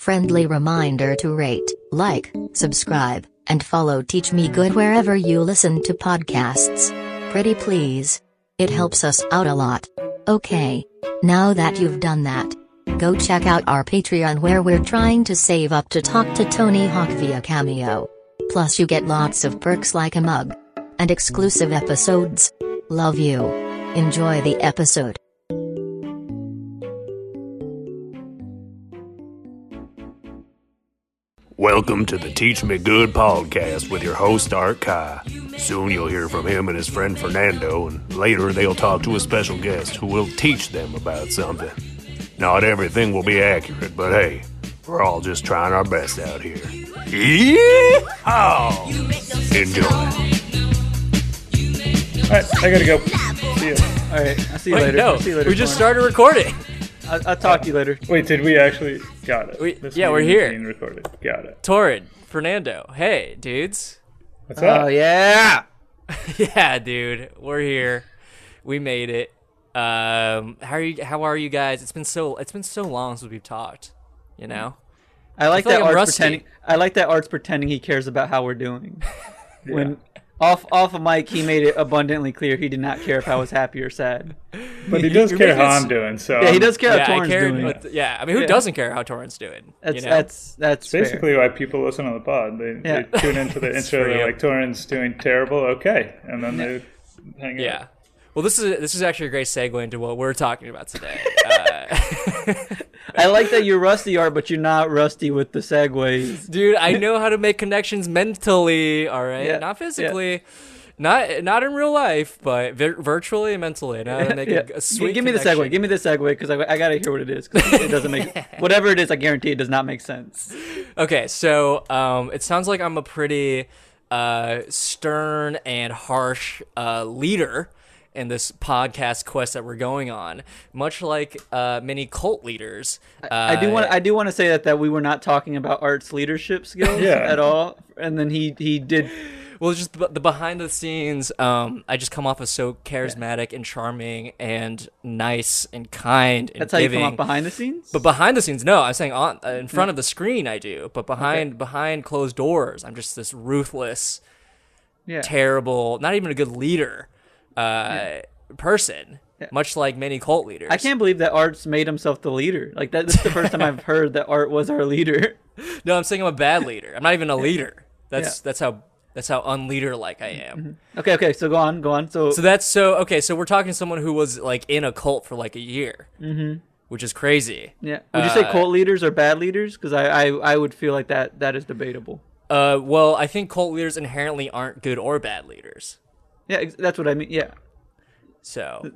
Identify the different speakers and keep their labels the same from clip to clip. Speaker 1: Friendly reminder to rate, like, subscribe, and follow Teach Me Good wherever you listen to podcasts. Pretty please. It helps us out a lot. Okay. Now that you've done that, go check out our Patreon where we're trying to save up to talk to Tony Hawk via Cameo. Plus, you get lots of perks like a mug and exclusive episodes. Love you. Enjoy the episode.
Speaker 2: Welcome to the Teach Me Good podcast with your host, Art Kai. Soon you'll hear from him and his friend Fernando, and later they'll talk to a special guest who will teach them about something. Not everything will be accurate, but hey, we're all just trying our best out here. Yeehaw! Enjoy.
Speaker 3: All right, I gotta go. See you. All right, I'll see you
Speaker 4: Wait,
Speaker 3: later.
Speaker 4: no,
Speaker 3: I'll see you later
Speaker 4: we just
Speaker 3: tomorrow.
Speaker 4: started recording.
Speaker 3: I'll, I'll talk to you later. Wait, did we actually got it?
Speaker 4: We- yeah, we're
Speaker 3: meeting is
Speaker 4: here.
Speaker 3: Being recorded. Got it.
Speaker 4: Torrid, Fernando, hey dudes.
Speaker 5: Uh,
Speaker 3: What's up?
Speaker 5: yeah.
Speaker 4: Yeah, dude, we're here. We made it. Um, how are you? How are you guys? It's been so. It's been so long since we've talked. You know.
Speaker 5: I like
Speaker 4: feel
Speaker 5: that
Speaker 4: like
Speaker 5: art's
Speaker 4: I'm rusty.
Speaker 5: pretending. I like that art's pretending he cares about how we're doing. When off off of mic, he made it abundantly clear he did not care if I was happy or sad.
Speaker 3: But he does
Speaker 4: You're
Speaker 3: care
Speaker 4: making
Speaker 3: how
Speaker 4: it
Speaker 3: I'm
Speaker 4: s-
Speaker 3: doing. So
Speaker 5: Yeah, he
Speaker 3: um,
Speaker 5: does care
Speaker 4: yeah,
Speaker 5: how Torrin's
Speaker 4: I cared.
Speaker 5: doing.
Speaker 4: what- yeah, I mean, who
Speaker 5: Yeah.
Speaker 4: doesn't care how Torrin's doing?
Speaker 5: That's
Speaker 4: you know?
Speaker 5: that's that's fair.
Speaker 3: Basically, why people listen on the pod. They,
Speaker 5: Yeah.
Speaker 3: they tune into the intro.
Speaker 4: for
Speaker 3: They're
Speaker 4: you.
Speaker 3: like, "Torrens doing terrible." Okay, and then they hang out.
Speaker 4: yeah. Well, this is this is actually a great segue into what we're talking about today. uh,
Speaker 5: I like that you're rusty art, but you're not rusty with the segues.
Speaker 4: dude, I know how to make connections mentally. All right,
Speaker 5: Yeah,
Speaker 4: not
Speaker 5: yeah.
Speaker 4: physically. Not not in real life, but vi- virtually and mentally, and I know how to make
Speaker 5: Yeah.
Speaker 4: a, a sweet.
Speaker 5: give me the
Speaker 4: connection.
Speaker 5: segue. Give me the segue because I, I gotta hear what it is. 'cause it doesn't make whatever it is. I guarantee it does not make sense.
Speaker 4: Okay, so um, it sounds like I'm a pretty uh, stern and harsh uh, leader in this podcast quest that we're going on, much like uh, many cult leaders. Uh,
Speaker 5: I do want. I do want to say that that we were not talking about art's leadership skills
Speaker 3: Yeah.
Speaker 5: at all, and then he he did
Speaker 4: well, just the, the behind the scenes. Um, I just come off as so charismatic and charming and nice and kind and
Speaker 5: That's how you come
Speaker 4: giving.
Speaker 5: off behind the scenes.
Speaker 4: But behind the scenes, no. I'm saying on uh, in front of the screen, I do. But behind behind closed doors, I'm just this ruthless,
Speaker 5: yeah.
Speaker 4: terrible, not even a good leader uh, person, much like many cult leaders.
Speaker 5: I can't believe that Art's made himself the leader. Like that, that's the first time I've heard that Art was our leader.
Speaker 4: No, I'm saying I'm a bad leader. I'm not even a leader. That's
Speaker 5: Yeah. Mm-hmm.
Speaker 4: that's how that's how unleader like I am.
Speaker 5: Okay, okay. So go on, go on. So,
Speaker 4: So that's so okay. So we're talking to someone who was like in a cult for like a year, mm-hmm. which is crazy.
Speaker 5: yeah, would you say
Speaker 4: uh,
Speaker 5: cult leaders are bad leaders? Because I, I, I would feel like that that is debatable.
Speaker 4: Uh, well, I think cult leaders inherently aren't good or bad leaders.
Speaker 5: Yeah, ex- that's what I mean. Yeah,
Speaker 4: So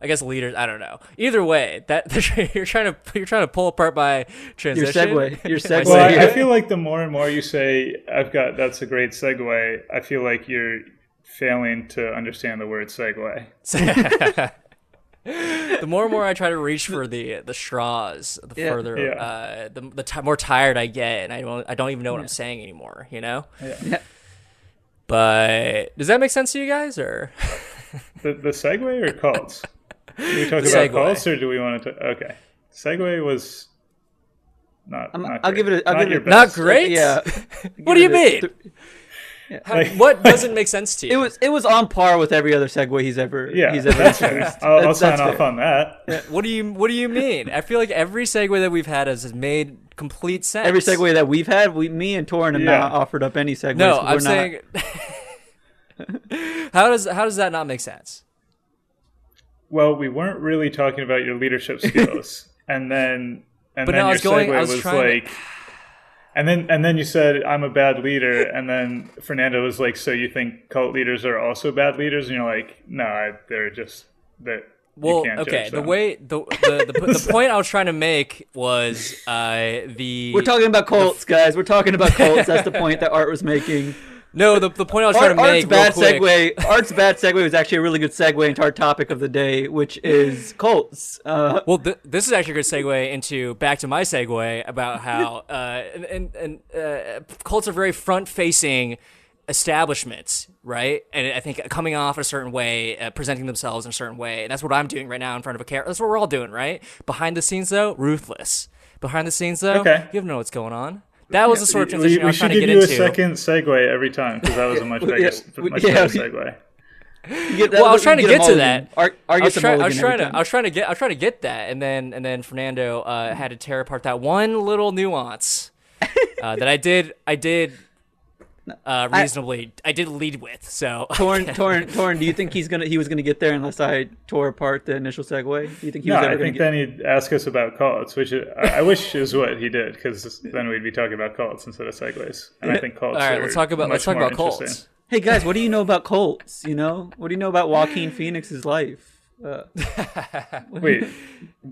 Speaker 4: I guess leaders. I don't know. Either way, that you're trying to you're trying to pull apart my transition.
Speaker 5: segue. Your
Speaker 4: My
Speaker 3: Well,
Speaker 5: segue. So
Speaker 3: I, I
Speaker 5: here-
Speaker 3: feel like the more and more you say, "I've got," that's a great segue. I feel like you're failing to understand the word segue.
Speaker 4: the more and more I try to reach for the the straws, the
Speaker 5: Yeah.
Speaker 4: further
Speaker 3: Yeah.
Speaker 4: uh, the the ti more tired I get, and I don't I don't even know what I'm saying anymore. You know.
Speaker 5: Yeah.
Speaker 4: But does that make sense to you guys, or
Speaker 3: The, the segue or cults? Do we talk about
Speaker 4: segue.
Speaker 3: cults or do we want to? Okay, segue was not.
Speaker 5: I'm-
Speaker 3: not
Speaker 5: I'll
Speaker 3: great.
Speaker 5: give it a- I'll
Speaker 3: not
Speaker 5: give it
Speaker 3: your
Speaker 5: a-
Speaker 4: not
Speaker 3: best.
Speaker 4: great?
Speaker 5: yeah.
Speaker 4: What do you mean? How-
Speaker 3: Like-
Speaker 4: what doesn't make sense to you?
Speaker 5: It was it was on par with every other segue he's ever
Speaker 3: Yeah,
Speaker 5: he's ever
Speaker 3: that's fair.
Speaker 5: used.
Speaker 3: I'll, I'll
Speaker 5: That's-
Speaker 3: sign
Speaker 5: that's
Speaker 3: off
Speaker 5: fair.
Speaker 3: on that.
Speaker 4: what do you What do you mean? I feel like every segue that we've had has, has made complete sense.
Speaker 5: Every segue that we've had, we, me and Torin have
Speaker 3: Yeah.
Speaker 5: not offered up any segues.
Speaker 4: No,
Speaker 5: We're
Speaker 4: I'm
Speaker 5: not-
Speaker 4: saying. how does How does that not make sense?
Speaker 3: Well, we weren't really talking about your leadership skills, and then and
Speaker 4: But
Speaker 3: then
Speaker 4: no, I
Speaker 3: your
Speaker 4: was going-
Speaker 3: segue
Speaker 4: I was trying
Speaker 3: like. And then, and then you said, "I'm a bad leader," and then Fernando was like, "So you think cult leaders are also bad leaders?" And you're like, "No, I, they're just that."
Speaker 4: Well,
Speaker 3: can't
Speaker 4: okay.
Speaker 3: judge
Speaker 4: The
Speaker 3: them.
Speaker 4: way the the, the, the point I was trying to make was uh, the
Speaker 5: We're talking about cults, guys. We're talking about cults. That's the point that Art was making.
Speaker 4: no the, the point I was
Speaker 5: Art,
Speaker 4: trying to
Speaker 5: Art's
Speaker 4: make real
Speaker 5: bad
Speaker 4: quick.
Speaker 5: segue. Art's bad segue was actually a really good segue into our topic of the day, which is cults. Uh,
Speaker 4: Well, th- this is actually a good segue into back to my segue about how uh, and, and, and uh, cults are very front-facing establishments, right? And I think coming off a certain way, uh, presenting themselves in a certain way, and that's what I'm doing right now in front of a camera. That's what we're all doing, right? Behind the scenes, though, ruthless. Behind the scenes, though,
Speaker 3: Okay.
Speaker 4: you don't know what's going on. That was the sort of transition
Speaker 3: we,
Speaker 4: I
Speaker 3: we
Speaker 4: was
Speaker 3: should
Speaker 4: trying to
Speaker 3: give
Speaker 4: get
Speaker 3: you
Speaker 4: into.
Speaker 3: a second segue every time because that was a much bigger,
Speaker 5: we-
Speaker 3: much
Speaker 5: yeah,
Speaker 3: better
Speaker 5: we-
Speaker 3: segue.
Speaker 4: Well, I was trying to get to that.
Speaker 5: Ar-
Speaker 4: I
Speaker 5: argue
Speaker 4: was,
Speaker 5: some
Speaker 4: try- I was
Speaker 5: mulligan every
Speaker 4: trying to,
Speaker 5: time.
Speaker 4: I was trying to get, I was trying to get that, and then, and then Fernando uh,
Speaker 5: Mm-hmm.
Speaker 4: had to tear apart that one little nuance uh, that I did, I did uh, reasonably, I, did lead with. So
Speaker 5: Torn, torn, torn. Do you think he's gonna? He was gonna get there unless I tore apart the initial segue. Do you think he
Speaker 3: No,
Speaker 5: was ever
Speaker 3: I
Speaker 5: gonna
Speaker 3: think
Speaker 5: get?
Speaker 3: then he'd ask us about cults, which is, I I wish is what he did because then we'd be talking about cults instead of segues. And I think cults.
Speaker 4: all right,
Speaker 3: are
Speaker 4: let's talk about, let's
Speaker 3: much
Speaker 4: talk
Speaker 3: more
Speaker 4: about
Speaker 3: interesting.
Speaker 4: Colts.
Speaker 5: Hey guys, what do you know about Colts? You know, what do you know about Joaquin Phoenix's life? Uh,
Speaker 3: Wait,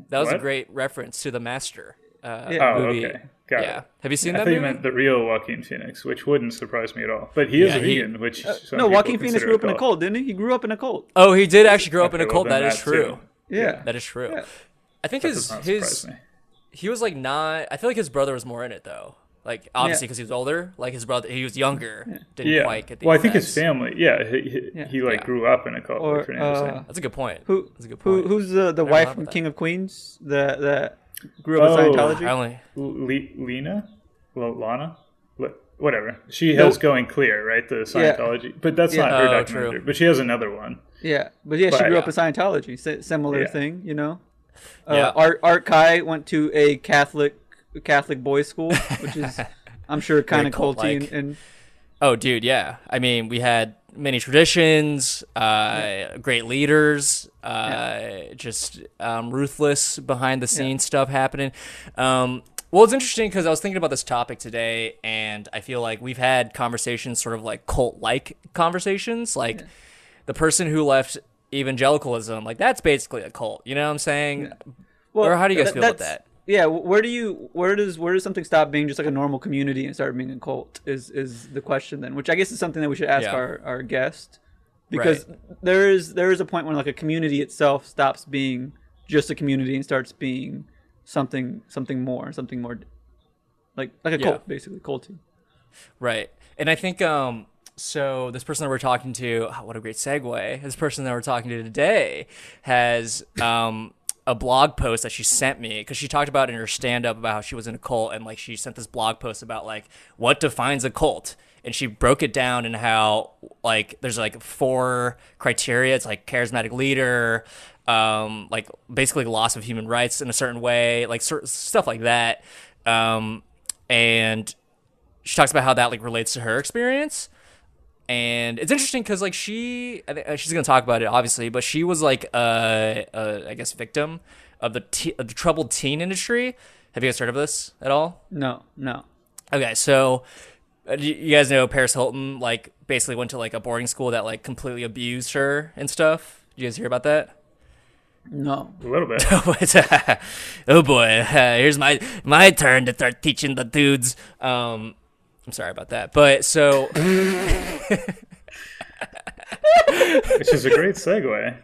Speaker 4: That was a
Speaker 3: What?
Speaker 4: great reference to the master. Uh,
Speaker 5: Yeah.
Speaker 3: oh,
Speaker 4: movie.
Speaker 3: okay, got
Speaker 4: yeah.
Speaker 3: it.
Speaker 4: Have you seen
Speaker 3: I
Speaker 4: that
Speaker 3: thought
Speaker 4: movie?
Speaker 3: you meant the real Joaquin Phoenix, which wouldn't surprise me at all. But he is
Speaker 4: Yeah,
Speaker 3: a
Speaker 4: he- Uh,
Speaker 3: vegan, which some
Speaker 5: no,
Speaker 3: people
Speaker 5: Joaquin Phoenix
Speaker 3: consider
Speaker 5: grew up in a
Speaker 3: cult.
Speaker 5: cult, didn't he? He grew up in a cult.
Speaker 4: oh, he did actually grow up in a
Speaker 3: Okay,
Speaker 4: cult.
Speaker 3: well, then
Speaker 4: that is
Speaker 3: that
Speaker 4: true.
Speaker 3: too.
Speaker 5: Yeah.
Speaker 4: That is true. I think his
Speaker 3: Does not
Speaker 4: his
Speaker 3: surprise me.
Speaker 4: he was like not. I feel like his brother was more in it though. Like obviously because he was older. Like his brother, he was younger. Didn't
Speaker 3: Yeah.
Speaker 4: quite get the.
Speaker 3: well, I think his
Speaker 4: effects.
Speaker 3: family. Yeah, he, he, he like
Speaker 4: Yeah.
Speaker 3: grew up in a cult.
Speaker 5: Or,
Speaker 3: like Fernando was saying.
Speaker 5: uh,
Speaker 4: That's a good point.
Speaker 5: Who,
Speaker 4: That's a good
Speaker 5: who
Speaker 4: point.
Speaker 5: who's the, the
Speaker 4: I
Speaker 5: wife
Speaker 4: love
Speaker 5: from
Speaker 4: that.
Speaker 5: King of Queens? The that grew up
Speaker 3: Oh.
Speaker 5: in
Speaker 4: I
Speaker 5: Scientology.
Speaker 4: only.
Speaker 3: Le- Lena, L- Lana, L- whatever. She has going clear, right? The Scientology, but that's not her
Speaker 4: Oh,
Speaker 3: documentary.
Speaker 4: true.
Speaker 3: But she has another one.
Speaker 5: Yeah, but yeah, she
Speaker 3: But-
Speaker 5: grew up in Scientology. Si- similar
Speaker 3: Yeah.
Speaker 5: thing, you know. Uh,
Speaker 4: Yeah.
Speaker 5: Art Art Kai went to a Catholic Catholic boys school, which is I'm sure kind of culty
Speaker 4: cult-like.
Speaker 5: and, and
Speaker 4: Oh, dude, yeah. I mean, we had many traditions, uh, great leaders, uh, just um, ruthless behind the scenes stuff happening. Um, well, it's interesting because I was thinking about this topic today, and I feel like we've had conversations, sort of like cult like conversations, like the person who left evangelicalism, like that's basically a cult. You know what I'm saying?
Speaker 5: well,
Speaker 4: Or how do you guys
Speaker 5: th-
Speaker 4: feel about
Speaker 5: that's-
Speaker 4: that?
Speaker 5: Yeah, wh- where do you where does where does something stop being just like a normal community and start being a cult? Is is the question then? Which I guess is something that we should ask
Speaker 4: Yeah.
Speaker 5: our our guest because there is there is a point when like a community itself stops being just a community and starts being something something more something more like like a
Speaker 4: Yeah.
Speaker 5: cult basically culty.
Speaker 4: Right. And I think um so this person that we're talking to, oh, what a great segue. This person that we're talking to today has um a blog post that she sent me because she talked about in her stand up about how she was in a cult and like she sent this blog post about like what defines a cult and she broke it down in how like there's like four criteria it's like charismatic leader um like basically loss of human rights in a certain way like cer- stuff like that um and she talks about how that like relates to her experience and it's interesting because like she I think- uh, she's gonna talk about it obviously but she was like a, a i guess victim of the, te- of the troubled teen industry have you guys heard of this at all
Speaker 5: No, no.
Speaker 4: Okay, so uh, y- you guys know Paris Hilton like basically went to like a boarding school that like completely abused her and stuff. Did you guys hear about that?
Speaker 5: No.
Speaker 3: A little bit.
Speaker 4: But, uh, oh boy, uh, here's my my turn to start teaching the dudes. Um, I'm sorry about that, but so
Speaker 3: which is a great segue.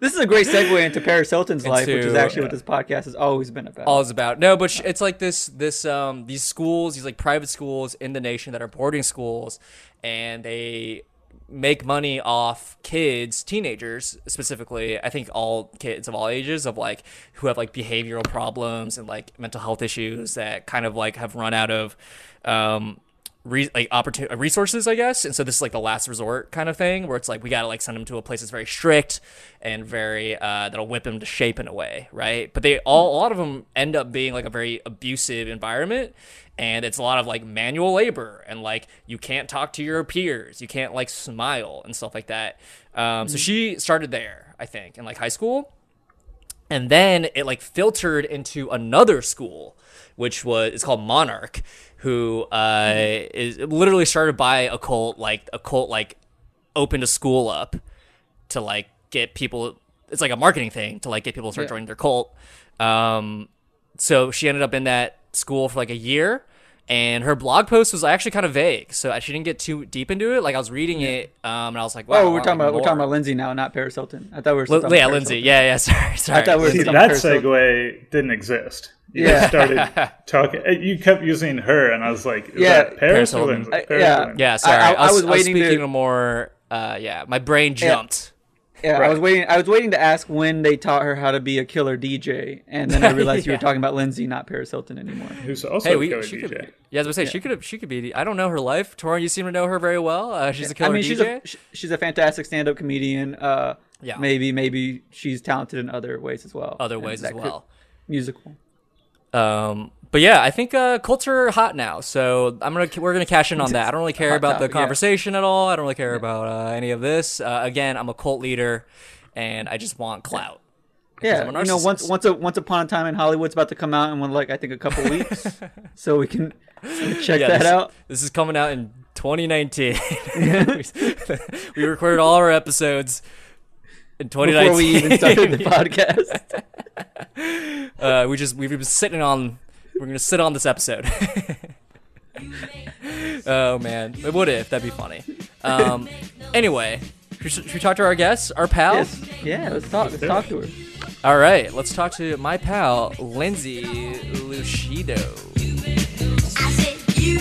Speaker 5: This is a great segue into Paris Hilton's life, which is
Speaker 4: Into-
Speaker 5: actually what this podcast has always been about.
Speaker 4: all is about. No, but sh- it's like this this um these schools, these like private schools in the nation that are boarding schools and they make money off kids, teenagers specifically. I think all kids of all ages of like who have like behavioral problems and like mental health issues that kind of like have run out of um re- like opportun- resources, I guess. And so this is like the last resort kind of thing where it's like we gotta like send them to a place that's very strict and very uh, that'll whip them to shape in a way, right? But they all a lot of them end up being like a very abusive environment. And it's a lot of like manual labor, and like you can't talk to your peers, you can't like smile and stuff like that. Um, So she started there, I think, in like high school, and then it like filtered into another school which was it's called monarch who uh
Speaker 5: Mm-hmm.
Speaker 4: is literally started by a cult like a cult like opened a school up to like get people it's like a marketing thing to like get people to start joining their cult um so she ended up in that school for like a year and her blog post was actually kind of vague so I- she didn't get too deep into it like i was reading it um and i was like wow
Speaker 5: oh, we're
Speaker 4: I
Speaker 5: talking
Speaker 4: want,
Speaker 5: about we're
Speaker 4: like,
Speaker 5: talking
Speaker 4: more.
Speaker 5: about Lindsay now, not Paris Hilton. I thought we were. still
Speaker 4: Li-
Speaker 5: talking
Speaker 4: yeah
Speaker 5: about Paris
Speaker 4: lindsay
Speaker 5: Hilton.
Speaker 4: yeah yeah sorry sorry
Speaker 5: I thought we were
Speaker 3: See,
Speaker 5: still talking
Speaker 3: that
Speaker 5: Paris Hilton.
Speaker 3: segue didn't exist. You
Speaker 5: Yeah.
Speaker 3: just started talking. uh, You kept using her, and I was like, is
Speaker 5: Yeah.
Speaker 3: that Paris,
Speaker 4: Paris
Speaker 3: or
Speaker 4: Hilton.
Speaker 3: Lindsay?
Speaker 5: I-
Speaker 3: Paris
Speaker 5: yeah.
Speaker 3: Hilton.
Speaker 4: Yeah,
Speaker 5: I-
Speaker 4: sorry.
Speaker 5: I-
Speaker 4: I,
Speaker 5: I
Speaker 4: was,
Speaker 5: was
Speaker 4: I was
Speaker 5: waiting to-
Speaker 4: speaking to... more. Uh, yeah, my brain jumped.
Speaker 5: Yeah, I
Speaker 3: Right.
Speaker 5: was waiting. I was waiting to ask when they taught her how to be a killer DJ, and then I realized you were
Speaker 4: Yeah.
Speaker 5: talking about Lindsay, not Paris Hilton anymore.
Speaker 3: Who's also
Speaker 4: Hey,
Speaker 3: a
Speaker 4: we,
Speaker 3: killer
Speaker 4: she
Speaker 3: DJ.
Speaker 4: could. Yeah, I was gonna say she could. She could be. I don't know her life. Torin, you seem to know her very well. Uh, she's a killer
Speaker 5: I mean,
Speaker 4: DJ.
Speaker 5: she's a sh- she's a fantastic stand-up comedian. Uh,
Speaker 4: Yeah.
Speaker 5: Maybe maybe she's talented in other ways as well.
Speaker 4: Other
Speaker 5: And
Speaker 4: ways
Speaker 5: that
Speaker 4: as
Speaker 5: could-
Speaker 4: well.
Speaker 5: musical.
Speaker 4: Um, but yeah, I think uh, Colts are hot now, so I'm gonna we're gonna cash in on that. I don't really care
Speaker 5: Hot
Speaker 4: about
Speaker 5: topic,
Speaker 4: the
Speaker 5: yeah.
Speaker 4: conversation at all. I don't really care about uh, any of this. Uh, again, I'm a cult leader, and I just want clout.
Speaker 5: Yeah,
Speaker 4: I'm a
Speaker 5: you know, once
Speaker 4: narcissist.
Speaker 5: once a, once upon a time in Hollywood's about to come out in one, like I think a couple weeks, so we can check that
Speaker 4: this,
Speaker 5: out.
Speaker 4: This is coming out in 2019. we recorded all our episodes in 2019.
Speaker 5: Before we even started the podcast,
Speaker 4: uh, we just we've been sitting on. We're gonna sit on this episode. oh man, it would if that'd be funny. Um, anyway, should, should we talk to our guests, our pal?
Speaker 5: yes, yeah, let's talk. Let's talk to her.
Speaker 4: All right, let's talk to my pal Lindsay Lucido.
Speaker 6: I said you,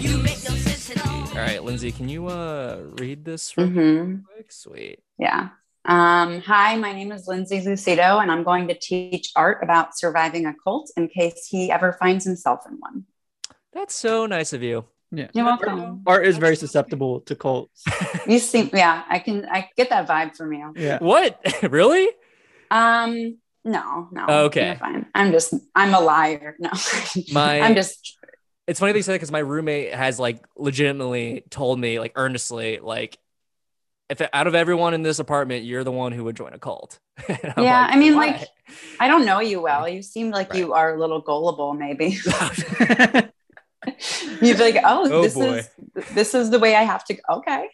Speaker 6: you, you make no sense at all.
Speaker 4: All right, Lindsay, can you uh, read this real
Speaker 7: hmm
Speaker 4: quick? Sweet.
Speaker 7: Yeah. Um, hi, my name is Lindsay Lucido, and I'm going to teach Art about surviving a cult in case he ever finds himself in one.
Speaker 4: That's so nice of you.
Speaker 5: Yeah,
Speaker 7: You're welcome.
Speaker 5: Art is very susceptible to cults.
Speaker 7: You seem, yeah, I can, I get that vibe from you.
Speaker 5: Yeah,
Speaker 4: What? really?
Speaker 7: Um, no, no.
Speaker 4: Okay.
Speaker 7: you're fine. I'm just, I'm a liar. No,
Speaker 4: My-
Speaker 7: I'm just,
Speaker 4: It's funny that you say that because my roommate has like legitimately told me, like earnestly, like if out of everyone in this apartment, you're the one who would join a cult. And I'm
Speaker 7: Yeah, I mean,
Speaker 4: "Why?"
Speaker 7: like, I don't know you well. You seem like you are a little gullible, maybe. You'd be like, oh,
Speaker 4: Oh,
Speaker 7: this
Speaker 4: boy.
Speaker 7: is this is the way I have to. go. Okay,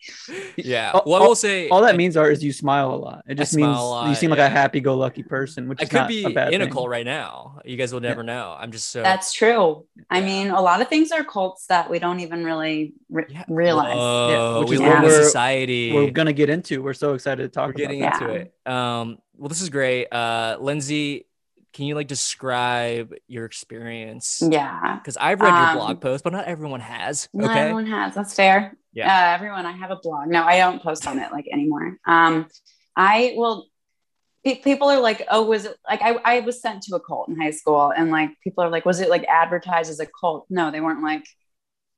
Speaker 4: yeah.
Speaker 5: all-
Speaker 4: well, I will say
Speaker 5: all that means Art is you smile a lot. It just
Speaker 4: smile
Speaker 5: means
Speaker 4: a lot,
Speaker 5: you seem like
Speaker 4: yeah.
Speaker 5: a happy-go-lucky person, which
Speaker 4: I
Speaker 5: is
Speaker 4: could
Speaker 5: not
Speaker 4: be
Speaker 5: a bad
Speaker 4: in a
Speaker 5: thing.
Speaker 4: cult right now. You guys will never know. I'm just so
Speaker 7: that's true. I
Speaker 4: Yeah.
Speaker 7: mean, a lot of things are cults that we don't even really re-
Speaker 4: Yeah.
Speaker 7: realize.
Speaker 4: Whoa,
Speaker 5: which
Speaker 4: we
Speaker 5: is
Speaker 4: live
Speaker 7: what
Speaker 4: in a
Speaker 5: we're-
Speaker 4: society.
Speaker 5: We're gonna get into. We're so excited to talk
Speaker 4: We're
Speaker 5: about
Speaker 4: getting
Speaker 5: that.
Speaker 7: that.
Speaker 4: into it. Um, well, this is great. Uh, Lindsay, can you like describe your experience?
Speaker 7: Yeah.
Speaker 4: Because I've read your
Speaker 7: Um,
Speaker 4: blog post, but not everyone has.
Speaker 7: No,
Speaker 4: Okay.
Speaker 7: everyone has. That's fair.
Speaker 4: Yeah.
Speaker 7: Uh, everyone, I have a blog. No, I don't post on it like anymore. Um, I will. pe- People are like, oh, was it like I, I was sent to a cult in high school, and like people are like, was it like advertised as a cult? No, they weren't like,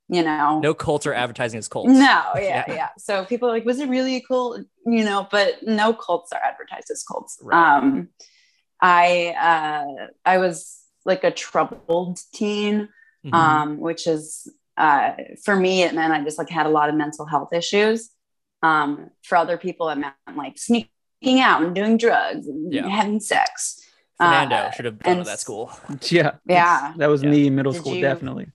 Speaker 7: you know,
Speaker 4: no cults or advertising is cults.
Speaker 7: No, yeah,
Speaker 4: Yeah.
Speaker 7: yeah, So people are like, was it really a cult? You know, but no cults are advertised as cults.
Speaker 4: Right.
Speaker 7: Um, I uh, I was like a troubled teen,
Speaker 4: Mhm.
Speaker 7: um, which is uh, for me it meant I just like had a lot of mental health issues. Um, for other people, it meant like sneaking out and doing drugs and
Speaker 4: Yeah.
Speaker 7: having sex.
Speaker 4: Fernando
Speaker 7: uh,
Speaker 4: should have gone to
Speaker 7: and
Speaker 4: that school.
Speaker 5: Yeah.
Speaker 7: Yeah.
Speaker 5: That was
Speaker 4: Yeah.
Speaker 5: me in middle
Speaker 7: Did
Speaker 5: school,
Speaker 7: you-
Speaker 5: definitely.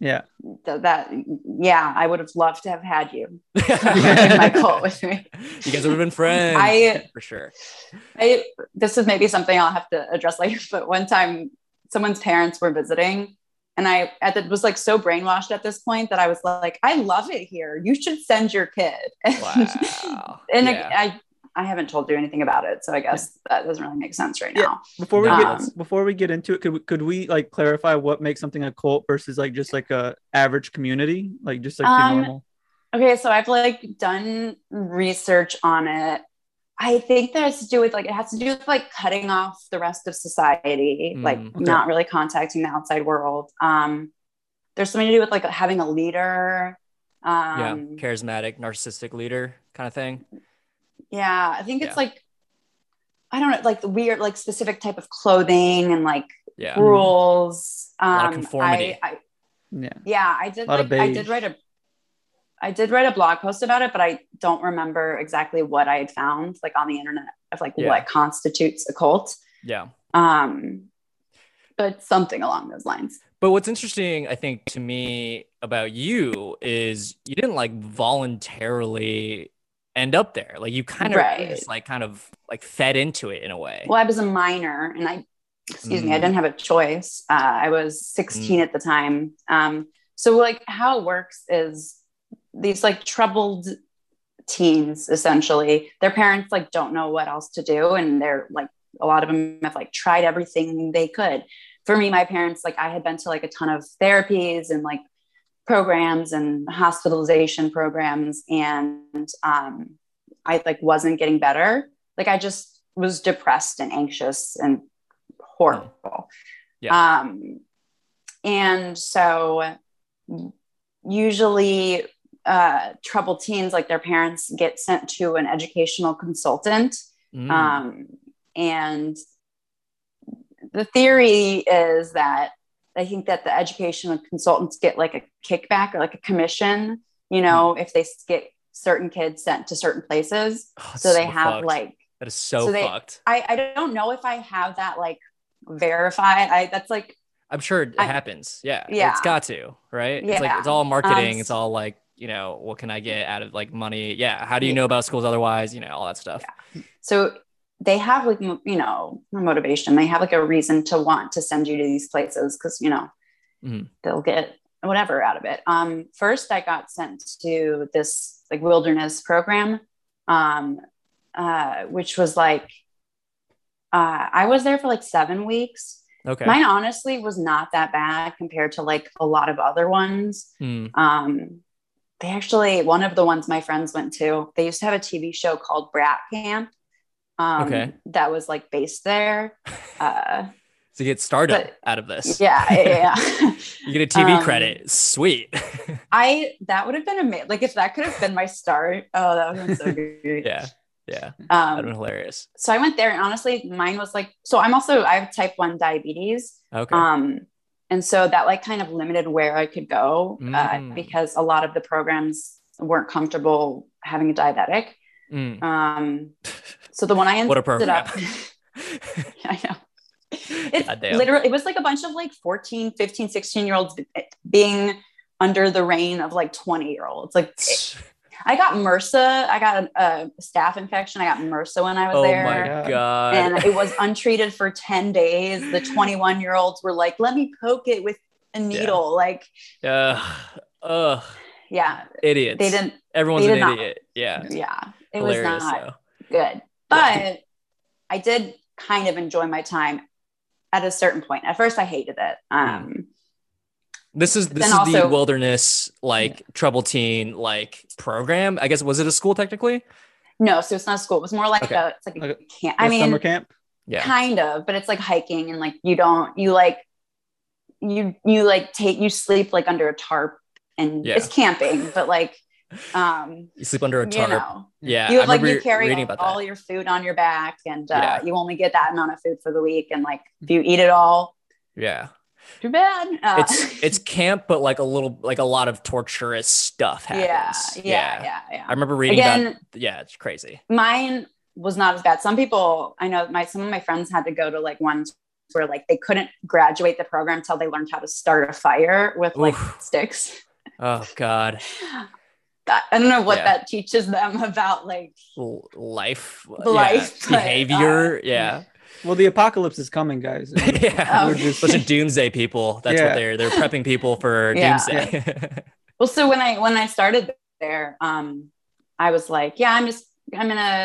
Speaker 5: Yeah.
Speaker 7: Th- that yeah, I would have loved to have had you
Speaker 4: you
Speaker 7: in my
Speaker 4: guys
Speaker 7: cult with me.
Speaker 4: would have been friends
Speaker 7: I-
Speaker 4: for sure.
Speaker 7: I, this is maybe something I'll have to address later, but one time someone's parents were visiting and I at the, was like so brainwashed at this point that I was like, I love it here. You should send your kid.
Speaker 4: Wow.
Speaker 7: and
Speaker 4: Yeah.
Speaker 7: I, I haven't told you anything about it. So I guess that doesn't really make sense right
Speaker 5: Yeah.
Speaker 7: now.
Speaker 5: Before we
Speaker 4: No,
Speaker 7: that's-
Speaker 5: get before we get into it, could we, could we like clarify what makes something a cult versus like just like a average community, like just like the
Speaker 7: Um,
Speaker 5: normal?
Speaker 7: Okay, so I've like done research on it. I think that has to do with like it has to do with like cutting off the rest of society,
Speaker 4: Mm,
Speaker 7: like
Speaker 5: okay.
Speaker 7: not really contacting the outside world. Um, there's something to do with like having a leader.
Speaker 4: yeah,
Speaker 7: Um, yeah,
Speaker 4: charismatic, narcissistic leader kind of thing.
Speaker 7: I think it's
Speaker 4: Yeah.
Speaker 7: like I don't know, like the weird, like specific type of clothing and like
Speaker 4: Yeah.
Speaker 5: Mm.
Speaker 7: rules. Um,
Speaker 4: lot of conformity.
Speaker 7: I, I,
Speaker 5: Yeah.
Speaker 7: yeah, I did.
Speaker 5: Lot of
Speaker 7: Like, I did
Speaker 5: beige.
Speaker 7: write a. I did write a blog post about it, but I don't remember exactly what I had found, like on the internet, of like
Speaker 4: Yeah.
Speaker 7: what constitutes a cult.
Speaker 4: Yeah.
Speaker 7: Um, but something along those lines.
Speaker 4: But what's interesting, I think, to me about you is you didn't like voluntarily end up there. Like you kind of
Speaker 7: Right.
Speaker 4: just like kind of like fed into it in a
Speaker 5: Eh.
Speaker 4: way.
Speaker 7: Well, I was a minor, and I, excuse me, I
Speaker 4: Mm.
Speaker 7: didn't have a choice. Uh, I was 16 at the time. Um, so like how it works is these like troubled teens essentially their parents like don't know what else to do and they're like a lot of them have like tried everything they could for me my parents like i had been to like a ton of therapies and like programs and hospitalization programs and um I like wasn't getting better. Like I just was depressed and anxious and horrible.
Speaker 4: Yeah.
Speaker 7: Um, and so usually uh, troubled teens, like their parents get sent to an educational consultant.
Speaker 4: Mm.
Speaker 7: Um, and the theory is that I think that the educational consultants get like a kickback or like a commission, you
Speaker 4: Hmm.
Speaker 7: know, if they s- get certain kids sent to certain places.
Speaker 4: Oh, that's
Speaker 7: So they have
Speaker 4: fucked.
Speaker 7: like,
Speaker 4: that is so,
Speaker 7: so they-
Speaker 4: fucked.
Speaker 7: I, I don't know if I have that like verified. I that's like,
Speaker 4: I'm sure it
Speaker 7: I-
Speaker 4: happens. Yeah,
Speaker 7: Yeah.
Speaker 4: it's got to right. It's like
Speaker 7: Yeah.
Speaker 4: it's all marketing.
Speaker 7: Um,
Speaker 4: it's all like you know what can I get out of like money? Yeah, how do you know about schools otherwise? You know all that stuff.
Speaker 7: so they have like, mo- you know, not motivation. They have like a reason to want to send you to these places because, you know,
Speaker 4: Mhm.
Speaker 7: they'll get whatever out of it. Um, first, I got sent to this like wilderness program, um, uh, which was like, uh, I was there for like seven weeks.
Speaker 4: Okay.
Speaker 7: Mine honestly was not that bad compared to like a lot of other ones.
Speaker 4: Hmm.
Speaker 7: Um, they actually, one of the ones my friends went to, they used to have a TV show called Brat Camp. Um,
Speaker 4: Okay.
Speaker 7: That was like based there. Uh,
Speaker 4: So you get startup
Speaker 7: But-
Speaker 4: out of this.
Speaker 7: yeah, yeah, yeah.
Speaker 4: you get a TV
Speaker 7: Um,
Speaker 4: credit. Sweet.
Speaker 7: I that would have been amazing. Like if that could have been my start. Oh, that would have been so great.
Speaker 4: yeah. Yeah. That'd been
Speaker 7: Um,
Speaker 4: hilarious.
Speaker 7: so I went there, and honestly, mine was like. So I'm also I have type one diabetes.
Speaker 4: Okay.
Speaker 7: Um, and so that like kind of limited where I could go
Speaker 4: Mm.
Speaker 7: uh, because a lot of the programs weren't comfortable having a diabetic.
Speaker 4: Mm.
Speaker 7: Um, so the one I ended
Speaker 4: What a program.
Speaker 7: up, I know. It's
Speaker 4: Goddamn.
Speaker 7: literally, it was like a bunch of like 14, 15, 16 year olds being under the reign of like 20 year olds. Like I got MRSA. I got a, a staph infection. I got MRSA when I was
Speaker 4: oh
Speaker 7: there.
Speaker 4: my god.
Speaker 7: And it was untreated for 10 days. The 21 year olds were like, let me poke it with a needle. Like,
Speaker 4: Ugh. Ugh.
Speaker 7: yeah,
Speaker 4: idiots.
Speaker 7: they didn't,
Speaker 4: Everyone's
Speaker 7: they
Speaker 4: an
Speaker 7: did not-
Speaker 4: idiot. Yeah.
Speaker 7: yeah, it
Speaker 4: hilarious
Speaker 7: was not.
Speaker 4: though.
Speaker 7: good. But I did kind of enjoy my time at a certain point. At first, I hated it. Um,
Speaker 4: This is this is
Speaker 7: then
Speaker 4: the
Speaker 7: also-
Speaker 4: wilderness like trouble teen like program. I guess was it a school technically?
Speaker 7: No, so it's not school. It was more like
Speaker 4: Mm-hmm. Okay.
Speaker 7: a it's like a
Speaker 5: Like a-
Speaker 7: camp. I
Speaker 5: Or summer
Speaker 7: mean,
Speaker 5: camp.
Speaker 4: Yeah.
Speaker 7: kind of, but it's like hiking and like you don't you like you you like take you sleep like under a tarp and
Speaker 4: Yeah.
Speaker 7: it's camping, but like um
Speaker 4: You sleep under a
Speaker 7: you
Speaker 4: tarp.
Speaker 7: know
Speaker 4: yeah.
Speaker 7: you
Speaker 4: I
Speaker 7: have like
Speaker 4: remember
Speaker 7: you carry
Speaker 4: reading
Speaker 7: all,
Speaker 4: about
Speaker 7: all
Speaker 4: that.
Speaker 7: your food on your back and uh,
Speaker 4: Yeah. Mm-hmm.
Speaker 7: you only get that amount of food for the week and like if you eat it all
Speaker 4: Yeah.
Speaker 7: too bad uh,
Speaker 4: It's it's camp but like a little like a lot of torturous stuff happens.
Speaker 7: Yeah, yeah, yeah, yeah.
Speaker 4: I remember reading
Speaker 7: Again,
Speaker 4: about yeah, it's crazy.
Speaker 7: mine was not as bad. Some people I know, my some of my friends had to go to like ones where like they couldn't graduate the program till they learned how to start a fire with like
Speaker 4: Oof.
Speaker 7: sticks.
Speaker 4: Oh god.
Speaker 7: That, I don't know what
Speaker 4: Yeah.
Speaker 7: that teaches them about like
Speaker 4: L- life yeah.
Speaker 7: Life, but, uh,
Speaker 4: behavior. yeah.
Speaker 5: Well, the apocalypse is coming, guys.
Speaker 4: yeah.
Speaker 7: Um,
Speaker 5: We're just-
Speaker 4: Bunch of doomsday people. That's
Speaker 5: Yeah.
Speaker 4: what they're they're prepping people for
Speaker 7: Yeah.
Speaker 4: doomsday.
Speaker 7: well so when I when I started there um I was like yeah I'm just I'm gonna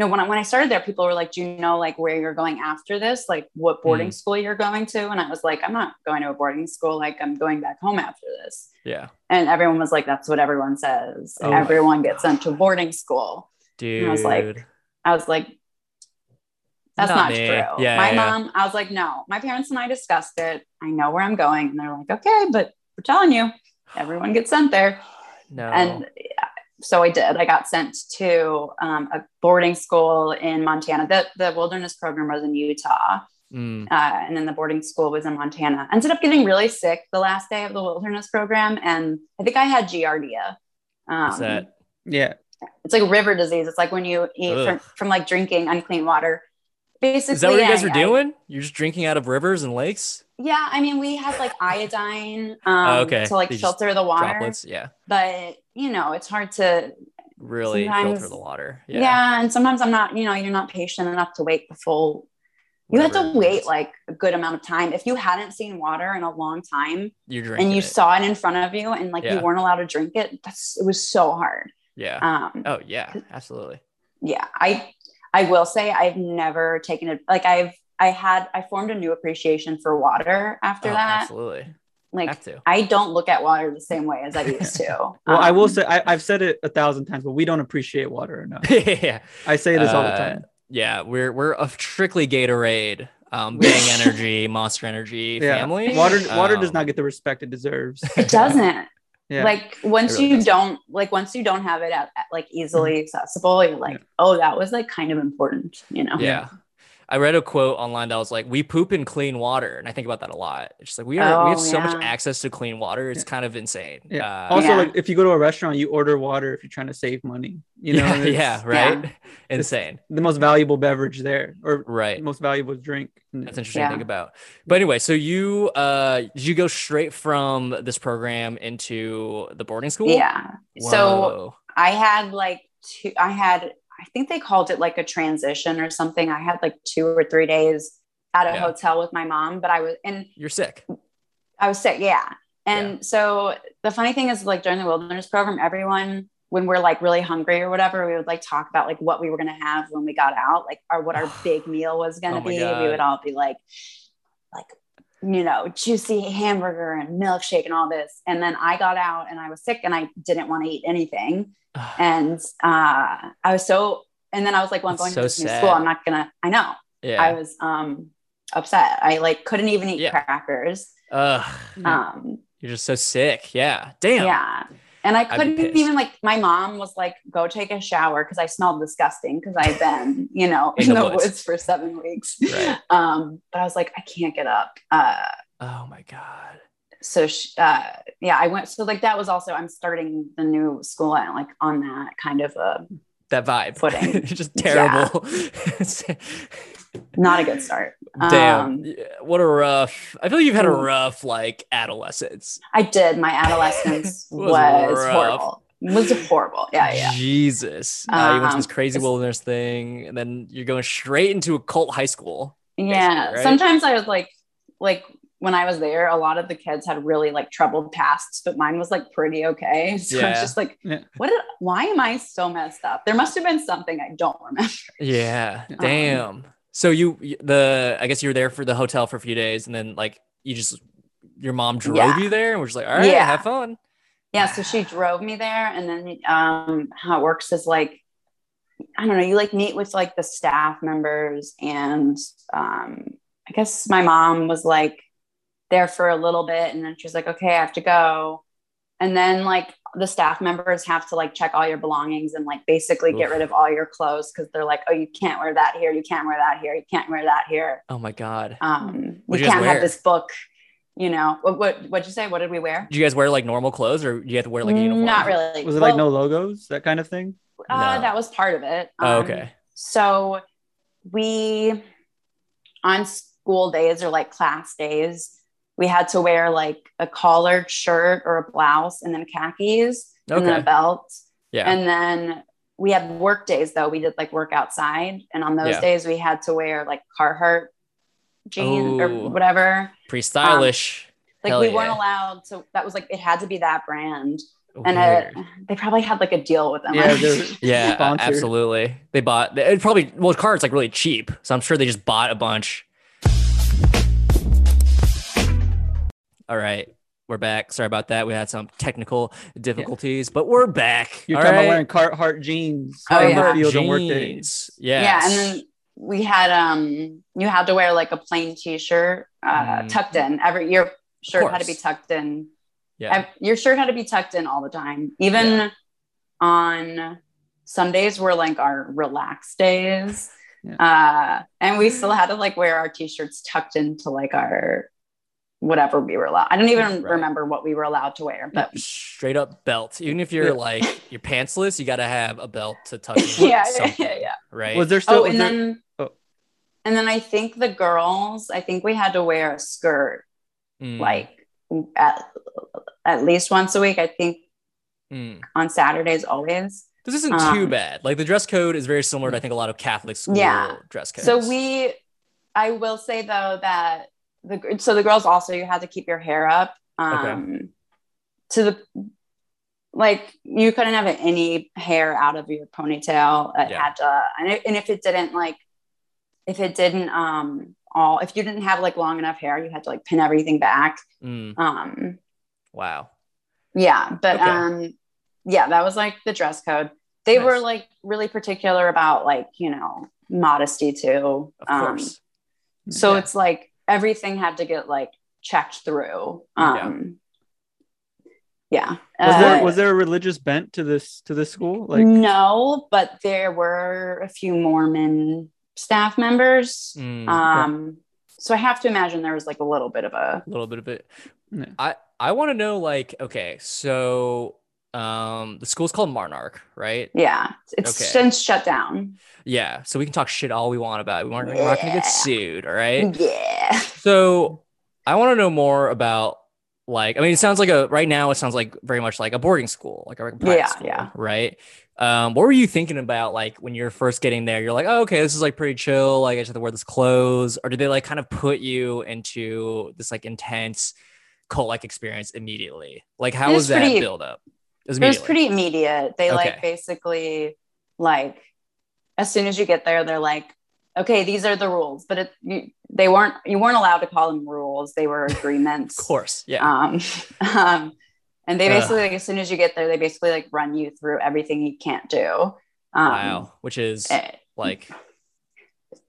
Speaker 7: no when I when I started there people were like do you know like where you're going after this like what
Speaker 4: Hmm.
Speaker 7: boarding school you're going to and I was like I'm not going to a boarding school like I'm going back home after this
Speaker 4: yeah.
Speaker 7: And everyone was like, that's what everyone says.
Speaker 4: Oh my
Speaker 7: everyone gets
Speaker 4: God.
Speaker 7: sent to boarding school.
Speaker 4: Dude.
Speaker 7: I was like, I was like, that's
Speaker 4: Not
Speaker 7: not,
Speaker 4: me.
Speaker 7: true.
Speaker 4: Yeah,
Speaker 7: my
Speaker 4: yeah.
Speaker 7: mom, I was like, no, my parents and I discussed it. I know where I'm going. And they're like, okay, but we're telling you, everyone gets sent there.
Speaker 4: no.
Speaker 7: And
Speaker 4: Oh.
Speaker 7: so I did. I got sent to um, a boarding school in Montana. The, the wilderness program was in Utah.
Speaker 4: Mm.
Speaker 7: Uh, and then the boarding school was in Montana. Ended up getting really sick the last day of the wilderness program, and I think I had giardia. Um,
Speaker 4: What's that?
Speaker 5: yeah.
Speaker 7: It's like river disease. It's like when you eat from,
Speaker 4: Ugh.
Speaker 7: from like drinking unclean water. Basically,
Speaker 4: Is that what you guys
Speaker 7: I-
Speaker 4: are
Speaker 7: I-
Speaker 4: doing? You're just drinking out of rivers and lakes?
Speaker 7: yeah, I mean, we had like iodine um,
Speaker 4: Oh, okay.
Speaker 7: to like
Speaker 4: They just
Speaker 7: filter the water,
Speaker 4: Droplets. Yeah.
Speaker 7: but you know, it's hard to.
Speaker 4: Really filter
Speaker 7: Sometimes-
Speaker 4: the water.
Speaker 7: Yeah.
Speaker 4: Yeah.
Speaker 7: and sometimes I'm not. You know, you're not patient enough to wait the full. You have
Speaker 4: Whatever it
Speaker 7: to wait
Speaker 4: is.
Speaker 7: like a good amount of time. If you hadn't seen water in a long time,
Speaker 4: You're drinking.
Speaker 7: and you
Speaker 4: it.
Speaker 7: saw it in front of you and like
Speaker 4: Yeah.
Speaker 7: you weren't allowed to drink it that's it was so hard
Speaker 4: Yeah.
Speaker 7: um
Speaker 4: Oh yeah, absolutely.
Speaker 7: yeah i i will say i've never taken it like i've i had i formed a new appreciation for water after
Speaker 4: Oh,
Speaker 7: that
Speaker 4: absolutely.
Speaker 7: Like
Speaker 4: Have to.
Speaker 7: I don't look at water the same way as I used to. Um, well,
Speaker 5: Well, I will say I, I've said it a thousand times, but we don't appreciate water enough.
Speaker 4: yeah.
Speaker 5: I say this all the
Speaker 4: Uh,
Speaker 5: time.
Speaker 4: Yeah, we're we're a strictly Gatorade, um, Bang Energy, Monster Energy
Speaker 5: Yeah,
Speaker 4: family.
Speaker 5: water water does
Speaker 4: Um,
Speaker 5: not get the respect it deserves.
Speaker 7: it doesn't.
Speaker 5: Yeah,
Speaker 7: Like once
Speaker 4: really Mm-hmm.
Speaker 7: you
Speaker 4: doesn't.
Speaker 7: don't like once you don't have it at, at, like easily accessible, you're like, oh, that was like kind of important, you know.
Speaker 4: Yeah. I read a quote online that was like, "We poop in clean water," and I think about that a lot. It's just like we are we
Speaker 7: Oh,
Speaker 4: have so much
Speaker 7: yeah.
Speaker 4: access to clean water; it's kind of insane.
Speaker 5: yeah.
Speaker 4: Uh,
Speaker 5: also,
Speaker 7: Yeah.
Speaker 5: like if you go to a restaurant, you order water if you're trying to save money. You know,
Speaker 4: yeah,
Speaker 5: and it's
Speaker 4: yeah, right, insane,
Speaker 5: the most valuable beverage there, or
Speaker 4: right?
Speaker 5: most valuable drink.
Speaker 4: That's interesting to
Speaker 7: Mm, Yeah.
Speaker 4: think about. But anyway, so you uh, did you go straight from this program into the boarding school?
Speaker 7: Yeah. So
Speaker 4: Whoa.
Speaker 7: I had like two, I had, I think they called it like a transition or something. I had like two or three days at a
Speaker 4: Yeah.
Speaker 7: hotel with my mom, but I was, and
Speaker 4: you're sick.
Speaker 7: I was sick. Yeah. And so the funny thing is like during the wilderness program, everyone, when we're like really hungry or whatever, we would like talk about like what we were going to have when we got out, like our, what our big meal was going
Speaker 4: Oh
Speaker 7: to
Speaker 4: my
Speaker 7: be.
Speaker 4: God.
Speaker 7: We would all be like, like, you know, juicy hamburger and milkshake and all this. And then I got out and I was sick and I didn't want to eat anything and uh, I was so, and then I was like, "Well, I'm
Speaker 4: That's
Speaker 7: going
Speaker 4: so
Speaker 7: to this new
Speaker 4: sad.
Speaker 7: school. I'm not gonna." I know.
Speaker 4: yeah.
Speaker 7: I was um, upset. I like couldn't even eat
Speaker 4: Yeah. Mm-hmm.
Speaker 7: crackers.
Speaker 4: Ugh,
Speaker 7: Um,
Speaker 4: you're just so sick. Yeah. Damn.
Speaker 7: yeah, and I
Speaker 4: be
Speaker 7: couldn't
Speaker 4: pissed.
Speaker 7: even like. My mom was like, "Go take a shower," because I smelled disgusting because I'd been, you know,
Speaker 4: In
Speaker 7: in,
Speaker 4: the
Speaker 7: the,
Speaker 4: woods.
Speaker 7: woods. for seven weeks.
Speaker 4: Right.
Speaker 7: Um, but I was like, I can't get up. Uh,
Speaker 4: Oh my god.
Speaker 7: so sh uh, yeah, I went. So like that was also. I'm starting the new school and like on that kind of a
Speaker 4: That vibe.
Speaker 7: Footing.
Speaker 4: it's just
Speaker 7: Yeah.
Speaker 4: terrible.
Speaker 7: not a good start.
Speaker 4: Damn.
Speaker 7: Um,
Speaker 4: Yeah, what a rough. I feel like you've had a
Speaker 7: Ooh.
Speaker 4: rough like adolescence.
Speaker 7: I did. My adolescence
Speaker 4: Was
Speaker 7: was,
Speaker 4: rough.
Speaker 7: horrible. Was horrible. Yeah, yeah.
Speaker 4: Jesus. Uh, you went to this
Speaker 7: Um,
Speaker 4: crazy
Speaker 7: it's-
Speaker 4: wilderness thing, and then you're going straight into a cult high school.
Speaker 7: Yeah.
Speaker 4: Basically, right?
Speaker 7: Sometimes I was like like when I was there, a lot of the kids had really like troubled pasts, but mine was like pretty okay. So I was
Speaker 4: Yeah.
Speaker 7: just like,
Speaker 5: Yeah.
Speaker 7: what did, why am I so messed up? There must have been something I don't remember.
Speaker 4: Yeah.
Speaker 5: Um,
Speaker 4: Damn. So you y- the I guess you were there for the hotel for a few days, and then like you just your mom drove
Speaker 7: Yeah.
Speaker 4: you there, and we're just like, all right,
Speaker 7: Yeah.
Speaker 4: have fun.
Speaker 7: Yeah. So she drove me there. And then um how it works is like I don't know, you like meet with like the staff members and um I guess my mom was like there for a little bit and then she was like, okay, I have to go. And then like the staff members have to like check all your belongings and like basically get
Speaker 4: Oof.
Speaker 7: rid of all your clothes because they're like, oh, you can't wear that here, you can't wear that here, you can't wear that here.
Speaker 4: Oh my god.
Speaker 7: Um
Speaker 4: What'd
Speaker 7: you
Speaker 4: you guys
Speaker 7: can't
Speaker 4: wear?
Speaker 7: have this book, you know. What what what'd you say? What did we wear?
Speaker 4: Do you guys wear like normal clothes, or do you have to wear like a uniform?
Speaker 7: Not really.
Speaker 5: Was it like
Speaker 7: Well,
Speaker 5: no logos, that kind of thing?
Speaker 7: Uh,
Speaker 4: No.
Speaker 7: That was part of it.
Speaker 4: Oh,
Speaker 7: Um,
Speaker 4: okay.
Speaker 7: So we, on school days or like class days, we had to wear like a collared shirt or a blouse and then khakis and then
Speaker 4: Okay.
Speaker 7: a belt.
Speaker 4: Yeah.
Speaker 7: And then we had work days though. We did like work outside. And on those
Speaker 4: Yeah.
Speaker 7: days, we had to wear like Carhartt jeans
Speaker 4: Ooh.
Speaker 7: or whatever.
Speaker 4: Pretty stylish.
Speaker 7: Like
Speaker 4: Hell
Speaker 7: we weren't
Speaker 4: yeah.
Speaker 7: allowed to, that was like, it had to be that brand. And
Speaker 4: Weird.
Speaker 7: it, they probably had like a deal with them.
Speaker 5: Yeah, they're-
Speaker 4: yeah, a-
Speaker 5: sponsored.
Speaker 4: absolutely. They bought. they- It probably well, cards like really cheap, so I'm sure they just bought a bunch. All right, we're back. Sorry about that. We had some technical difficulties, but we're back.
Speaker 5: You're
Speaker 4: All
Speaker 5: talking about
Speaker 4: right?
Speaker 5: wearing Carhartt jeans
Speaker 7: Oh,
Speaker 5: out in
Speaker 7: yeah.
Speaker 5: the field on work days.
Speaker 4: jeans.
Speaker 7: yeah
Speaker 4: Yes.
Speaker 7: and then we had um you had to wear like a plain t-shirt uh
Speaker 4: Mhm.
Speaker 7: tucked in every your shirt had
Speaker 4: course.
Speaker 7: to be tucked in
Speaker 4: yeah.
Speaker 7: Ev- your shirt had to be tucked in all the time even
Speaker 4: Yeah.
Speaker 7: on sundays were like our relaxed days
Speaker 5: Yeah.
Speaker 7: uh and we still had to like wear our t-shirts tucked into like our whatever we were allowed i don't even
Speaker 4: Right.
Speaker 7: remember what we were allowed to wear but
Speaker 4: straight up belt. Even if you're
Speaker 5: Yeah.
Speaker 4: like you're pantsless, you gotta have a belt to tuck. in
Speaker 7: yeah, yeah
Speaker 4: something,
Speaker 7: yeah yeah
Speaker 4: Right.
Speaker 5: Was there still?
Speaker 7: oh,
Speaker 5: was
Speaker 7: and
Speaker 5: there-
Speaker 7: then
Speaker 5: oh.
Speaker 7: and then I think the girls, I think we had to wear a skirt
Speaker 4: Mm,
Speaker 7: like at, at least once a week. I think
Speaker 4: mm.
Speaker 7: on Saturdays always.
Speaker 4: This isn't too
Speaker 7: Um,
Speaker 4: bad. Like the dress code is very similar to I think a lot of Catholic school
Speaker 7: Yeah.
Speaker 4: dress codes.
Speaker 7: So we I will say though that the gr- so the girls also you had to keep your hair up um to the like you couldn't have any hair out of your ponytail. It
Speaker 4: Yeah.
Speaker 7: had to and, it, and if it didn't like if it didn't um all if you didn't have like long enough hair you had to like pin everything back
Speaker 4: Mm,
Speaker 7: um
Speaker 4: wow.
Speaker 7: yeah, but
Speaker 4: Okay.
Speaker 7: um yeah, that was like the dress code. They
Speaker 4: Nice.
Speaker 7: were like really particular about like, you know, modesty too.
Speaker 4: Of
Speaker 7: um,
Speaker 4: course.
Speaker 7: So
Speaker 4: Yeah.
Speaker 7: it's like everything had to get like checked through. Um yeah.
Speaker 5: Was there
Speaker 7: Uh, Mm,
Speaker 5: was there a religious bent to this to this school? Like
Speaker 7: no, but there were a few Mormon staff members.
Speaker 4: Mm,
Speaker 7: Um so I have to imagine there was like a little bit of a
Speaker 4: a little bit of it.
Speaker 5: No.
Speaker 4: I I want to know like okay, so um the school's called Monarch, right?
Speaker 7: yeah. It's
Speaker 4: Okay.
Speaker 7: since shut down.
Speaker 4: Yeah, so we can talk shit all we want about it. We're not, we're not gonna
Speaker 7: Yeah.
Speaker 4: get sued, all right?
Speaker 7: Yeah.
Speaker 4: So I want to know more about like I mean, it sounds like a right now it sounds like very much like a boarding school, like a private
Speaker 7: Yeah,
Speaker 4: school,
Speaker 7: yeah.
Speaker 4: right? Um, what were you thinking about like when you're first getting there? You're like, oh, okay, this is like pretty chill. Like I just have to wear this clothes, or did they like kind of put you into this like intense cult like experience immediately? Like how
Speaker 7: It
Speaker 4: was,
Speaker 7: was
Speaker 4: that
Speaker 7: pretty-
Speaker 4: build up? It was,
Speaker 7: It was
Speaker 4: immediately.
Speaker 7: pretty immediate. They
Speaker 4: Okay.
Speaker 7: like basically like as soon as you get there, they're like, okay, these are the rules. But it, you, they weren't you weren't allowed to call them rules. They were agreements.
Speaker 4: of course, yeah.
Speaker 7: Um, um, and they
Speaker 4: Ugh.
Speaker 7: basically like, as soon as you get there, they basically like run you through everything you can't do. Um,
Speaker 4: wow, which is
Speaker 7: It,
Speaker 4: like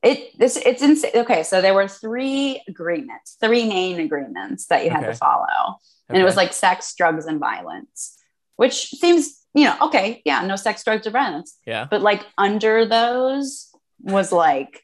Speaker 7: it this it's insane. Okay, so there were three agreements, three main agreements that you had
Speaker 4: Okay.
Speaker 7: to follow. and it was
Speaker 4: okay.
Speaker 7: like sex, drugs, and violence, which seems, you know, okay, yeah, no sex, drugs, or violence.
Speaker 4: yeah,
Speaker 7: But like under those was like,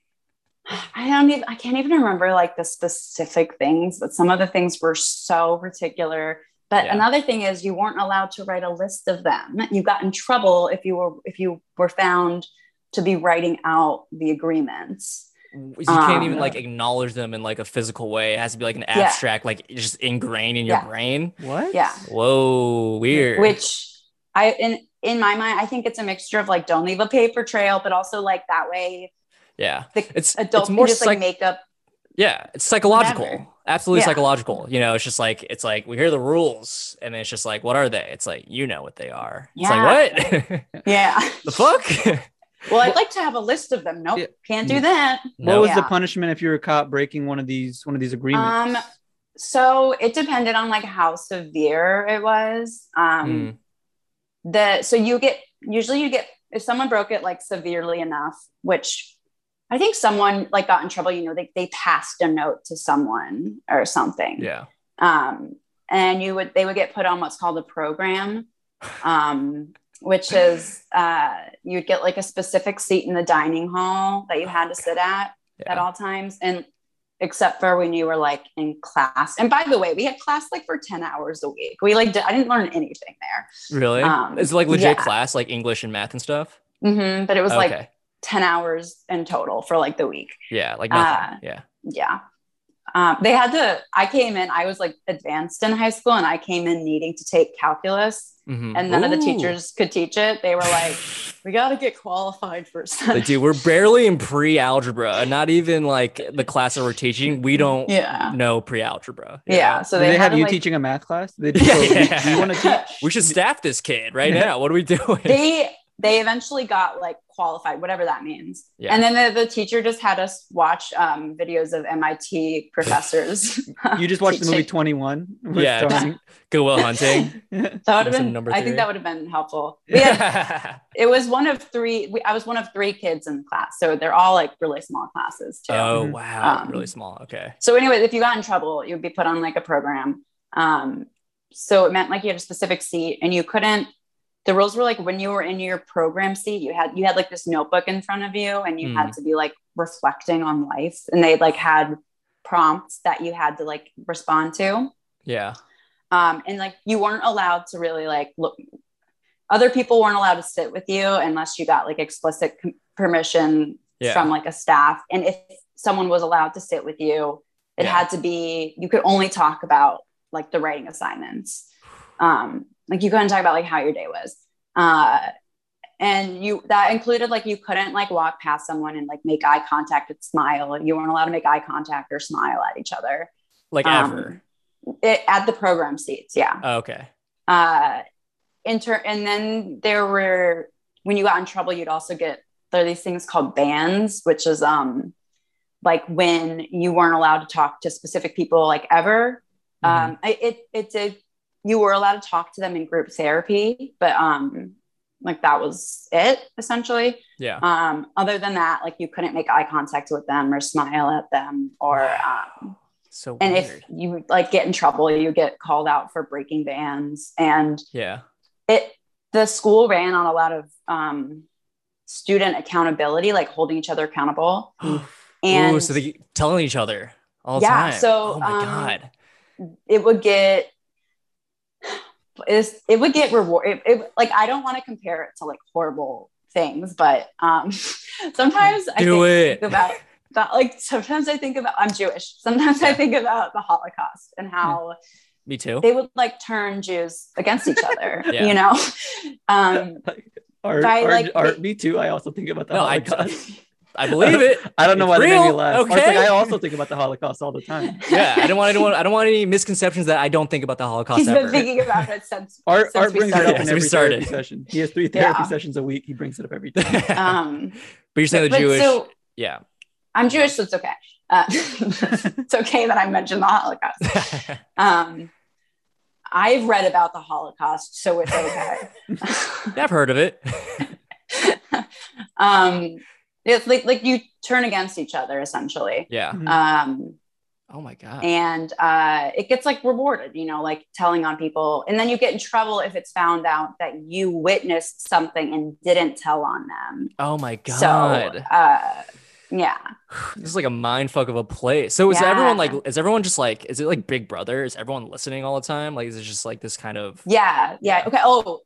Speaker 7: I don't even, I can't even remember like the specific things, but some of the things were so particular. But
Speaker 4: Yeah.
Speaker 7: another thing is you weren't allowed to write a list of them. You got in trouble if you were if you were found to be writing out the agreements.
Speaker 4: you can't even
Speaker 7: um,
Speaker 4: like acknowledge them in like a physical way. It has to be like an
Speaker 7: Yeah.
Speaker 4: abstract, like just ingrained in your
Speaker 7: Yeah.
Speaker 4: brain.
Speaker 5: what?
Speaker 7: Yeah.
Speaker 4: Whoa, weird.
Speaker 7: which i in in my mind i think it's a mixture of like don't leave a paper trail but also like that way
Speaker 4: yeah,
Speaker 7: the
Speaker 4: it's
Speaker 7: adults
Speaker 4: it's more
Speaker 7: can just
Speaker 4: psych-
Speaker 7: like make up
Speaker 4: yeah, it's psychological,
Speaker 7: Whatever.
Speaker 4: absolutely
Speaker 7: Yeah.
Speaker 4: psychological. You know, it's just like it's like we hear the rules, and then it's just like, what are they? It's like you know what they are. It's like what
Speaker 7: yeah
Speaker 4: the fuck?
Speaker 7: well i'd like to have a list of them nope
Speaker 5: Yeah.
Speaker 7: can't
Speaker 4: Mm.
Speaker 7: do that
Speaker 5: What was
Speaker 7: Yeah.
Speaker 5: the punishment if you were caught breaking one of these one of these agreements?
Speaker 7: Um, so it depended on like how severe it was um
Speaker 4: Mm.
Speaker 7: the so you get usually you get if someone broke it like severely enough which i think someone like got in trouble you know they, they passed a note to someone or something
Speaker 4: yeah,
Speaker 7: um, and you would they would get put on what's called a program um, which is uh, you'd get like a specific seat in the dining hall that you had to sit at at
Speaker 4: Yeah.
Speaker 7: all times and except for when you were like in class and by the way we had class like for 10 hours a week we like did, i didn't learn anything there
Speaker 4: really?
Speaker 7: Um,
Speaker 4: it's like legit
Speaker 7: yeah.
Speaker 4: class, like English and math and stuff.
Speaker 7: hmm but it was
Speaker 4: okay,
Speaker 7: like 10 hours in total for like the week
Speaker 4: yeah, like nothing.
Speaker 7: uh,
Speaker 4: yeah,
Speaker 7: yeah um, they had to i came in i was like advanced in high school and i came in needing to take calculus
Speaker 4: Mhm.
Speaker 7: and none of the
Speaker 4: Ooh.
Speaker 7: teachers could teach it. They were like, "We got to get qualified for something."
Speaker 4: Like, dude, we're barely in pre-algebra, and not even like the class that we're teaching. We don't
Speaker 7: yeah,
Speaker 4: know pre-algebra. you
Speaker 7: yeah.
Speaker 4: know?
Speaker 7: So
Speaker 5: Did
Speaker 7: they,
Speaker 5: they
Speaker 7: had
Speaker 5: have
Speaker 7: to,
Speaker 5: you
Speaker 7: like,
Speaker 5: teaching a math class? They
Speaker 4: Yeah.
Speaker 5: do you want to teach?
Speaker 4: We should staff this kid right
Speaker 5: Yeah.
Speaker 4: now. What are we doing?
Speaker 7: They they eventually got like qualified, whatever that means.
Speaker 4: Yeah.
Speaker 7: And then the, the teacher just had us watch um, videos of MIT professors.
Speaker 5: You just watched the movie
Speaker 7: teaching.
Speaker 5: Twenty One.
Speaker 4: Yeah, just- Goodwill Hunting.
Speaker 7: That would
Speaker 4: Some
Speaker 7: have been.
Speaker 4: number
Speaker 7: I
Speaker 4: theory.
Speaker 7: think that would have been helpful. We had
Speaker 4: Yeah.
Speaker 7: it was one of three. We, I was one of three kids in the class, so they're all like really small classes too.
Speaker 4: oh
Speaker 5: Mhm.
Speaker 4: wow,
Speaker 7: Um,
Speaker 4: really small. Okay.
Speaker 7: So, anyway, if you got in trouble, you'd be put on like a program. Um, so it meant like you had a specific seat, and you couldn't. The rules were like when you were in your program seat, you had you had like this notebook in front of you, and you had to be like reflecting on life. And they like had prompts that you had to like respond to,
Speaker 4: Yeah.
Speaker 7: um, and like you weren't allowed to really like look. Other people weren't allowed to sit with you unless you got like explicit com- permission
Speaker 4: Yeah.
Speaker 7: from like a staff. And if someone was allowed to sit with you, it
Speaker 4: Yeah.
Speaker 7: had to be you could only talk about like the writing assignments. Um, like you couldn't talk about like how your day was. Uh, and you that included like you couldn't like walk past someone and like make eye contact and smile. You weren't allowed to make eye contact or smile at each other
Speaker 4: like
Speaker 7: um,
Speaker 4: ever.
Speaker 7: it, at the program seats. Yeah
Speaker 4: Oh, okay.
Speaker 7: uh, inter- and then there were when you got in trouble, you'd also get there are these things called bans, which is um like when you weren't allowed to talk to specific people like ever
Speaker 5: Mm-hmm.
Speaker 7: um I, it it did you were allowed to talk to them in group therapy but um like that was it essentially
Speaker 4: Yeah.
Speaker 7: um other than that like you couldn't make eye contact with them or smile at them or um
Speaker 4: So
Speaker 7: and
Speaker 4: weird.
Speaker 7: if you like get in trouble you get called out for breaking bands and
Speaker 4: yeah.
Speaker 7: it the school ran on a lot of um student accountability like holding each other accountable and
Speaker 4: Ooh, so they telling each other all the
Speaker 7: Yeah,
Speaker 4: time.
Speaker 7: so,
Speaker 4: oh my
Speaker 7: um,
Speaker 4: god.
Speaker 7: it would get is it would get reward it, it- like i don't want to compare it to like horrible things but um sometimes i
Speaker 4: Do
Speaker 7: think
Speaker 4: it.
Speaker 7: about that like sometimes i think about i'm jewish sometimes i think about the holocaust and how
Speaker 4: Me too.
Speaker 7: they would like turn jews against each other
Speaker 4: Yeah.
Speaker 7: you know um
Speaker 5: Like, art,
Speaker 7: By,
Speaker 5: art,
Speaker 7: like,
Speaker 5: art-
Speaker 7: the-
Speaker 5: me too. I also think about the
Speaker 4: No, I-
Speaker 5: Holocaust.
Speaker 4: I believe it.
Speaker 5: I don't know
Speaker 4: It's
Speaker 5: why that made me
Speaker 4: real,
Speaker 5: laugh. Art's like,
Speaker 4: okay?
Speaker 5: I also think about the Holocaust all the time.
Speaker 4: Yeah, I don't want anyone. I don't want any misconceptions that I don't think about the Holocaust
Speaker 7: he's
Speaker 4: ever.
Speaker 7: been thinking about it since
Speaker 5: Art,
Speaker 7: since
Speaker 5: Art
Speaker 7: we
Speaker 5: brings it
Speaker 7: started.
Speaker 5: up in
Speaker 4: Since we
Speaker 5: every therapy
Speaker 4: started.
Speaker 5: session. He has three
Speaker 7: Yeah.
Speaker 5: therapy sessions a week. He brings it up every time.
Speaker 7: um
Speaker 4: but you're saying the
Speaker 7: but-
Speaker 4: Jewish.
Speaker 7: so
Speaker 4: yeah.
Speaker 7: i'm jewish so it's okay uh, it's okay that i mentioned the holocaust um i've read about the holocaust so it's okay
Speaker 4: Yeah, I've heard of it.
Speaker 7: um it's like like you turn against each other essentially
Speaker 4: yeah.
Speaker 7: um
Speaker 4: Oh my god.
Speaker 7: and uh it gets like rewarded you know like telling on people and then you get in trouble if it's found out that you witnessed something and didn't tell on them
Speaker 4: Oh my
Speaker 7: so
Speaker 4: god.
Speaker 7: uh yeah
Speaker 4: this is like a mind fuck of a place. So is
Speaker 7: Yeah.
Speaker 4: everyone like? Is everyone just like? Is it like Big Brother? Is everyone listening all the time? Like, is it just like this kind of?
Speaker 7: Yeah, yeah.
Speaker 4: Yeah.
Speaker 7: Okay. Oh,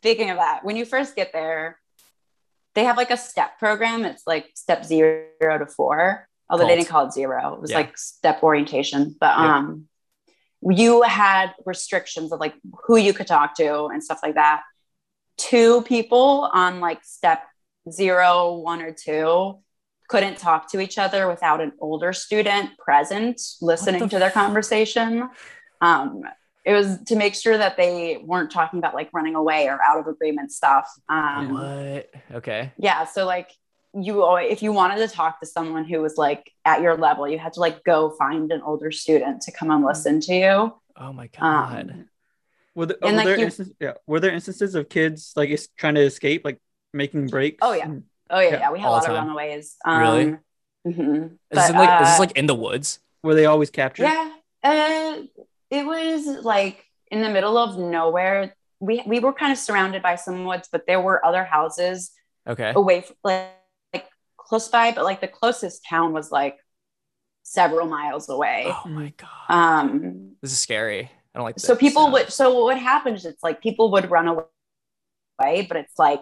Speaker 7: speaking of that, when you first get there, they have like a step program. It's like step zero to four. Although they
Speaker 4: Called-
Speaker 7: didn't call it zero, it was
Speaker 4: Yeah.
Speaker 7: like step orientation. But
Speaker 4: Yeah.
Speaker 7: um, you had restrictions of like who you could talk to and stuff like that. Two people on like step zero, one, or two couldn't talk to each other without an older student present listening
Speaker 4: the
Speaker 7: to their
Speaker 4: f-
Speaker 7: conversation. Um, it was to make sure that they weren't talking about like running away or out of agreement stuff. Um,
Speaker 4: What? Okay.
Speaker 7: yeah. So like you, always, if you wanted to talk to someone who was like at your level, you had to like go find an older student to come
Speaker 4: Mm-hmm.
Speaker 7: and listen to you.
Speaker 4: Oh my god.
Speaker 7: Um,
Speaker 5: Were there,
Speaker 7: And,
Speaker 5: were
Speaker 7: like,
Speaker 5: there
Speaker 7: you-
Speaker 5: instances, yeah, were there instances of kids like es- trying to escape, like making breaks?
Speaker 7: Oh, yeah.
Speaker 5: and-
Speaker 7: Oh yeah,
Speaker 5: Yeah,
Speaker 7: yeah. We had a
Speaker 4: all
Speaker 7: lot
Speaker 4: the
Speaker 7: of
Speaker 4: time.
Speaker 7: runaways. Um,
Speaker 4: Really?
Speaker 7: mhm.
Speaker 4: is this
Speaker 7: But,
Speaker 4: in, like? is this
Speaker 7: uh,
Speaker 4: like in the woods?
Speaker 5: Were they always captured?
Speaker 7: Yeah. Uh, it was like in the middle of nowhere. We, we were kind of surrounded by some woods, but there were other houses
Speaker 4: Okay.
Speaker 7: away from like, like close by, but like the closest town was like several miles away.
Speaker 4: Oh my god.
Speaker 7: Um,
Speaker 4: this is scary. I don't like.
Speaker 7: so
Speaker 4: this
Speaker 7: people
Speaker 4: sound.
Speaker 7: would so what happened is it's like people would run away, but it's like,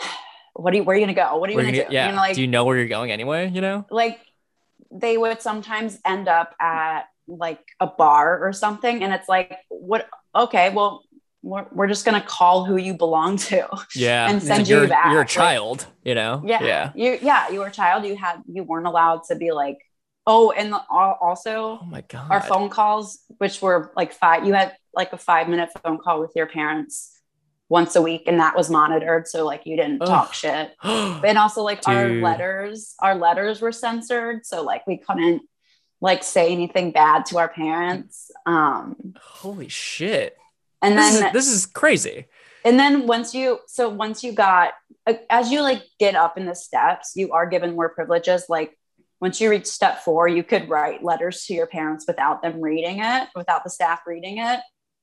Speaker 7: what are you, where are you gonna go? What are you
Speaker 4: Where
Speaker 7: gonna,
Speaker 4: you gonna-
Speaker 7: do?
Speaker 4: yeah.
Speaker 7: You know, like,
Speaker 4: Do you know where you're going anyway? You know.
Speaker 7: like they would sometimes end up at like a bar or something and it's like what okay well we're, we're just going to call who you belong to
Speaker 4: Yeah.
Speaker 7: and
Speaker 4: It's
Speaker 7: send
Speaker 4: like
Speaker 7: you
Speaker 4: you're,
Speaker 7: back
Speaker 4: You're a
Speaker 7: Like,
Speaker 4: child. you know.
Speaker 7: yeah,
Speaker 4: Yeah.
Speaker 7: you yeah you were a child you had you weren't allowed to be like oh and the, al-
Speaker 4: Oh
Speaker 7: also
Speaker 4: my god.
Speaker 7: our phone calls which were like five you had like a five minute phone call with your parents once a week and that was monitored so like you didn't
Speaker 4: Ugh.
Speaker 7: talk shit and also like our
Speaker 4: Dude.
Speaker 7: letters our letters were censored so like we couldn't like say anything bad to our parents um
Speaker 4: Holy shit.
Speaker 7: and
Speaker 4: this,
Speaker 7: then
Speaker 4: is, this is crazy.
Speaker 7: and then once you so once you got as you like get up in the steps you are given more privileges like once you reach step four you could write letters to your parents without them reading it without the staff reading it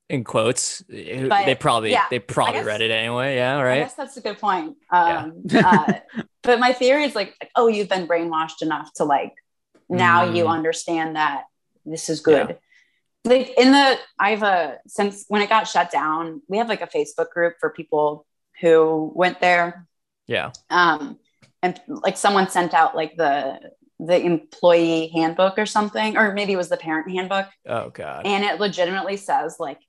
Speaker 4: In quotes, It-
Speaker 7: But,
Speaker 4: they probably
Speaker 7: yeah,
Speaker 4: they probably
Speaker 7: guess-
Speaker 4: read it anyway. Yeah.
Speaker 7: I
Speaker 4: Right.
Speaker 7: guess that's a good point.
Speaker 4: Yeah.
Speaker 7: Um, uh, but my theory is like, like, oh, you've been brainwashed enough to like, now you
Speaker 4: Mm.
Speaker 7: understand that this is good. Like in the, I have a, since when it got shut down, we have like a Facebook group for people who went there.
Speaker 4: Yeah.
Speaker 7: Um, and like someone sent out like the, the employee handbook or something, or maybe it was the parent handbook
Speaker 4: Oh god.
Speaker 7: and it legitimately says like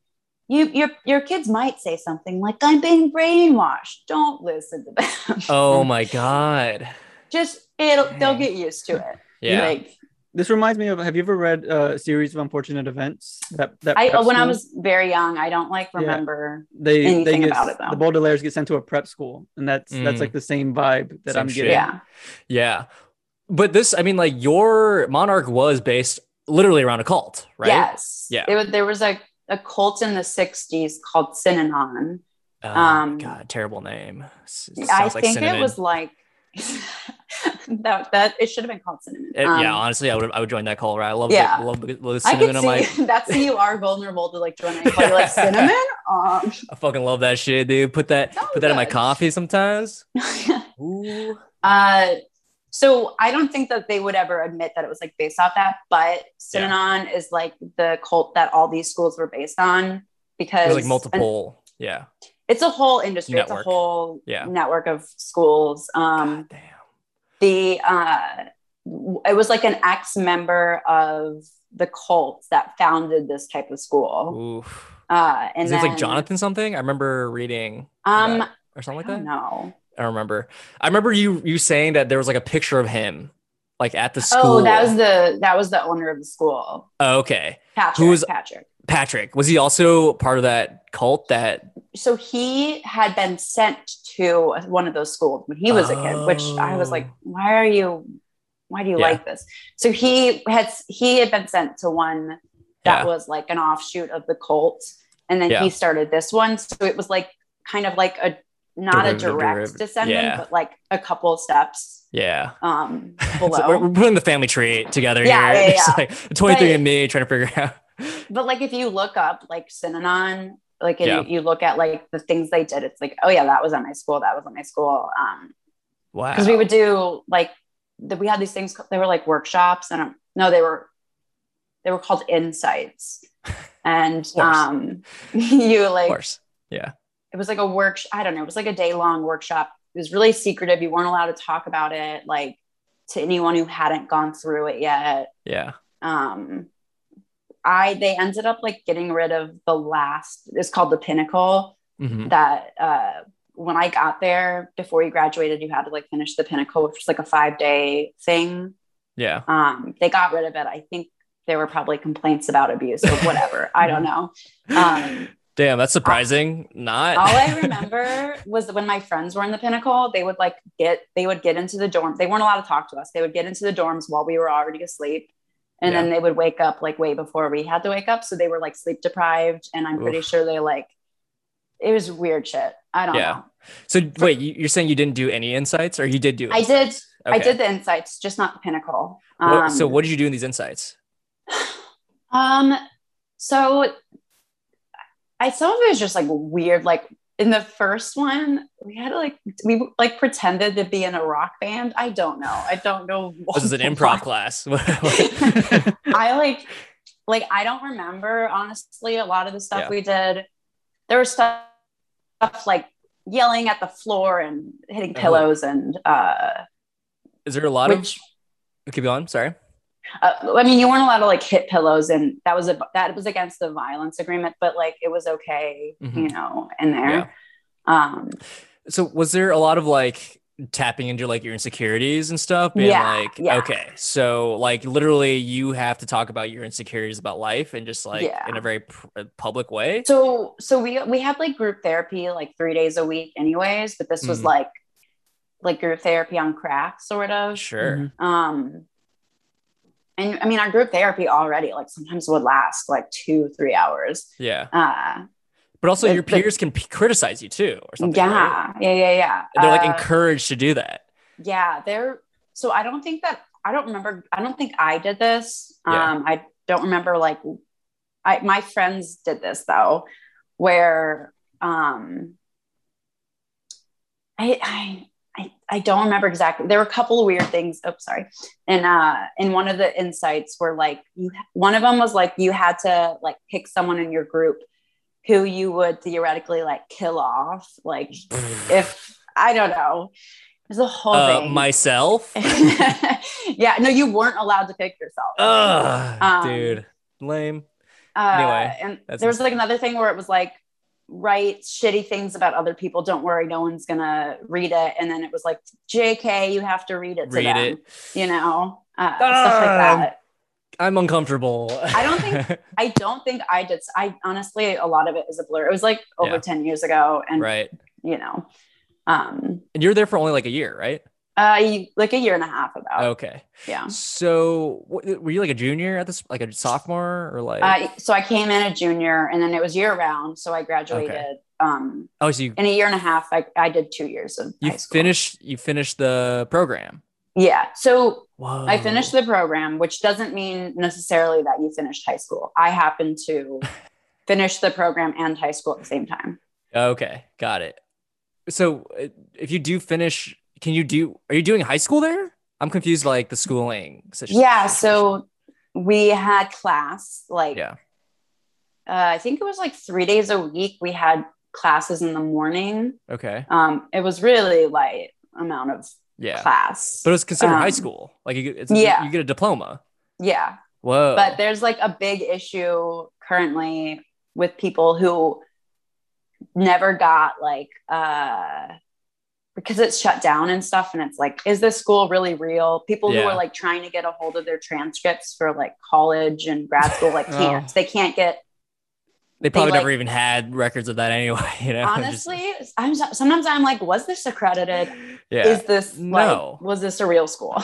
Speaker 7: you your your kids might say something like i'm being brainwashed don't listen to them
Speaker 4: oh my god.
Speaker 7: just it'll they'll get used to it
Speaker 4: Yeah.
Speaker 7: like
Speaker 5: This reminds me of. Have you ever read uh, a series of unfortunate events? That that
Speaker 7: i uh,
Speaker 5: prep
Speaker 7: when i
Speaker 5: school-
Speaker 7: was very young i don't like
Speaker 5: Yeah.
Speaker 7: remember
Speaker 5: they they
Speaker 7: anything
Speaker 5: get
Speaker 7: about it, though.
Speaker 5: the Boulder Layers get sent to a prep school, and that's
Speaker 4: Mm.
Speaker 5: that's like the same vibe that
Speaker 4: Same
Speaker 5: I'm
Speaker 4: shit.
Speaker 5: getting.
Speaker 7: yeah
Speaker 4: yeah. But this, I mean, like your monarch was based literally around a cult, right?
Speaker 7: Yes.
Speaker 4: Yeah.
Speaker 7: It, was- there was a, a cult in the 60s called Synanon.
Speaker 4: Oh,
Speaker 7: Um,
Speaker 4: God, terrible name. S- sounds
Speaker 7: I
Speaker 4: like
Speaker 7: think
Speaker 4: cinnamon.
Speaker 7: it was like that, that it should have been called Cinnamon.
Speaker 4: It-
Speaker 7: Um,
Speaker 4: Eh, yeah, honestly, I would I would join that cult. Right? I love
Speaker 7: yeah.
Speaker 4: the, love the, love the
Speaker 7: I
Speaker 4: cinnamon
Speaker 7: could
Speaker 4: on my.
Speaker 7: see that's you are vulnerable to like joining a cult. You're like cinnamon. Um,
Speaker 4: I fucking love that shit, dude. Put that
Speaker 7: Sounds
Speaker 4: put that in my
Speaker 7: good.
Speaker 4: coffee sometimes. Ooh.
Speaker 7: uh, so I don't think that they would ever admit that it was like based off that, but Synanon is like the cult that all these schools were based on because
Speaker 4: There's like multiple. yeah.
Speaker 7: It's a whole industry.
Speaker 4: Network.
Speaker 7: It's a whole
Speaker 4: Yeah.
Speaker 7: network of schools. Um,
Speaker 4: God damn.
Speaker 7: the uh, w- it was like an ex member of the cult that founded this type of school.
Speaker 4: Oof.
Speaker 7: Uh, and
Speaker 4: Is
Speaker 7: then,
Speaker 4: it like Jonathan something? I remember reading
Speaker 7: Um,
Speaker 4: that or something like that.
Speaker 7: No.
Speaker 4: I don't remember. I remember you you saying that there was like a picture of him like at the school.
Speaker 7: Oh, that was the that was the owner of the school,
Speaker 4: Oh, okay.
Speaker 7: Patrick.
Speaker 4: Who was-
Speaker 7: Patrick?
Speaker 4: Patrick was he also part of that cult that
Speaker 7: So he had been sent to one of those schools when he was a kid, which I was like,
Speaker 4: Oh.
Speaker 7: why are you? Why do you
Speaker 4: Yeah.
Speaker 7: like this? So he had he had been sent to one that
Speaker 4: Yeah.
Speaker 7: was like an offshoot of the cult, and then
Speaker 4: Yeah.
Speaker 7: he started this one. So it was like kind of like a not a
Speaker 4: Derivative-
Speaker 7: direct
Speaker 4: derivative.
Speaker 7: descendant,
Speaker 4: Yeah.
Speaker 7: but like a couple steps
Speaker 4: yeah.
Speaker 7: um
Speaker 4: So
Speaker 7: below.
Speaker 4: we're, we're putting the family tree together
Speaker 7: Yeah,
Speaker 4: here.
Speaker 7: yeah,
Speaker 4: It's
Speaker 7: yeah.
Speaker 4: like 23 and me trying to figure out.
Speaker 7: But like if you look up like Synanon, like and
Speaker 4: Yeah.
Speaker 7: you, you look at like the things they did, it's like, oh yeah, that was at my school, that was at my school. Um
Speaker 4: Wow.
Speaker 7: because we would do like that we had these things ca- they were like workshops and um, no, they were they were called insights. And
Speaker 4: course.
Speaker 7: um you
Speaker 4: of
Speaker 7: like
Speaker 4: course.
Speaker 7: it was like a work I don't know, it was like a day long workshop. It was really secretive. You weren't allowed to talk about it like to anyone who hadn't gone through it yet
Speaker 4: Yeah.
Speaker 7: um i they ended up like getting rid of the last it's called the pinnacle
Speaker 4: Mhm.
Speaker 7: that uh when i got there before you graduated you had to like finish the pinnacle which was like a five day thing
Speaker 4: Yeah.
Speaker 7: um they got rid of it i think there were probably complaints about abuse or whatever i don't know um
Speaker 4: Damn, that's surprising. Not.
Speaker 7: all i remember was that when my friends were in the pinnacle they would like get they would get into the dorm they weren't allowed to talk to us they would get into the dorms while we were already asleep and then they would wake up like way before we had to wake up so they were like sleep deprived and i'm pretty
Speaker 4: Oof.
Speaker 7: sure they like it was weird shit i don't
Speaker 4: Yeah.
Speaker 7: know
Speaker 4: so wait, you- you're saying you didn't do any insights, or you did do?
Speaker 7: i
Speaker 4: insights?
Speaker 7: did i
Speaker 4: Okay.
Speaker 7: did the insights just not the pinnacle
Speaker 4: What- so what did you do in these insights?
Speaker 7: Um, so I some of it was just like weird. Like in the first one, we had to like we like pretended to be in a rock band. I don't know. I don't know.
Speaker 4: This is an
Speaker 7: why.
Speaker 4: improv class.
Speaker 7: I like like I don't remember honestly a lot of the stuff
Speaker 4: Yeah.
Speaker 7: we did. There was stuff, stuff like yelling at the floor and hitting
Speaker 4: Oh.
Speaker 7: pillows and uh
Speaker 4: is there a lot
Speaker 7: which
Speaker 4: of? Keep going. Sorry.
Speaker 7: uh, I mean, you weren't allowed to like hit pillows, and that was a that was against the violence agreement, but like it was okay, you
Speaker 4: Mhm.
Speaker 7: know, in there.
Speaker 4: Yeah.
Speaker 7: Um,
Speaker 4: So was there a lot of like tapping into like your insecurities and stuff? Being
Speaker 7: Yeah,
Speaker 4: like,
Speaker 7: yeah.
Speaker 4: okay, so like literally you have to talk about your insecurities about life and just like
Speaker 7: Yeah.
Speaker 4: in a very pr- uh, public way.
Speaker 7: so so we we had like group therapy like three days a week, anyways, but this was
Speaker 4: Mhm.
Speaker 7: like like group therapy on crack, sort of.
Speaker 4: sure.
Speaker 5: Mhm.
Speaker 7: Um, and I mean, our group therapy already like sometimes would last like two three hours.
Speaker 4: Yeah.
Speaker 7: Uh,
Speaker 4: But also
Speaker 7: But-
Speaker 4: your
Speaker 7: but-
Speaker 4: peers can p- criticize you too or something. right?
Speaker 7: yeah, yeah, yeah, yeah.
Speaker 4: They're like
Speaker 7: Uh,
Speaker 4: encouraged to do that.
Speaker 7: Yeah, there. So I don't think that I don't remember. I don't think I did this.
Speaker 4: Yeah.
Speaker 7: Um, I don't remember like I my friends did this though, where um, I I. I, I don't remember exactly. There were a couple of weird things. Oh, sorry. And uh, in one of the insights were like you. One of them was like you had to like pick someone in your group who you would theoretically like kill off. Like if I don't know. There's a whole
Speaker 4: Uh,
Speaker 7: thing.
Speaker 4: myself.
Speaker 7: yeah, no, you weren't allowed to pick yourself.
Speaker 4: Ugh,
Speaker 7: Um,
Speaker 4: dude. Lame.
Speaker 7: Uh,
Speaker 4: anyway,
Speaker 7: and
Speaker 4: that's
Speaker 7: there was like
Speaker 4: insane.
Speaker 7: another thing where it was like, write shitty things about other people. Don't worry, no one's gonna read it. And then it was like, JK, you have to read it to
Speaker 4: Read
Speaker 7: them.
Speaker 4: it.
Speaker 7: You know, uh, stuff like
Speaker 4: Ah.
Speaker 7: that.
Speaker 4: I'm uncomfortable. I
Speaker 7: don't think- I don't think I did. I honestly, a lot of it is a blur. It was like over
Speaker 4: Yeah.
Speaker 7: ten years ago, and
Speaker 4: right.
Speaker 7: you know, um,
Speaker 4: And you're there for only like a year, right?
Speaker 7: Uh, y- like a year and a half about.
Speaker 4: Okay.
Speaker 7: Yeah.
Speaker 4: So what, were you like a junior at this, like a sophomore or like?
Speaker 7: Uh, so I came in a junior, and then it was year round. So I graduated.
Speaker 4: Okay.
Speaker 7: Um,
Speaker 4: oh, so you
Speaker 7: in a year and a half, I, I did two years of
Speaker 4: you
Speaker 7: high school.
Speaker 4: finished you finished the program.
Speaker 7: Yeah. So
Speaker 4: Whoa.
Speaker 7: I finished the program, which doesn't mean necessarily that you finished high school. I happened to finish the program and high school at the same time.
Speaker 4: Okay, got it. So uh, if you do finish, can you do? Are you doing high school there? I'm confused, like the schooling. situ-
Speaker 7: yeah
Speaker 4: situation.
Speaker 7: so we had class like
Speaker 4: Yeah.
Speaker 7: uh, i think it was like three days a week we had classes in the morning
Speaker 4: okay,
Speaker 7: um, it was really light amount of
Speaker 4: yeah,
Speaker 7: class
Speaker 4: but it's considered high
Speaker 7: um,
Speaker 4: school. Like you, it's,
Speaker 7: yeah.
Speaker 4: you get a diploma.
Speaker 7: yeah
Speaker 4: Whoa,
Speaker 7: but there's like a big issue currently with people who never got like uh because it's shut down and stuff and it's like is this school really real people who
Speaker 4: Yeah.
Speaker 7: are like trying to get a hold of their transcripts for like college and grad school like
Speaker 5: Oh.
Speaker 7: can't they can't get
Speaker 4: they probably
Speaker 7: they,
Speaker 4: never
Speaker 7: like-
Speaker 4: even had records of that anyway. You know, Just-
Speaker 7: honestly i'm so- sometimes i'm like was this accredited
Speaker 4: yeah,
Speaker 7: is this like
Speaker 4: No.
Speaker 7: was this a real school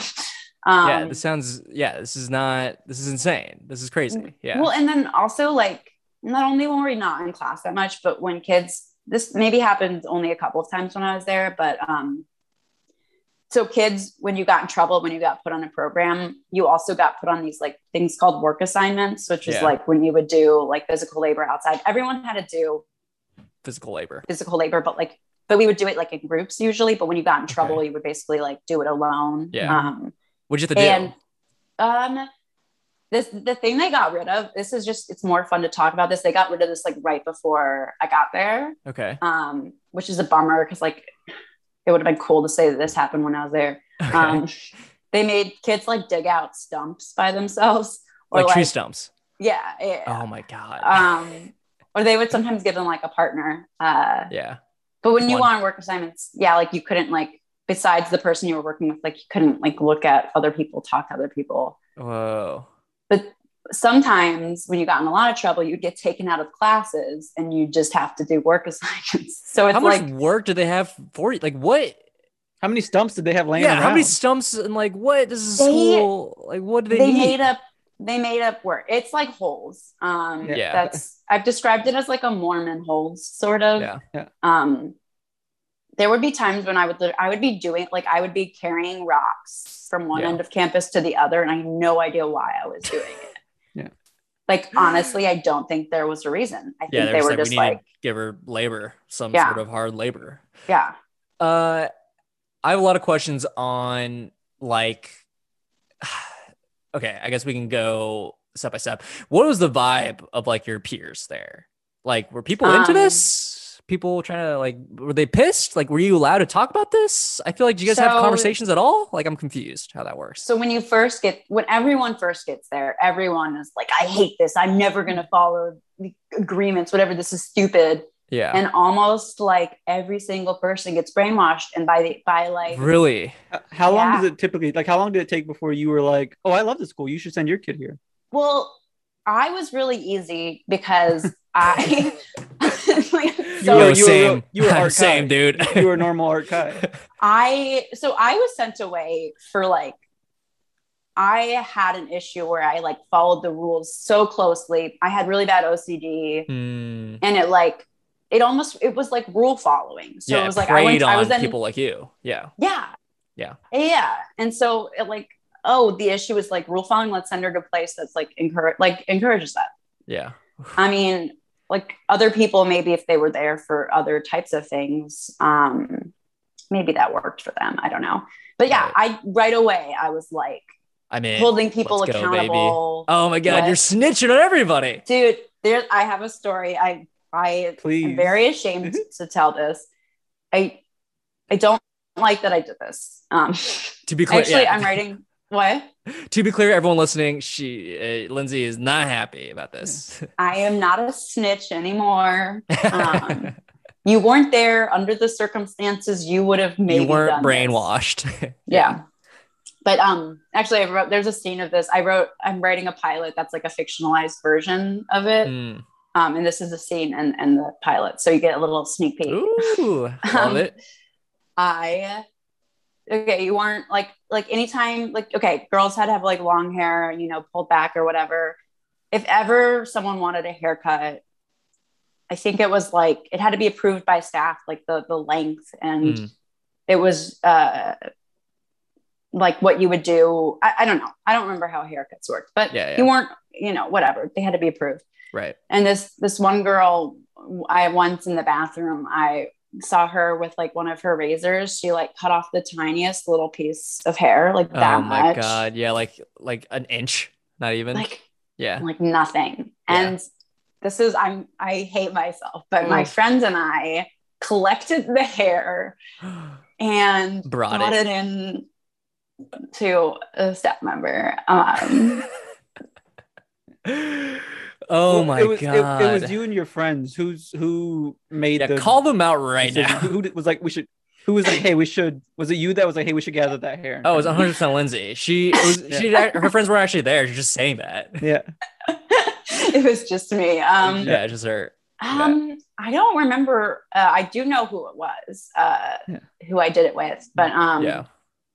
Speaker 7: um
Speaker 4: yeah. This sounds yeah. This is not. This is insane. This is crazy. Yeah.
Speaker 7: Well, and then also like not only were we not in class that much, but when kids this maybe happened only a couple of times when I was there, but um so kids when you got in trouble when you got put on a program you also got put on these like things called work assignments which is
Speaker 4: Yeah.
Speaker 7: like when you would do like physical labor outside everyone had to do
Speaker 4: Physical labor.
Speaker 7: physical labor but like but we would do it like in groups usually but when you got in trouble
Speaker 4: Okay.
Speaker 7: you would basically like do it alone
Speaker 4: Yeah.
Speaker 7: um
Speaker 4: What'd you have to do?
Speaker 7: and um this the thing they got rid of, this is just it's more fun to talk about this. They got rid of this like right before I got there.
Speaker 4: okay.
Speaker 7: Um, which is a bummer because like it would have been cool to say that this happened when I was there.
Speaker 4: okay.
Speaker 7: Um they made kids like dig out stumps by themselves. Or
Speaker 4: like,
Speaker 7: like,
Speaker 4: tree stumps.
Speaker 7: Yeah. yeah.
Speaker 4: Oh my god.
Speaker 7: Um or they would sometimes give them like a partner. Uh
Speaker 4: yeah.
Speaker 7: but when you
Speaker 4: Fun.
Speaker 7: were on work assignments, yeah, like you couldn't like besides the person you were working with, like you couldn't like look at other people, talk to other people.
Speaker 4: Whoa.
Speaker 7: sometimes when you got in a lot of trouble, you'd get taken out of classes and you just have to do work assignments. So it's
Speaker 4: How much
Speaker 7: like
Speaker 4: work do they have for you? Like what?
Speaker 5: How many stumps did they have laying
Speaker 4: yeah,
Speaker 5: around?
Speaker 4: how many stumps and like what? This is a
Speaker 7: They-
Speaker 4: school. Like what do
Speaker 7: they,
Speaker 4: they, need?
Speaker 7: made up they made up work. It's like holes. Um
Speaker 4: Yeah.
Speaker 7: that's I've described it as like a Mormon holes sort of.
Speaker 4: Yeah.
Speaker 5: Yeah.
Speaker 7: Um there would be times when I would lit- I would be doing like I would be carrying rocks from one
Speaker 4: Yeah.
Speaker 7: end of campus to the other and I had no idea why I was doing it.
Speaker 5: Yeah.
Speaker 7: Like honestly, I don't think there was a reason. I think
Speaker 4: yeah,
Speaker 7: they were
Speaker 4: like,
Speaker 7: just
Speaker 4: we need
Speaker 7: like
Speaker 4: to give her labor, some
Speaker 7: Yeah.
Speaker 4: sort of hard labor.
Speaker 7: yeah.
Speaker 4: Uh, I have a lot of questions on like. Okay, I guess we can go step by step. What was the vibe of like your peers there? Like, were people into
Speaker 7: Um,
Speaker 4: this? People trying to like, were they pissed? Like, were you allowed to talk about this? I feel like, did you guys have
Speaker 7: So-
Speaker 4: conversations at all? Like, I'm confused how that works.
Speaker 7: So when you first get, when everyone first gets there, everyone is like, I hate this. I'm never going to follow the agreements, whatever. This is stupid.
Speaker 4: yeah,
Speaker 7: And almost like every single person gets brainwashed. And by the, by like,
Speaker 4: really.
Speaker 5: Uh, How long
Speaker 7: Yeah.
Speaker 5: does it typically like? How long did it take before you were like, "Oh, I love this school. You should send your kid here."
Speaker 7: well, I was really easy because I, like,
Speaker 5: You
Speaker 7: so
Speaker 5: were- a real-
Speaker 4: same.
Speaker 5: you were
Speaker 4: I'm
Speaker 5: archived.
Speaker 4: same, dude.
Speaker 5: You were a normal art guy.
Speaker 7: I, so I was sent away for like, I had an issue where I like followed the rules so closely. I had really bad OCD.
Speaker 4: Hmm.
Speaker 7: and it like it almost it was like rule following so
Speaker 4: yeah,
Speaker 7: it was like I,
Speaker 4: preyed
Speaker 7: went,
Speaker 4: on
Speaker 7: I was then
Speaker 4: people like you. Yeah,
Speaker 7: yeah
Speaker 4: Yeah.
Speaker 7: yeah and so it like oh the issue is like rule following let's send her to a place that's like encourage like encourages that
Speaker 4: yeah.
Speaker 7: i mean like other people maybe if they were there for other types of things um maybe that worked for them i don't know but yeah i right away i was like
Speaker 4: I mean,
Speaker 7: holding people
Speaker 4: let's go, baby.
Speaker 7: accountable
Speaker 4: oh my god,
Speaker 7: What?
Speaker 4: you're snitching on everybody.
Speaker 7: dude there i have a story i i
Speaker 5: Please.
Speaker 7: I'm very ashamed to tell this. I I don't like that I did this. Um,
Speaker 4: To be clear,
Speaker 7: actually,
Speaker 4: yeah.
Speaker 7: I'm writing what
Speaker 4: to be clear, everyone listening, she uh, Lindsay is not happy about this.
Speaker 7: I am not a snitch anymore. Um, you weren't there under the circumstances. You would have maybe
Speaker 4: you weren't
Speaker 7: done this.
Speaker 4: brainwashed.
Speaker 7: Yeah. But um, actually, I wrote. There's a scene of this. I wrote. I'm writing a pilot that's like a fictionalized version of it.
Speaker 4: Mm.
Speaker 7: Um, and this is a scene and and the Um, pilot, so you get a little sneak peek.
Speaker 4: Ooh, love
Speaker 7: Um,
Speaker 4: it.
Speaker 7: I okay you aren't like like anytime like okay girls had to have like long hair you know pulled back or whatever if ever someone wanted a haircut i think it was like it had to be approved by staff like the the length and
Speaker 4: Mm.
Speaker 7: it was uh like what you would do I, I don't know i don't remember how haircuts worked but
Speaker 4: Yeah, yeah.
Speaker 7: you weren't you know whatever they had to be approved
Speaker 4: Right.
Speaker 7: and this this one girl i once in the bathroom i saw her with like one of her razors she like cut off the tiniest little piece of hair like that
Speaker 4: oh my
Speaker 7: much
Speaker 4: god. Yeah, like like an inch. Not even.
Speaker 7: like
Speaker 4: yeah.
Speaker 7: like nothing
Speaker 4: Yeah.
Speaker 7: and this is i'm i hate myself but my
Speaker 4: Mm.
Speaker 7: friend and i collected the hair and
Speaker 4: Brought
Speaker 7: brought,
Speaker 4: it.
Speaker 7: it. in to a staff member um
Speaker 4: oh
Speaker 5: Well,
Speaker 4: my
Speaker 5: it was, it-
Speaker 4: god.
Speaker 5: It, was you and your friends who's who made
Speaker 4: yeah,
Speaker 5: the
Speaker 4: call them out right
Speaker 5: decision.
Speaker 4: now.
Speaker 5: Who, who was like we should? Who was like hey we should? Was it you that was like hey we should gather that hair?
Speaker 4: Oh, it was 100 percent Lindsay. She it was,
Speaker 5: Yeah.
Speaker 4: she her friends were actually there. She's just saying that.
Speaker 5: yeah.
Speaker 7: it was just me um
Speaker 4: yeah, it's just her. Yeah.
Speaker 7: Um, I don't remember. Uh, I do know who it was, uh,
Speaker 5: Yeah.
Speaker 7: who I did it with, but um,
Speaker 4: yeah,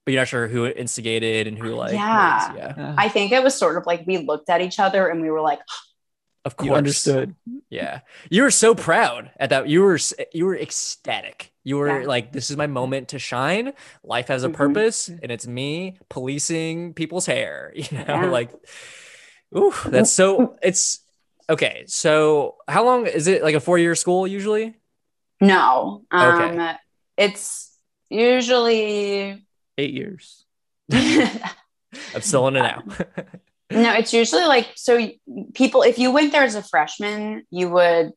Speaker 4: but you're not sure who instigated and who like.
Speaker 7: Yeah.
Speaker 4: was- yeah.
Speaker 5: Ah,
Speaker 7: I think it was sort of like we looked at each other and we were like,
Speaker 4: Of course.
Speaker 5: you understood.
Speaker 4: Yeah, you were so proud at that. You were s- you were ecstatic. You were
Speaker 7: Yeah.
Speaker 4: like, "This is my moment to shine. Life has a
Speaker 7: Mhm.
Speaker 4: purpose, and it's me policing people's hair." You know,
Speaker 7: Yeah.
Speaker 4: like, ooh, that's so. It's okay. So, how long is it? Like a four year school usually?
Speaker 7: no. Um,
Speaker 4: Okay.
Speaker 7: it's usually
Speaker 5: Eight years.
Speaker 7: no,
Speaker 4: I'm still
Speaker 7: Uh,
Speaker 4: in it now.
Speaker 7: it's usually like so. People, if you went there as a freshman, you would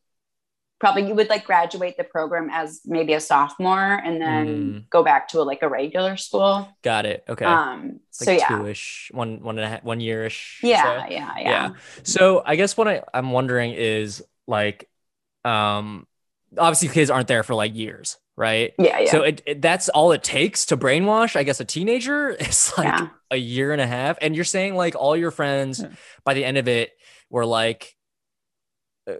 Speaker 7: probably you would like graduate the program as maybe a sophomore and then go back to like a regular school.
Speaker 4: Got it. Mm-hmm. Okay.
Speaker 7: Um,
Speaker 4: It's
Speaker 7: so
Speaker 4: like
Speaker 7: yeah,
Speaker 4: two-ish, one one and a half, one year-ish. or so.
Speaker 7: yeah, yeah, yeah,
Speaker 4: So I guess what I, I'm wondering is like, um, obviously kids aren't there for like years, right?
Speaker 7: yeah, yeah.
Speaker 4: So it, it- that's all it takes to brainwash, I guess, a teenager. It's like
Speaker 7: yeah.
Speaker 4: a year and a half, and you're saying like all your friends
Speaker 5: Yeah.
Speaker 4: by the end of it were like uh,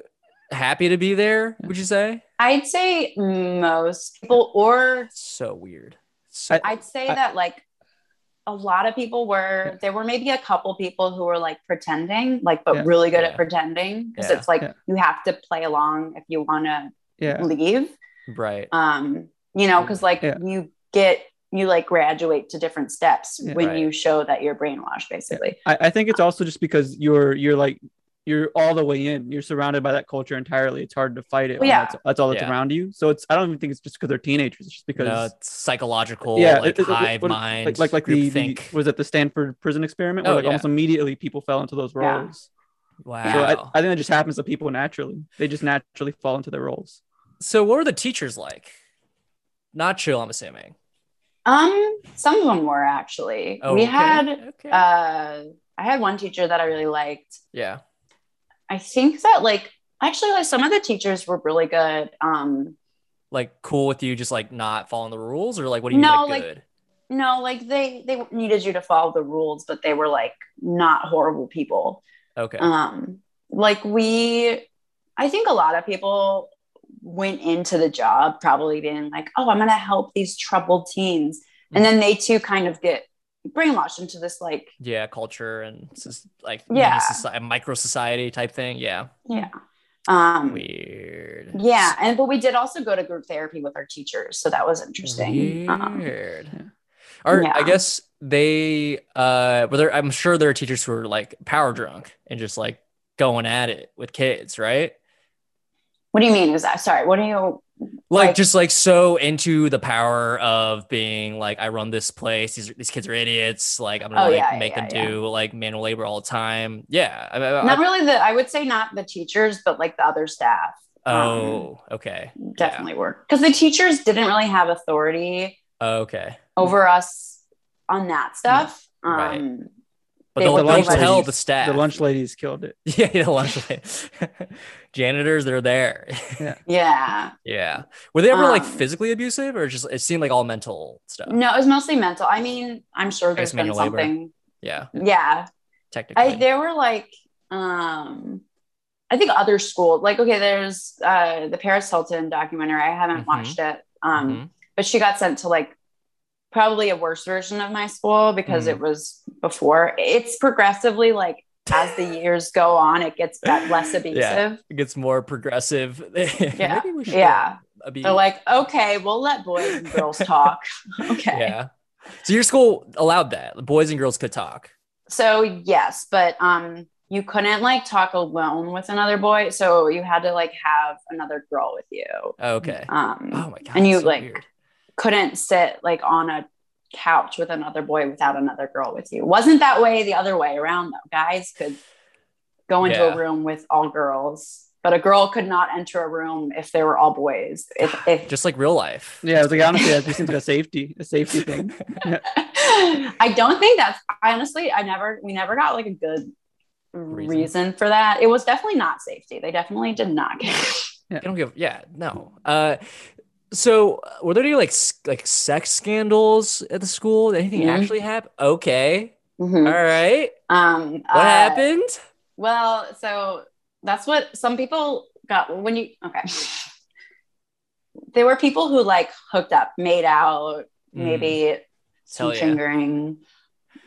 Speaker 4: happy to be there. Would you say?
Speaker 7: I'd say most people, or
Speaker 4: So weird. So,
Speaker 5: I-
Speaker 7: I'd say
Speaker 5: I-
Speaker 7: that like a lot of people were, there were maybe a couple people who were like pretending, like, but
Speaker 5: Yeah.
Speaker 7: really good
Speaker 4: Yeah.
Speaker 7: at pretending because
Speaker 4: Yeah.
Speaker 7: it's like
Speaker 5: Yeah.
Speaker 7: you have to play along if you want to
Speaker 5: Yeah.
Speaker 7: leave.
Speaker 4: right.
Speaker 7: Um, you know, because like
Speaker 5: Yeah.
Speaker 7: you get, you like graduate to different steps
Speaker 5: Yeah.
Speaker 7: when
Speaker 4: Right.
Speaker 7: you show that you're brainwashed, basically.
Speaker 5: I, I think it's also just because you're you're like you're all the way in. You're surrounded by that culture entirely. It's hard to fight it. when
Speaker 7: Yeah.
Speaker 5: that's, that's all that's
Speaker 4: Yeah.
Speaker 5: around you. So it's I don't even think it's just because they're teenagers. It's just
Speaker 4: You
Speaker 5: because
Speaker 4: know, it's psychological,
Speaker 5: yeah,
Speaker 4: like
Speaker 5: it- it- it-
Speaker 4: hive
Speaker 5: what-
Speaker 4: mind,
Speaker 5: like like, like the,
Speaker 4: group
Speaker 5: the
Speaker 4: think.
Speaker 5: was it the Stanford prison experiment where
Speaker 4: Oh,
Speaker 5: like
Speaker 4: yeah.
Speaker 5: almost immediately people fell into those
Speaker 7: Yeah.
Speaker 5: roles.
Speaker 4: wow.
Speaker 5: So I, I think that just happens to people naturally. They just naturally fall into their roles.
Speaker 4: So what were the teachers like? Not chill, I'm assuming. Oh,
Speaker 7: Um, some of them were actually. we
Speaker 4: okay.
Speaker 7: had,
Speaker 4: okay.
Speaker 7: uh, I had one teacher that I really liked.
Speaker 4: yeah.
Speaker 7: I think that like actually like some of the teachers were really good. Um
Speaker 4: Like cool with you just like not following the rules or like what do you
Speaker 7: No,
Speaker 4: mean like
Speaker 7: like-
Speaker 4: good?
Speaker 7: no, like they they needed you to follow the rules, but they were like not horrible people.
Speaker 4: Okay.
Speaker 7: Um like we I think a lot of people went into the job probably being like, "Oh, I'm going to help these troubled teens." And
Speaker 4: Mm.
Speaker 7: then they too kind of get brainwashed into this like
Speaker 4: yeah, culture and just like
Speaker 7: Yeah.
Speaker 4: society, micro society type thing. Yeah.
Speaker 7: yeah. Um
Speaker 4: Weird.
Speaker 7: yeah, and but we did also go to group therapy with our teachers, so that was interesting. Um,
Speaker 4: Weird. Or I
Speaker 7: Yeah.
Speaker 4: guess they uh were there I'm sure there are teachers who are like power drunk and just like going at it with kids, right?
Speaker 7: What do you mean? Is that sorry? What do you?
Speaker 4: like
Speaker 7: Like-
Speaker 4: just like so into the power of being like I run this place. These are, these kids are idiots. Like I'm gonna
Speaker 7: Oh,
Speaker 4: like
Speaker 7: yeah,
Speaker 4: make
Speaker 7: yeah,
Speaker 4: them do like manual labor all the time. Yeah. I, I- I-
Speaker 7: Not really the. I would say not the teachers, but like the other staff um,
Speaker 4: oh, okay,
Speaker 7: definitely were because the teachers didn't really have authority
Speaker 4: okay.
Speaker 7: over us on that stuff. Um,
Speaker 4: Mm. Right. But
Speaker 7: They-
Speaker 4: they'll,
Speaker 7: The
Speaker 4: they'll
Speaker 7: lunch
Speaker 4: tell
Speaker 5: ladies-
Speaker 4: the staff.
Speaker 5: The lunch ladies killed it.
Speaker 4: yeah, the lunch lady. janitors. They're there.
Speaker 7: Yeah.
Speaker 4: yeah. Were they ever like
Speaker 7: Um, Mm,
Speaker 4: physically abusive, or just it seemed like all mental stuff?
Speaker 7: No, it was mostly mental. I mean, I'm sure
Speaker 4: guess
Speaker 7: there's been
Speaker 4: manual labor.
Speaker 7: something.
Speaker 4: Yeah,
Speaker 7: Yeah.
Speaker 4: technically.
Speaker 7: I there were like um I think other school like okay there's uh the Paris Hilton documentary I haven't
Speaker 4: Mhm.
Speaker 7: watched it um
Speaker 4: Mhm.
Speaker 7: but she got sent to like probably a worse version of my school because
Speaker 4: Mm-hmm.
Speaker 7: it was before. It's progressively like as the years go on, it gets bet- less abusive.
Speaker 4: Yeah. It gets more progressive.
Speaker 7: Yeah.
Speaker 4: Maybe we should
Speaker 7: yeah.
Speaker 4: uh, be-
Speaker 7: They're like, okay, we'll let boys and girls talk. okay.
Speaker 4: yeah. So your school allowed that. Boys and girls could talk.
Speaker 7: So yes, but um you couldn't like talk alone with another boy, so you had to like have another girl with you.
Speaker 4: Okay.
Speaker 7: Um
Speaker 4: Oh my god.
Speaker 7: And you
Speaker 4: so
Speaker 7: like
Speaker 4: weird.
Speaker 7: couldn't sit like on a couch with another boy without another girl with you. Wasn't that way the other way around though. Guys could go into
Speaker 4: Yeah.
Speaker 7: a room with all girls, but a girl could not enter a room if they were all boys. If, if
Speaker 4: just like real life.
Speaker 5: Yeah, I was like, honestly, that just seems like a safety, a safety thing.
Speaker 7: I don't think that's I honestly I never we never got like a good reason,
Speaker 4: Reason.
Speaker 7: for that. It was definitely not safety. They definitely did not get
Speaker 4: They don't give. Yeah, no. Uh, so uh, were there any like s- like sex scandals at the school? Did anything
Speaker 7: Mhm.
Speaker 4: actually happen? Okay,
Speaker 7: Mhm.
Speaker 4: all right.
Speaker 7: um
Speaker 4: Mm-hmm. What
Speaker 7: uh,
Speaker 4: happened?
Speaker 7: Well, so that's what some people got when you okay. There were people who like hooked up, made out,
Speaker 4: Hmm.
Speaker 7: maybe
Speaker 4: Mm,
Speaker 7: some
Speaker 4: hell yeah.
Speaker 7: fingering.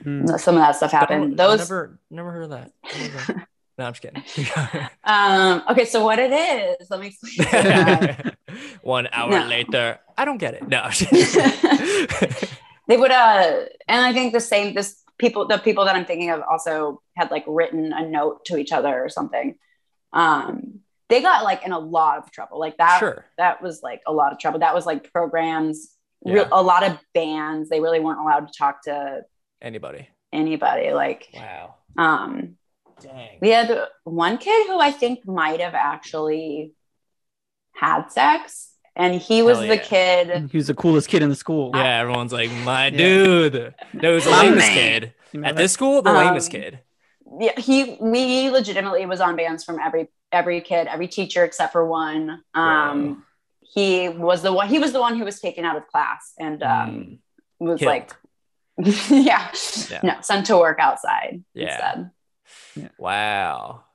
Speaker 5: Hmm.
Speaker 7: Some of that stuff
Speaker 4: I don't-
Speaker 7: happened.
Speaker 4: I
Speaker 7: Those
Speaker 4: never never heard of that. Never heard of that. no, I'm just kidding.
Speaker 7: um okay, so what it is, let me explain. Um,
Speaker 4: One hour
Speaker 7: No.
Speaker 4: later, I don't get it. No,
Speaker 7: they would uh and I think the same this people the people that I'm thinking of also had like written a note to each other or something. Um they got like in a lot of trouble. Like that
Speaker 4: sure.
Speaker 7: that was like a lot of trouble. That was like programs, re-
Speaker 4: Yeah.
Speaker 7: a lot of bands. They really weren't allowed to talk to
Speaker 4: Anybody?
Speaker 7: anybody. Like,
Speaker 4: Wow.
Speaker 7: um,
Speaker 4: Dang.
Speaker 7: we had one kid who I think might have actually had sex, and he was
Speaker 4: Hell
Speaker 7: the
Speaker 4: yeah.
Speaker 7: kid.
Speaker 5: He was the coolest kid in the school.
Speaker 4: Yeah, everyone's like, my
Speaker 5: Yeah.
Speaker 4: dude. No, it was the
Speaker 7: My
Speaker 4: lamest
Speaker 7: man.
Speaker 4: kid
Speaker 5: You
Speaker 4: at
Speaker 5: remember
Speaker 4: this school. The lamest
Speaker 7: Um,
Speaker 4: kid.
Speaker 7: Yeah, he we legitimately was on bands from every every kid, every teacher except for one. Um,
Speaker 4: Wow.
Speaker 7: He was the one. He was the one who was taken out of class, and um,
Speaker 4: Mm.
Speaker 7: was
Speaker 4: Killed.
Speaker 7: like, yeah,
Speaker 4: Yeah.
Speaker 7: no, sent to work outside
Speaker 4: Yeah.
Speaker 7: instead.
Speaker 4: Wow.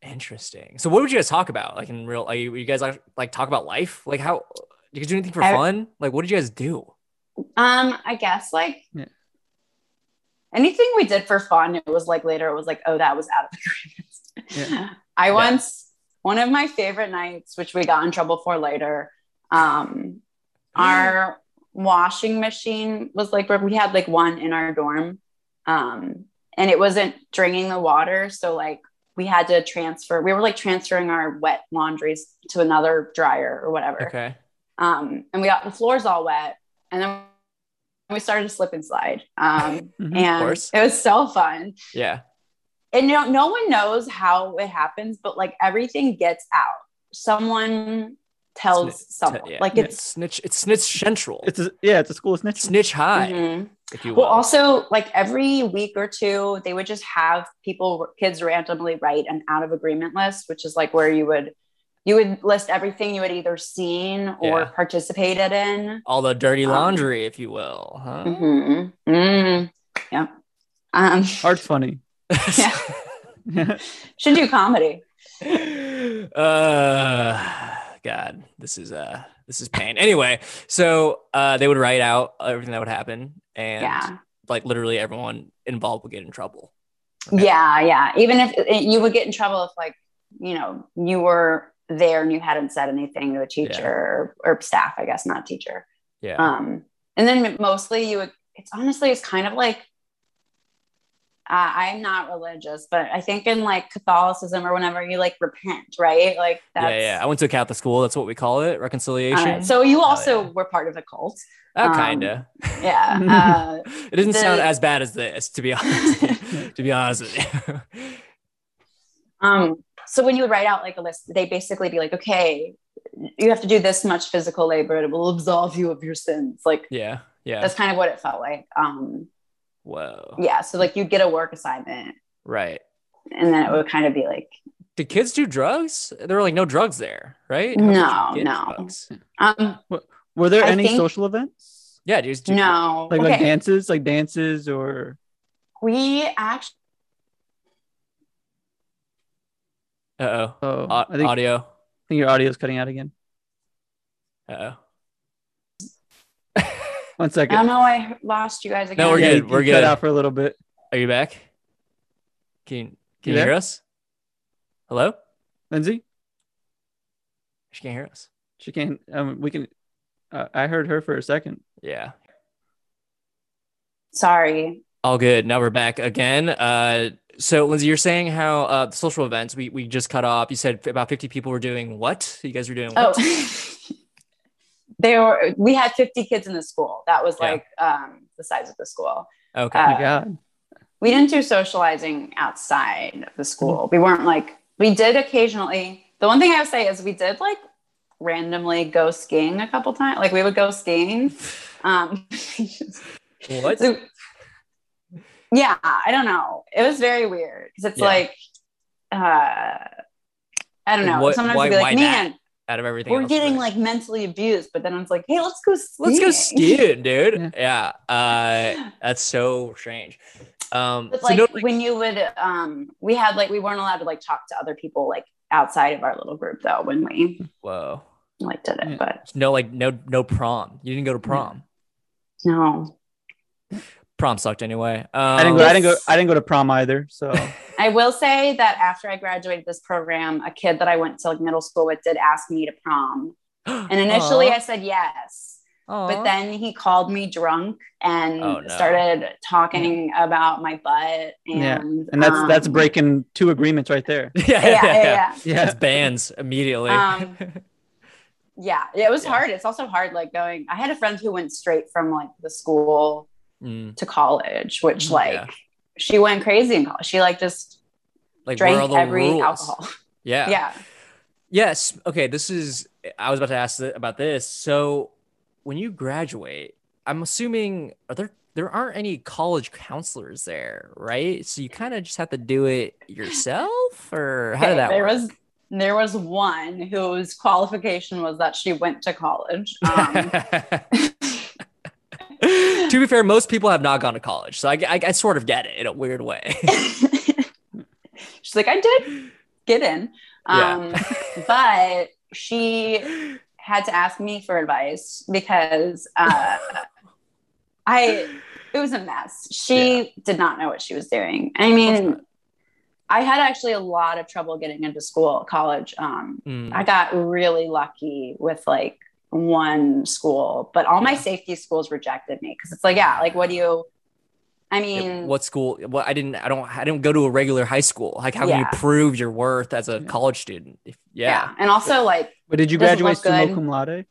Speaker 4: Interesting. So what would you guys talk about? Like in real like you you guys like, like talk about life? Like how did you do anything for
Speaker 7: I-
Speaker 4: fun? Like what did you guys do?
Speaker 7: Um, I guess like
Speaker 5: Yeah.
Speaker 7: anything we did for fun, it was like later it was like, oh, that was out of agreement. I
Speaker 4: Yeah.
Speaker 7: once one of my favorite nights, which we got in trouble for later, um, our washing machine was like broke. we had like one in our dorm. Um, and it wasn't draining the water, so like we had to transfer. We were like transferring our wet laundries to another dryer or whatever
Speaker 4: Okay.
Speaker 7: um, and we got the floors all wet and then we started to slip and slide um,
Speaker 5: Mhm, of
Speaker 7: and
Speaker 4: Mm-hmm, course.
Speaker 7: it was so fun
Speaker 4: Yeah.
Speaker 7: and you know, no one knows how it happens but like everything gets out someone tells
Speaker 4: Sni-
Speaker 7: someone
Speaker 4: te- yeah.
Speaker 7: like
Speaker 4: It's
Speaker 7: it's
Speaker 4: snitch it's snitch central.
Speaker 5: It's a, yeah, it's a school of snitches.
Speaker 4: snitch high,
Speaker 7: mhm.
Speaker 4: if you will.
Speaker 7: well also like every week or two they would just have people kids randomly write an out of agreement list which is like where you would you would list everything you had either seen or
Speaker 4: Yeah.
Speaker 7: participated in
Speaker 4: All the dirty
Speaker 7: um,
Speaker 4: laundry, if you will. Huh?
Speaker 7: hmm Mm. Yeah. Um,
Speaker 5: Art's funny.
Speaker 7: Mm-hmm. should do comedy.
Speaker 4: uh god this is uh this is pain anyway so uh they would write out everything that would happen and
Speaker 7: yeah.
Speaker 4: like literally everyone involved would get in trouble
Speaker 7: Yeah. Yeah. Even if it, you would get in trouble if, like, you know, you were there and you hadn't said anything to a teacher or, or staff, I guess, not teacher.
Speaker 4: yeah
Speaker 7: Um, and then mostly you would, it's honestly, it's kind of like, uh, I'm not religious, but I think in like Catholicism or whenever you like repent, right? Like that's
Speaker 4: yeah yeah i went to a catholic school that's what we call it reconciliation
Speaker 7: Uh, so you also
Speaker 4: yeah.
Speaker 7: were part of a cult.
Speaker 4: Uh,
Speaker 7: um,
Speaker 4: kinda
Speaker 7: Yeah. Uh,
Speaker 4: it doesn't sound
Speaker 7: the-
Speaker 4: as bad as this to be honest to be honest with you.
Speaker 7: Um, so when you would write out like a list, they basically be like, okay, you have to do this much physical labor, and it will absolve you of your sins. Like
Speaker 4: yeah yeah
Speaker 7: that's kind of what it felt like. Um,
Speaker 4: whoa
Speaker 7: yeah. So like you'd get a work assignment
Speaker 4: right
Speaker 7: and then it would kind of be like,
Speaker 4: did kids do drugs there were like no drugs there right How
Speaker 7: No,
Speaker 4: could you get
Speaker 7: no.
Speaker 4: drugs?
Speaker 7: um,
Speaker 5: Were there
Speaker 7: I
Speaker 5: any
Speaker 7: think-
Speaker 5: social events?
Speaker 4: yeah dude, dude
Speaker 7: no,
Speaker 5: Like like
Speaker 7: okay.
Speaker 5: dances, like dances or
Speaker 7: we actually,
Speaker 4: uh-oh
Speaker 5: oh,
Speaker 4: Au-
Speaker 5: I think, I
Speaker 4: audio
Speaker 5: think your audio's cutting out again.
Speaker 4: uh-oh
Speaker 5: One second.
Speaker 7: I don't know. oh, I lost you guys again.
Speaker 4: No, we're
Speaker 5: Yeah,
Speaker 4: good,
Speaker 5: you- you
Speaker 4: we're
Speaker 5: Cut
Speaker 4: good.
Speaker 5: out for a little bit.
Speaker 4: Are you back? Can you, can
Speaker 5: You
Speaker 4: you
Speaker 5: there?
Speaker 4: hear us? Hello?
Speaker 5: Lindsay,
Speaker 4: She can't hear us.
Speaker 5: she can't. Um, we can. Uh, I heard her for a second.
Speaker 4: Yeah.
Speaker 7: Sorry.
Speaker 4: All good. Now we're back again. Uh, so Lindsay, you're saying how uh, the social events we, we just cut off. You said f- about 50 people were doing what? You guys were doing
Speaker 7: Oh,
Speaker 4: what?
Speaker 7: they were. We had 50 kids in the school. That was
Speaker 4: Yeah.
Speaker 7: like um, the size of the school.
Speaker 4: okay.
Speaker 5: Oh
Speaker 7: uh,
Speaker 5: my
Speaker 4: um,
Speaker 5: God.
Speaker 7: we didn't do socializing outside of the school.
Speaker 4: Mm-hmm.
Speaker 7: We weren't like we did occasionally. The one thing I would say is we did like randomly go skiing a couple times. Like we would go skiing. Um,
Speaker 4: what?
Speaker 7: uh, so- yeah, I don't know. It was very weird because it's
Speaker 4: Yeah.
Speaker 7: like uh, I don't know.
Speaker 4: What-
Speaker 7: Sometimes
Speaker 4: why-
Speaker 7: I'd be
Speaker 4: why
Speaker 7: like,
Speaker 4: that?
Speaker 7: man,
Speaker 4: Out of everything,
Speaker 7: we're
Speaker 4: else,
Speaker 7: getting
Speaker 4: but-
Speaker 7: like mentally abused, but then I was like, hey, let's go skiing.
Speaker 4: let's go skiing, dude. yeah. Uh, that's so strange. Um,
Speaker 7: But
Speaker 4: so
Speaker 7: like
Speaker 4: no-
Speaker 7: when you would, um, we had like we weren't allowed to like talk to other people like outside of our little group though when we
Speaker 4: whoa,
Speaker 7: like did
Speaker 5: Yeah.
Speaker 7: it, but
Speaker 4: no, like no, no prom. You didn't go to prom.
Speaker 7: no,
Speaker 4: Prom sucked anyway. Um,
Speaker 5: I didn't go. I didn't go. I didn't go to prom either. So
Speaker 7: I will say that after I graduated this program, a kid that I went to like middle school with did ask me to prom, and initially I said yes, but then he called me drunk and
Speaker 4: Oh, no.
Speaker 7: started talking about my butt, and
Speaker 5: Yeah. and that's that's
Speaker 7: um,
Speaker 5: breaking two agreements right there.
Speaker 4: yeah, yeah,
Speaker 7: Yeah, yeah, yeah.
Speaker 4: It's
Speaker 5: Yeah.
Speaker 4: bans immediately.
Speaker 7: Um, Yeah, it was
Speaker 4: Yeah.
Speaker 7: hard. It's also hard, like going. I had a friend who went straight from like the school
Speaker 4: Mm,
Speaker 7: to college, which like
Speaker 4: Yeah.
Speaker 7: she went crazy in college. She like just
Speaker 4: like where are
Speaker 7: drank
Speaker 4: the
Speaker 7: every
Speaker 4: rules?
Speaker 7: alcohol.
Speaker 4: Yeah.
Speaker 7: Yeah.
Speaker 4: Yes. Okay. This is. I was about to ask th- about this. So, when you graduate, I'm assuming are there there aren't any college counselors there, right? So you kind of just have to do it yourself, or how
Speaker 7: Okay,
Speaker 4: did that
Speaker 7: there
Speaker 4: work?
Speaker 7: was there was one whose qualification was that she went to college. Um,
Speaker 4: to be fair, most people have not gone to college, so I, I, I sort of get it in a weird way.
Speaker 7: she's like, I did get in, um, but she had to ask me for advice because uh, I it was a mess. She did not know what she was doing. I mean, I had actually a lot of trouble getting into school, college. Um,
Speaker 4: Mm,
Speaker 7: I got really lucky with like one school, but all my safety schools rejected me because it's like, yeah, like what do you? I mean,
Speaker 4: yeah, what school? What I didn't. I don't. I didn't go to a regular high school. Like, how can
Speaker 7: Yeah.
Speaker 4: you prove your worth as a
Speaker 5: Yeah.
Speaker 4: college student? If,
Speaker 7: yeah.
Speaker 4: yeah.
Speaker 7: and also like
Speaker 5: But did you
Speaker 7: Doesn't
Speaker 5: graduate
Speaker 7: look
Speaker 5: summa
Speaker 7: good.
Speaker 5: cum laude?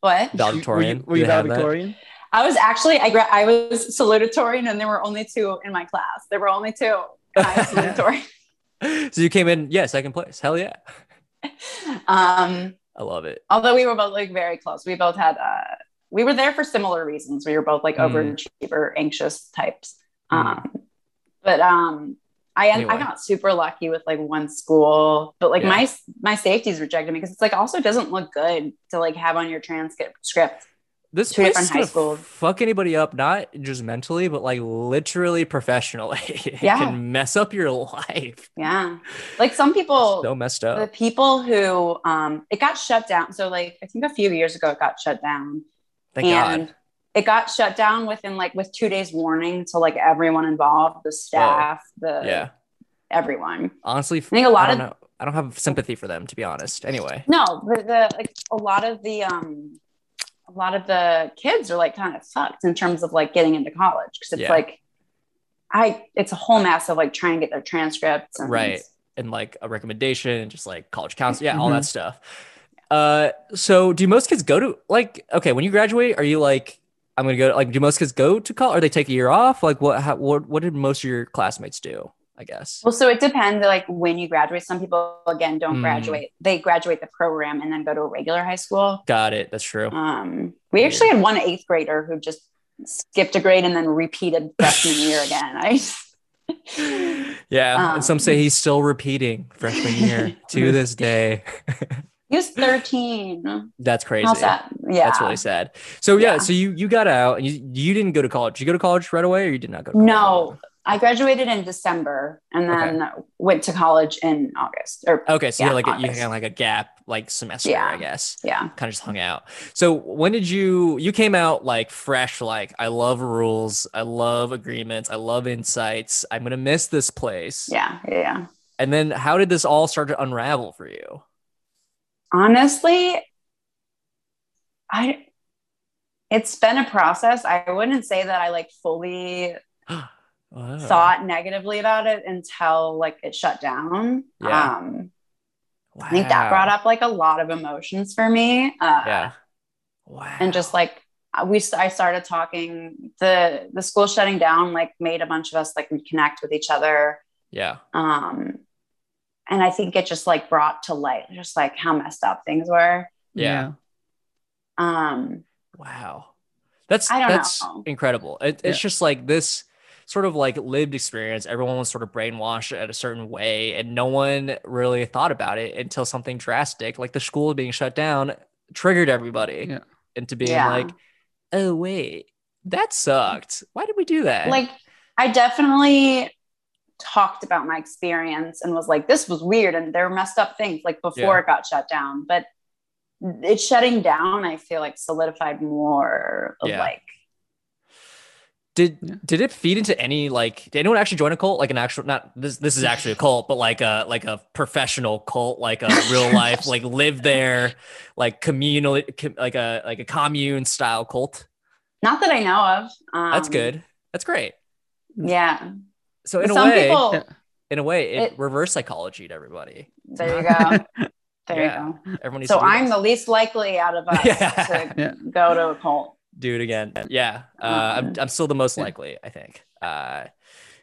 Speaker 7: what?
Speaker 4: Valedictorian.
Speaker 5: Were you, were you
Speaker 4: Do they have that?
Speaker 5: valedictorian?
Speaker 7: I was actually I gra- I was salutatorian, and there were only two in my class. There were only two. And I was salutatorian.
Speaker 4: so you came in, yeah, second place. Hell yeah.
Speaker 7: um,
Speaker 4: I love it.
Speaker 7: although we were both like very close. We both had uh, we were there for similar reasons. We were both like
Speaker 4: Mm.
Speaker 7: overachiever, anxious types.
Speaker 4: Mm.
Speaker 7: Um, but um, I am
Speaker 4: Anyway.
Speaker 7: I got super lucky with like one school, but like
Speaker 4: Yeah.
Speaker 7: my my safeties rejected me because it's like also doesn't look good to like have on your transcript script.
Speaker 4: This
Speaker 7: Two
Speaker 4: place
Speaker 7: different
Speaker 4: is
Speaker 7: high
Speaker 4: gonna
Speaker 7: schools.
Speaker 4: fuck anybody up, not just mentally, but like literally professionally. it
Speaker 7: Yeah.
Speaker 4: can mess up your life.
Speaker 7: Yeah, like some people
Speaker 4: so messed
Speaker 7: the
Speaker 4: up.
Speaker 7: people who um it got shut down so like i think a few years ago it got shut down
Speaker 4: Thank
Speaker 7: and
Speaker 4: God.
Speaker 7: it got shut down within like with two days warning to like everyone involved the staff the
Speaker 4: Yeah.
Speaker 7: everyone
Speaker 4: Honestly, I
Speaker 7: think a lot
Speaker 4: don't
Speaker 7: of-
Speaker 4: know. I don't have sympathy for them, to be honest. Anyway.
Speaker 7: no but the like a lot of the um a lot of the kids are like kind of fucked in terms of like getting into college because it's
Speaker 4: Yeah.
Speaker 7: like i it's a whole mess of like trying to get their transcripts and
Speaker 4: Right. And like a recommendation, and just like college counsel. Yeah,
Speaker 7: Mm-hmm.
Speaker 4: all that stuff. Uh so do most kids go to like okay, when you graduate, are you like I'm gonna go to, like do most kids go to college or they take a year off? Like what how, what what did most of your classmates do, I guess?
Speaker 7: Well, so it depends. Like when you graduate, some people again don't
Speaker 4: Mm.
Speaker 7: graduate. They graduate the program and then go to a regular high school.
Speaker 4: Got it. That's true.
Speaker 7: Um, we actually had one eighth grader who just skipped a grade and then repeated freshman year again. I just-
Speaker 4: Yeah. and some say
Speaker 7: Um,
Speaker 4: he's still repeating freshman year to this day.
Speaker 7: he was thirteen.
Speaker 4: That's crazy.
Speaker 7: How's that? Yeah,
Speaker 4: That's really sad. So yeah,
Speaker 7: Yeah.
Speaker 4: so you you got out and you you didn't go to college. Did you go to college right away or you did not go to college?
Speaker 7: No. I graduated in December and then went to college in August. Or
Speaker 4: Okay, so you
Speaker 7: Yeah,
Speaker 4: had like a, you
Speaker 7: August.
Speaker 4: had like a gap like semester,
Speaker 7: Yeah.
Speaker 4: I guess.
Speaker 7: yeah,
Speaker 4: Kind of just hung out. So when did you you came out like fresh? Like I love rules, I love agreements, I love insights. I'm gonna miss this place.
Speaker 7: yeah, yeah, yeah.
Speaker 4: And then how did this all start to unravel for you?
Speaker 7: honestly i it's been a process i wouldn't say that i like fully
Speaker 4: Wow.
Speaker 7: thought negatively about it until like it shut down
Speaker 4: Yeah.
Speaker 7: um i think that brought up like a lot of emotions for me uh
Speaker 4: Yeah. Wow.
Speaker 7: and just like we i started talking the the school shutting down like made a bunch of us like reconnect with each other
Speaker 4: yeah.
Speaker 7: um and i think it just like brought to light just like how messed up things were
Speaker 4: Yeah.
Speaker 7: um
Speaker 4: Wow. That's
Speaker 7: I don't
Speaker 4: that's
Speaker 7: know.
Speaker 4: incredible. It,
Speaker 5: Yeah.
Speaker 4: It's just like this sort of like lived experience. Everyone was sort of brainwashed at a certain way, and no one really thought about it until something drastic, like the school being shut down, triggered everybody
Speaker 5: Yeah.
Speaker 4: into being
Speaker 7: Yeah.
Speaker 4: like, "Oh wait, that sucked. Why did we do that?"
Speaker 7: like I definitely talked about my experience and was like, this was weird and there were messed up things like before
Speaker 4: Yeah.
Speaker 7: it got shut down. But it shutting down, I feel like solidified more of
Speaker 4: Yeah.
Speaker 7: like
Speaker 4: Did
Speaker 5: Yeah.
Speaker 4: did it feed into any like did anyone actually join a cult like an actual not this this is actually a cult but like a like a professional cult like a real life like live there like communal com- like a like a commune style cult
Speaker 7: not that I know of. Um,
Speaker 4: that's good that's great
Speaker 7: Yeah.
Speaker 4: so in a
Speaker 7: Some
Speaker 4: way
Speaker 7: people
Speaker 5: Yeah.
Speaker 4: in a way it,
Speaker 7: it-
Speaker 4: reverse psychology to everybody
Speaker 7: there you go. There
Speaker 4: Yeah.
Speaker 7: you go.
Speaker 4: everyone needs
Speaker 7: So
Speaker 4: to do
Speaker 7: I'm
Speaker 4: this.
Speaker 7: the least likely out of us
Speaker 4: Yeah.
Speaker 7: to
Speaker 5: Yeah.
Speaker 7: go to a cult.
Speaker 4: do it again. Yeah, uh, I'm, I'm still the most
Speaker 5: Yeah.
Speaker 4: likely, I think. Uh,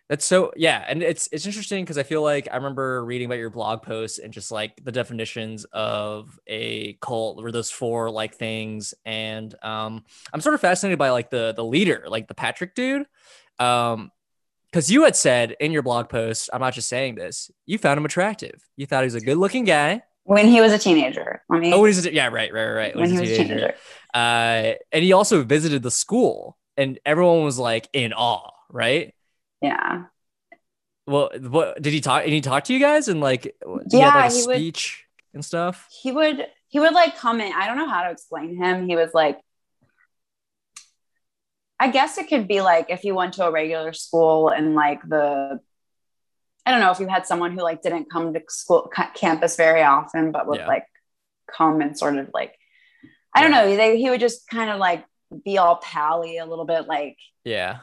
Speaker 4: that's so yeah, and it's it's interesting because I feel like I remember reading about your blog posts and just like the definitions of a cult were those four like things, and um, I'm sort of fascinated by like the the leader, like the Patrick dude, um, because you had said in your blog post, I'm not just saying this, you found him attractive, you thought he was a good looking guy.
Speaker 7: When he was a teenager. Let me
Speaker 4: Oh, when he's a, yeah, right, right, right, right.
Speaker 7: when
Speaker 4: he's
Speaker 7: he
Speaker 4: a
Speaker 7: was a
Speaker 4: teenager
Speaker 7: teenager.
Speaker 4: uh, and he also visited the school, and everyone was like in awe, right?
Speaker 7: Yeah.
Speaker 4: Well, what did he talk? Did he talk to you guys and like? He
Speaker 7: Yeah,
Speaker 4: had like a
Speaker 7: he would-
Speaker 4: speech and stuff.
Speaker 7: he would he would like come in i don't know how to explain him he was like i guess it could be like if you went to a regular school and like the i don't know if you had someone who like didn't come to school ca- campus very often but would
Speaker 4: Yeah.
Speaker 7: like come and sort of like i don't know they, he would just kind of like be all pally a little bit like
Speaker 4: Yeah.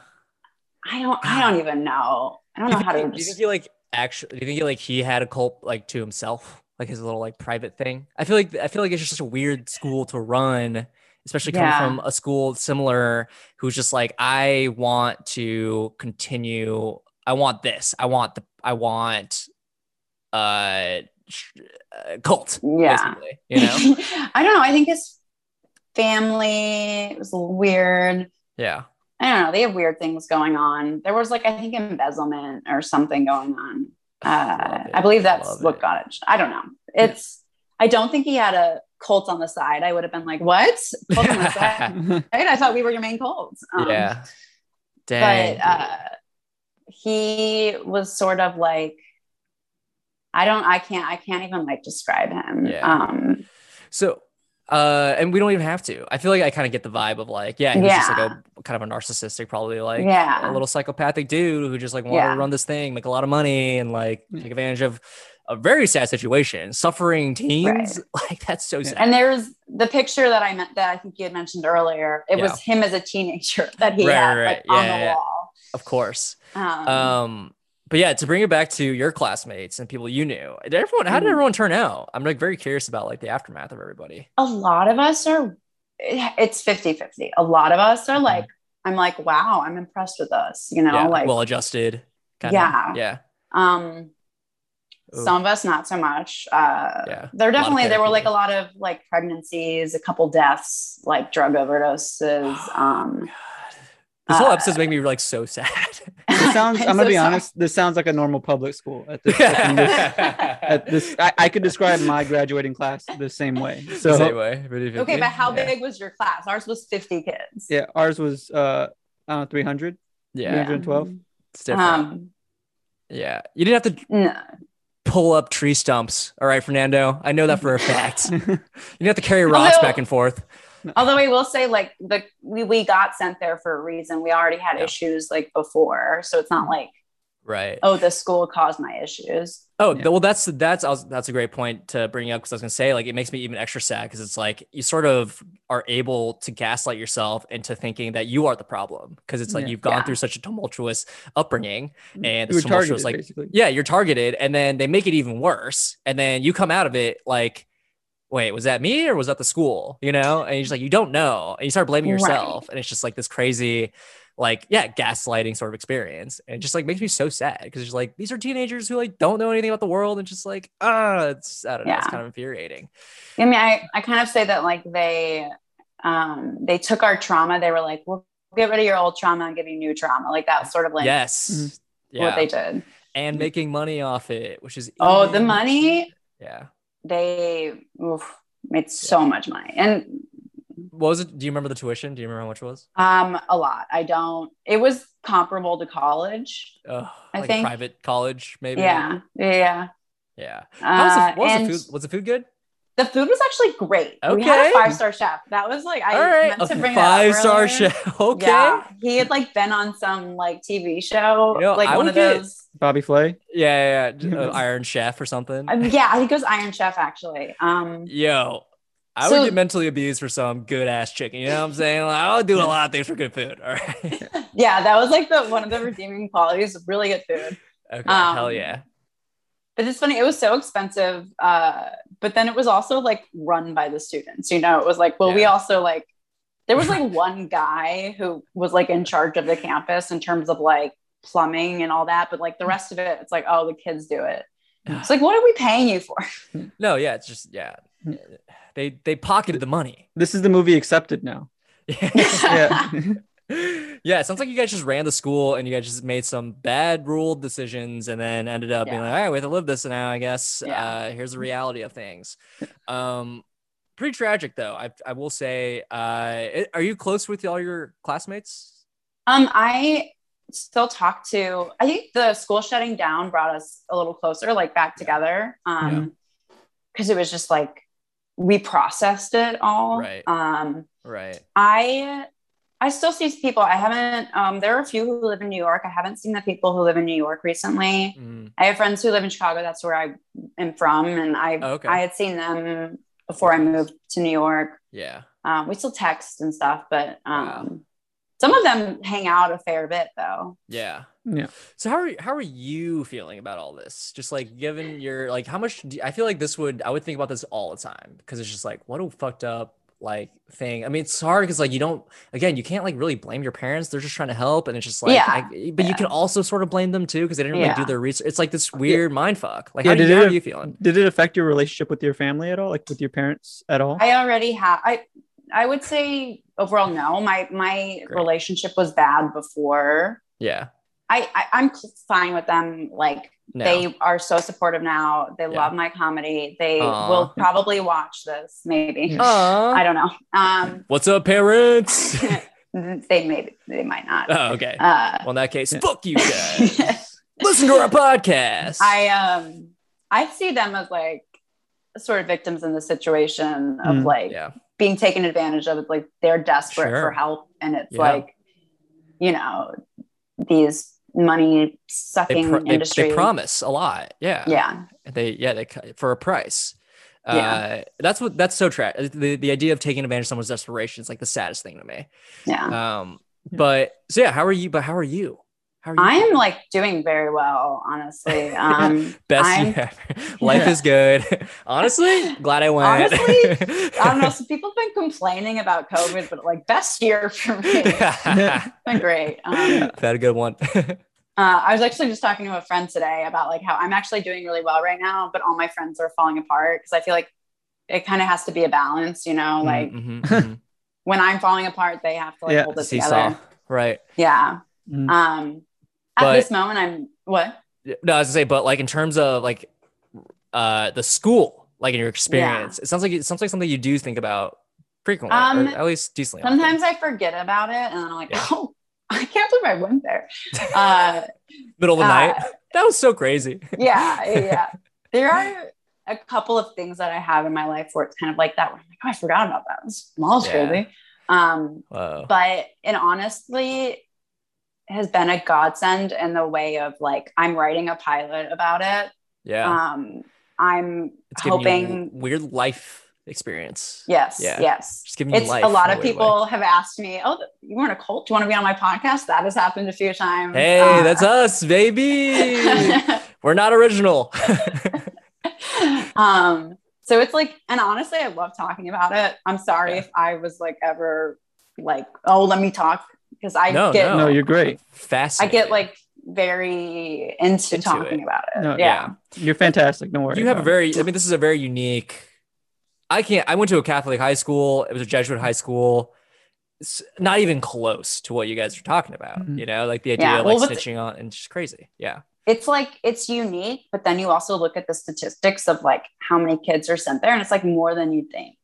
Speaker 7: i don't i don't even know i don't know how
Speaker 4: Ah. do
Speaker 7: to
Speaker 4: you think
Speaker 7: just,
Speaker 4: he like actually? Do you think he like he had a cult like to himself, like his little like private thing? I feel like I feel like it's just such a weird school to run, especially coming
Speaker 7: Yeah.
Speaker 4: from a school similar who's just like, I want to continue. I want this. I want the. I want, uh, sh- uh cult.
Speaker 7: yeah
Speaker 4: basically, you know.
Speaker 7: i don't know i think his family was weird
Speaker 4: yeah.
Speaker 7: I don't know. They have weird things going on. There was like I think embezzlement or something going on. Uh,
Speaker 4: Love it,
Speaker 7: I believe that's
Speaker 4: love
Speaker 7: what
Speaker 4: it.
Speaker 7: got it. I don't know. It's I don't think he had a cult on the side. I would have been like, what? Cult on the side? Right? I thought we were your main cult. Um,
Speaker 4: yeah. Dang.
Speaker 7: But
Speaker 4: dude.
Speaker 7: uh, he was sort of like I don't. I can't. I can't even like describe him.
Speaker 4: Yeah.
Speaker 7: Um,
Speaker 4: So, uh, and we don't even have to. I feel like I kind of get the vibe of like, yeah, he's just like a kind of a narcissistic, probably like a
Speaker 7: yeah.
Speaker 4: little psychopathic dude who just like wanted
Speaker 7: Yeah.
Speaker 4: to run this thing, make a lot of money, and like
Speaker 5: Yeah.
Speaker 4: take advantage of a very sad situation, suffering teens. Like that's so
Speaker 5: Yeah.
Speaker 4: sad.
Speaker 7: And there's the picture that I meant that I think you had mentioned earlier. It was him as a teenager that he
Speaker 4: Right,
Speaker 7: had
Speaker 4: right,
Speaker 7: like,
Speaker 4: right.
Speaker 7: on
Speaker 4: Yeah,
Speaker 7: the
Speaker 4: yeah.
Speaker 7: wall.
Speaker 4: of course.
Speaker 7: Um,
Speaker 4: Um, but yeah, to bring it back to your classmates and people you knew, did everyone? How did
Speaker 7: Mhm.
Speaker 4: everyone turn out? I'm like very curious about like the aftermath of everybody.
Speaker 7: a lot of us are, it's 50 50. A lot of us are like, I'm like, wow, I'm impressed with us, you know,
Speaker 4: Mm-hmm. yeah,
Speaker 7: like,
Speaker 4: well adjusted. Kind
Speaker 7: Yeah.
Speaker 4: Of, yeah.
Speaker 7: um,
Speaker 4: Ooh,
Speaker 7: some of us not so much. Uh,
Speaker 4: yeah.
Speaker 7: There
Speaker 4: A lot of
Speaker 7: definitely there were
Speaker 4: therapy.
Speaker 7: like a lot of like pregnancies, a couple deaths, like drug overdoses. Um,
Speaker 4: This whole
Speaker 7: Uh,
Speaker 4: episode's making me like so sad.
Speaker 5: This sounds. I'm
Speaker 7: so
Speaker 5: gonna be
Speaker 7: sorry.
Speaker 5: honest. This sounds like a normal public school. At this, at this, at this I, I could describe my graduating class the same way. So
Speaker 4: anyway, really
Speaker 7: Okay, but how
Speaker 4: yeah.
Speaker 7: big was your class? Ours was 50 kids.
Speaker 5: yeah, ours was uh, I don't know, 300,
Speaker 4: Yeah.
Speaker 5: 312.
Speaker 4: It's different.
Speaker 7: Um,
Speaker 4: yeah. You didn't have to
Speaker 7: no,
Speaker 4: pull up tree stumps. All right, Fernando. I know that for a fact. you didn't have to carry rocks
Speaker 7: Although-
Speaker 4: back and forth.
Speaker 7: Although I will say, like the we, we got sent there for a reason. We already had
Speaker 4: Yeah.
Speaker 7: issues like before, so it's not like
Speaker 4: Right.
Speaker 7: oh, the school caused my issues.
Speaker 4: Oh,
Speaker 5: Yeah.
Speaker 4: th- well, that's that's I was- that's a great point to bring up because I was gonna say like it makes me even extra sad because it's like you sort of are able to gaslight yourself into thinking that you are the problem because it's like
Speaker 5: Yeah.
Speaker 4: you've gone
Speaker 7: Yeah.
Speaker 4: through such a tumultuous upbringing
Speaker 5: Mm.
Speaker 4: and
Speaker 5: you were
Speaker 4: this tumultuous
Speaker 5: targeted,
Speaker 4: like
Speaker 5: basically.
Speaker 4: yeah you're targeted and then they make it even worse and then you come out of it like wait was that me or was that the school you know and you're just like you don't know and you start blaming
Speaker 7: Right.
Speaker 4: yourself and it's just like this crazy like yeah gaslighting sort of experience and it just like makes me so sad because just like these are teenagers who like don't know anything about the world and just like ah it's i don't know it's
Speaker 7: Yeah.
Speaker 4: kind of infuriating
Speaker 7: I mean, I I kind of say that like they um they took our trauma. They were like, we'll get rid of your old trauma and give you new trauma. Like that's sort of like mm-hmm.
Speaker 4: yes
Speaker 5: Mhm.
Speaker 4: yeah
Speaker 7: what they did.
Speaker 4: and making money off it which is
Speaker 7: Oh, the
Speaker 4: even-
Speaker 7: money
Speaker 4: yeah
Speaker 7: they oof, made so much money and
Speaker 4: what was it do you remember the tuition do you remember how much it was
Speaker 7: um a lot. I don't. It was comparable to college.
Speaker 4: Ugh,
Speaker 7: I
Speaker 4: like
Speaker 7: think-
Speaker 4: a private college maybe
Speaker 7: Yeah, yeah.
Speaker 4: yeah How was the-
Speaker 7: Uh,
Speaker 4: what was
Speaker 7: and-
Speaker 4: the food? Was the food good?
Speaker 7: The food was actually great. We had
Speaker 4: Okay.
Speaker 7: a five star chef. That was like I
Speaker 4: All right,
Speaker 7: meant to bring that up
Speaker 4: five star
Speaker 7: earlier.
Speaker 4: chef. Okay, yeah,
Speaker 7: Yeah, he had like been on some like TV show,
Speaker 4: You know,
Speaker 7: like
Speaker 4: I
Speaker 7: one
Speaker 4: would
Speaker 7: of
Speaker 4: get-
Speaker 7: those.
Speaker 5: Bobby Flay.
Speaker 4: yeah, yeah. Uh, Iron Chef or something.
Speaker 7: Um, yeah, I think it was Iron Chef actually. Um,
Speaker 4: Yo, I
Speaker 7: So-
Speaker 4: would get mentally abused for some good ass chicken. You know what I'm saying? Like, I'll do a lot of things for good food. All right. okay,
Speaker 7: yeah, that was like the one of the redeeming qualities of really good food. Um,
Speaker 4: hell yeah.
Speaker 7: But it's funny, it was so expensive. Uh, but then it was also like run by the students. You know, it was like, well, we
Speaker 4: Yeah.
Speaker 7: also like there was like one guy who was like in charge of the campus in terms of like plumbing and all that, but like the rest of it, it's like, oh, the kids do it. It's like, what are we paying you for?
Speaker 4: No, yeah, it's just yeah. They they pocketed the money.
Speaker 5: This is the movie accepted now. Yeah.
Speaker 4: yeah, it sounds like you guys just ran the school and you guys just made some bad rule decisions and then ended up being
Speaker 7: Yeah.
Speaker 4: like, all right, we have to live this now, I guess.
Speaker 7: Yeah.
Speaker 4: Uh, here's the reality of things. Um, pretty tragic, though. I, I will say, uh, it- are you close with all your classmates?
Speaker 7: Um, I still talk to. I think the school shutting down brought us a little closer, like back together. Um, because it was just like we processed it all.
Speaker 4: Right.
Speaker 7: Um,
Speaker 4: Right.
Speaker 7: I I still see people. I haven't. Um, there are a few who live in New York. I haven't seen the people who live in New York recently.
Speaker 4: Mm,
Speaker 7: I have friends who live in Chicago. That's where I am from, and I
Speaker 4: Oh, Okay.
Speaker 7: I had seen them before I moved to New York.
Speaker 4: yeah.
Speaker 7: Um, we still text and stuff, but um,
Speaker 4: Wow.
Speaker 7: some of them hang out a fair bit though.
Speaker 4: Yeah.
Speaker 5: Yeah.
Speaker 4: So how are how are you feeling about all this? Just like given your like how much do, I feel like this would I would think about this all the time because it's just like what a fucked up like thing. I mean it's hard because like you don't again you can't like really blame your parents. They're just trying to help and it's just like
Speaker 7: Yeah.
Speaker 4: I- but you
Speaker 7: Yeah.
Speaker 4: can also sort of blame them too because they didn't really do
Speaker 7: Yeah.
Speaker 4: their research. It's like this weird mind fuck. Like
Speaker 5: Yeah,
Speaker 4: how, do
Speaker 5: did
Speaker 4: you, how
Speaker 5: it-
Speaker 4: are you feeling?
Speaker 5: Did it affect your relationship with your family at all? Like with your parents at all?
Speaker 7: I already have I I would say overall no. My my
Speaker 4: Great.
Speaker 7: relationship was bad before.
Speaker 4: Yeah.
Speaker 7: I, I I'm cl- fine with them. Like
Speaker 4: No.
Speaker 7: they are so supportive now. They
Speaker 4: Yeah.
Speaker 7: love my comedy. They
Speaker 4: Aw.
Speaker 7: will probably watch this maybe.
Speaker 4: Aw.
Speaker 7: I don't know. Um
Speaker 4: What's up parents?
Speaker 7: they maybe they might not.
Speaker 4: oh, okay.
Speaker 7: Uh
Speaker 4: well in that case,
Speaker 5: Yeah.
Speaker 4: fuck you guys. Listen to our podcast.
Speaker 7: I um I see them as like sort of victims in the situation of
Speaker 5: Mm.
Speaker 7: like
Speaker 4: yeah.
Speaker 7: being taken advantage of. It's like they're desperate
Speaker 4: Sure.
Speaker 7: for help, and it's
Speaker 4: Yeah.
Speaker 7: like you know these money
Speaker 4: They,
Speaker 7: sucking
Speaker 4: pro- they,
Speaker 7: industry.
Speaker 4: they promise a lot.
Speaker 7: Yeah,
Speaker 4: they yeah they cut it for a price
Speaker 7: Yeah.
Speaker 4: uh that's what that's so tragic the, the idea of taking advantage of someone's desperation is like the saddest thing to me
Speaker 7: Uh, yeah.
Speaker 4: um
Speaker 5: Yeah.
Speaker 4: but so yeah how are you but how are you how are you
Speaker 7: I am like doing very well, honestly. Um,
Speaker 4: best
Speaker 7: I'm-
Speaker 4: year ever. life is good honestly glad i went
Speaker 7: Honestly, I don't know. Some people have been complaining about COVID, but like best year for me. It's been great. Um,
Speaker 4: had a good one Mm-hmm,
Speaker 7: Uh, I was actually just talking to a friend today about like how I'm actually doing really well right now, but all my friends are falling apart because I feel like it kind of has to be a balance, you know. Like
Speaker 4: Mhm, mhm,
Speaker 7: when I'm falling apart, they have to like
Speaker 5: Yeah,
Speaker 7: hold
Speaker 4: mhm.
Speaker 7: it
Speaker 4: seesaw
Speaker 7: together.
Speaker 4: right
Speaker 7: Yeah.
Speaker 5: Mm.
Speaker 7: Um,
Speaker 4: But-
Speaker 7: at this moment, I'm what?
Speaker 4: no i was gonna say but like in terms of like uh the school like in your experience it sounds like it sounds like something you do think about frequently
Speaker 7: Um,
Speaker 4: or at least decently often.
Speaker 7: Sometimes I forget about it, and then I'm like,
Speaker 4: Yeah.
Speaker 7: oh, I can't believe I went there. Uh,
Speaker 4: Middle of the
Speaker 7: uh,
Speaker 4: night. That was so crazy.
Speaker 7: yeah, yeah. There are a couple of things that I have in my life where it's kind of like that. Where I'm like, oh, I forgot about that. This mall's
Speaker 4: Yeah.
Speaker 7: crazy. Um,
Speaker 4: Whoa.
Speaker 7: but it honestly has been a godsend in the way of like I'm writing a pilot about it.
Speaker 4: Yeah.
Speaker 7: Um, I'm
Speaker 4: it's giving you
Speaker 7: hoping.
Speaker 4: weird life experience.
Speaker 7: Yes,
Speaker 4: Yeah.
Speaker 7: yes.
Speaker 4: Just giving you
Speaker 7: It's
Speaker 4: life.
Speaker 7: a lot of
Speaker 4: in weird way.
Speaker 7: people have asked me, "Oh, you weren't a cult? Do you want to be on my podcast?" That has happened a few times.
Speaker 4: Hey,
Speaker 7: Uh,
Speaker 4: that's us, baby. We're not original.
Speaker 7: um, so it's like, and honestly, I love talking about it. I'm sorry if I was like ever like, oh, let me talk because I
Speaker 4: No,
Speaker 7: get
Speaker 4: no.
Speaker 5: No, you're great.
Speaker 7: I
Speaker 4: Fascinating.
Speaker 7: get like very into,
Speaker 4: Into
Speaker 7: talking
Speaker 4: it.
Speaker 7: about it.
Speaker 5: No,
Speaker 7: yeah.
Speaker 5: You're fantastic. Don't worry.
Speaker 4: you have a
Speaker 5: about it.
Speaker 4: very i mean this is a very unique i can't i went to a catholic high school it was a jesuit high school it's not even close to what you guys are talking about
Speaker 5: Mhm.
Speaker 4: you know like the idea
Speaker 7: Yeah,
Speaker 4: of
Speaker 7: well,
Speaker 4: like
Speaker 7: what's-
Speaker 4: snitching on and it's just crazy yeah
Speaker 7: It's like it's unique, but then you also look at the statistics of like how many kids are sent there, and it's like more than you'd think.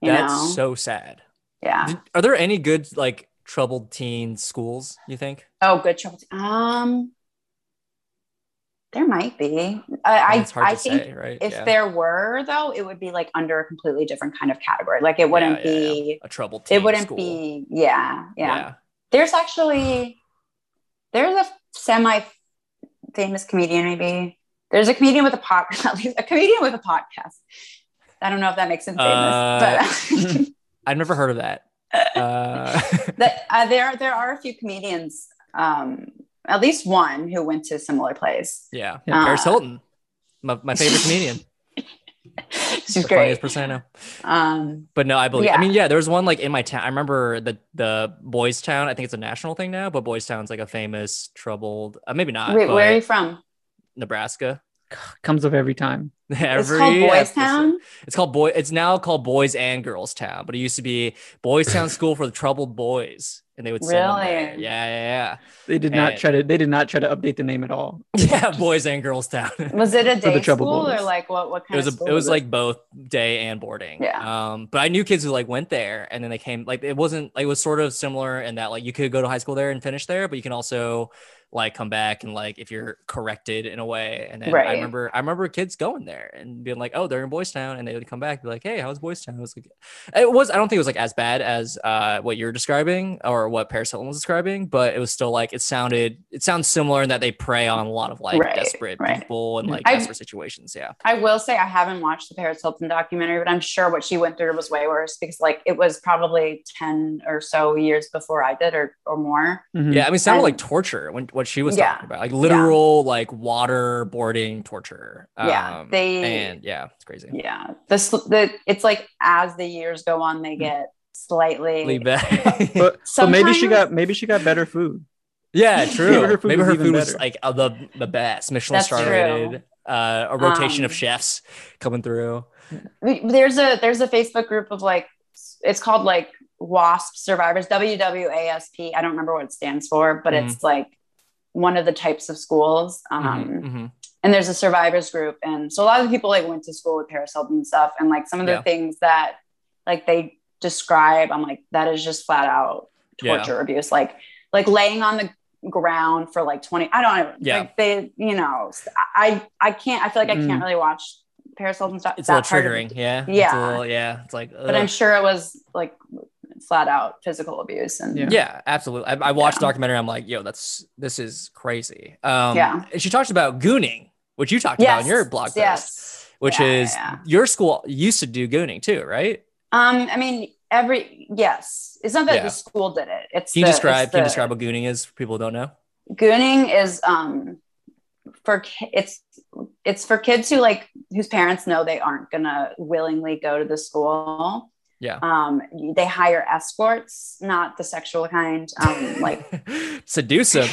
Speaker 7: You
Speaker 4: that's
Speaker 7: know?
Speaker 4: so sad
Speaker 7: yeah.
Speaker 4: Did- are there any good like troubled teen schools you think
Speaker 7: Oh, good trouble. Um, there might be.
Speaker 4: I
Speaker 7: I,
Speaker 4: mean,
Speaker 7: I,
Speaker 4: it's hard
Speaker 7: I
Speaker 4: to
Speaker 7: think
Speaker 4: say right
Speaker 7: if
Speaker 4: Yeah.
Speaker 7: there were though it would be like under a completely different kind of category like it wouldn't
Speaker 4: Yeah, yeah, yeah.
Speaker 7: be
Speaker 4: a troubled teen
Speaker 7: it wouldn't
Speaker 4: school.
Speaker 7: be yeah, yeah there's actually there's a semi famous comedian maybe there's a comedian with a pod at least a comedian with a podcast i don't know if that makes him famous
Speaker 4: Uh,
Speaker 7: but
Speaker 4: i've never heard of that uh,
Speaker 7: that, uh, there there are a few comedians um at least one who went to a similar place
Speaker 4: yeah
Speaker 5: Yeah.
Speaker 4: paris
Speaker 7: Uh,
Speaker 4: hilton my, my favorite comedian
Speaker 7: she's
Speaker 4: the
Speaker 7: great
Speaker 4: funniest person i know
Speaker 7: um
Speaker 4: But no, I believe. I
Speaker 7: Yeah.
Speaker 4: mean, yeah, there was one like in my town. I remember the the Boys Town. I think it's a national thing now, but Boys Town's like a famous troubled. Uh, maybe not.
Speaker 7: wait
Speaker 4: but
Speaker 7: where are you from
Speaker 4: Nebraska.
Speaker 5: comes up every time.
Speaker 4: Every
Speaker 7: it's called boys
Speaker 4: episode-
Speaker 7: town
Speaker 4: It's called boy. It's now called Boys and Girls Town, but it used to be Boys Town School for the Troubled Boys, and they would send them there.
Speaker 7: Really?
Speaker 4: Yeah, yeah,
Speaker 5: They did not
Speaker 4: Hey.
Speaker 5: try to. They did not try to update the name at all.
Speaker 4: yeah, yeah. Boys and Girls Town. it
Speaker 7: Was it a
Speaker 5: For the
Speaker 7: day
Speaker 5: trouble
Speaker 7: school
Speaker 5: boys.
Speaker 7: or like what? What kind
Speaker 4: was
Speaker 7: of
Speaker 4: a,
Speaker 7: school
Speaker 4: it was like both day and boarding.
Speaker 7: Yeah.
Speaker 4: Um, but I knew kids who like went there, and then they came. Like it wasn't. Like, it was sort of similar in that like you could go to high school there and finish there, but you can also like come back and like if you're corrected in a way. And then I
Speaker 7: Right.
Speaker 4: remember I remember kids going there and being like, oh, they're in Boys Town, and they would come back and be like, hey, how was Boys Town? It was like, it was. I don't think it was like as bad as uh what you're describing or what Paris Hilton was describing, but it was still like it sounded. It sounds similar in that they prey on a lot of like
Speaker 7: Right,
Speaker 4: desperate
Speaker 7: right.
Speaker 4: people and like
Speaker 7: I-
Speaker 4: desperate situations. Yeah.
Speaker 7: I will say I haven't watched the Paris Hilton documentary, but I'm sure what she went through was way worse because like it was probably ten or so years before I did, or or more.
Speaker 5: Mhm.
Speaker 4: Yeah, I mean, it sounded like
Speaker 7: And-
Speaker 4: torture when what she was
Speaker 7: Yeah.
Speaker 4: talking about, like literal like water boarding torture.
Speaker 7: Yeah,
Speaker 4: Um,
Speaker 7: they-
Speaker 4: and yeah, it's crazy.
Speaker 7: Yeah, the sl- the it's like as the years go on, they get
Speaker 4: Hmm. Leave
Speaker 7: slightly.
Speaker 4: that.
Speaker 5: But, but maybe she
Speaker 7: Sometimes-
Speaker 5: got maybe she got better food.
Speaker 4: yeah,
Speaker 5: Maybe
Speaker 4: true.
Speaker 5: her food
Speaker 4: Maybe
Speaker 5: was
Speaker 4: her
Speaker 5: even
Speaker 4: food was
Speaker 5: better.
Speaker 4: like uh, the the best Michelin
Speaker 7: That's
Speaker 4: star
Speaker 7: true.
Speaker 4: rated. Uh, a rotation of
Speaker 7: Um,
Speaker 4: chefs coming through.
Speaker 7: There's a there's a Facebook group of like it's called like WASP survivors WWASP. I don't remember what it stands for, but
Speaker 4: Hmm.
Speaker 7: it's like one of the types of schools. Um,
Speaker 4: Mhm, mhm.
Speaker 7: and there's a survivors group and so a lot of the people like went to school with paris hilton and stuff and like some of the
Speaker 4: Yeah.
Speaker 7: things that like they describe i'm like that is just flat out
Speaker 4: Yeah.
Speaker 7: torture abuse like like laying on the ground for like 20 i don't know
Speaker 4: Yeah.
Speaker 7: like they you know i i can't i feel like i
Speaker 5: Mm.
Speaker 7: can't really watch paris hilton stuff
Speaker 4: It's a little
Speaker 7: that part of
Speaker 4: triggering.
Speaker 7: it.
Speaker 4: Yeah. It's a
Speaker 7: Yeah.
Speaker 4: little, yeah. It's like,
Speaker 7: but i'm
Speaker 4: ugh.
Speaker 7: sure it was like flat out physical abuse and
Speaker 5: Yeah.
Speaker 4: yeah absolutely i, I watched the
Speaker 7: Yeah.
Speaker 4: documentary i'm like yo that's this is crazy um
Speaker 7: Yeah.
Speaker 4: and she talks about gooning which you talked about in your blog post
Speaker 7: yes
Speaker 4: which
Speaker 7: Yeah,
Speaker 4: is
Speaker 7: yeah.
Speaker 4: your school used to do gooning too right
Speaker 7: um i mean every yes it's not that
Speaker 4: Yeah.
Speaker 7: the school did it it's
Speaker 4: can you
Speaker 7: the-
Speaker 4: describe
Speaker 7: it's
Speaker 4: can you
Speaker 7: the-
Speaker 4: describe what gooning is for people who don't know
Speaker 7: gooning is um for ki- it's it's for kids who like whose parents know they aren't gonna willingly go to the school
Speaker 4: Yeah.
Speaker 7: um they hire escorts not the sexual kind um like
Speaker 4: seduce them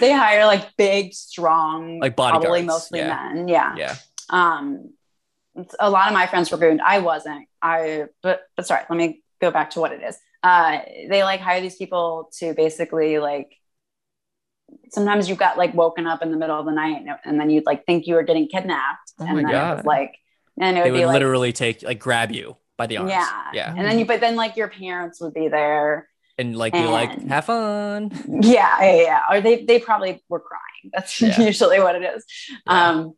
Speaker 7: they hire like big strong
Speaker 4: Like
Speaker 7: probably
Speaker 4: bodyguards,
Speaker 7: mostly
Speaker 4: yeah.
Speaker 7: men yeah
Speaker 4: yeah
Speaker 7: um it's- a lot of my friends were gooned i wasn't i but but sorry let me go back to what it is uh they like hire these people to basically like sometimes you got like woken up in the middle of the night and, and then you'd like think you were getting kidnapped
Speaker 5: Oh
Speaker 7: and
Speaker 5: my
Speaker 7: then it
Speaker 5: God.
Speaker 7: was like and it
Speaker 4: they
Speaker 7: would
Speaker 4: would
Speaker 7: be like
Speaker 4: literally take like grab you by the arms
Speaker 7: yeah
Speaker 4: yeah
Speaker 7: and then you but then like your parents would be there
Speaker 4: and like you're like
Speaker 7: And-
Speaker 4: have fun.
Speaker 7: yeah, yeah, yeah. Or they they probably were crying. That's
Speaker 4: Yeah.
Speaker 7: usually what it is.
Speaker 4: Yeah.
Speaker 7: Um,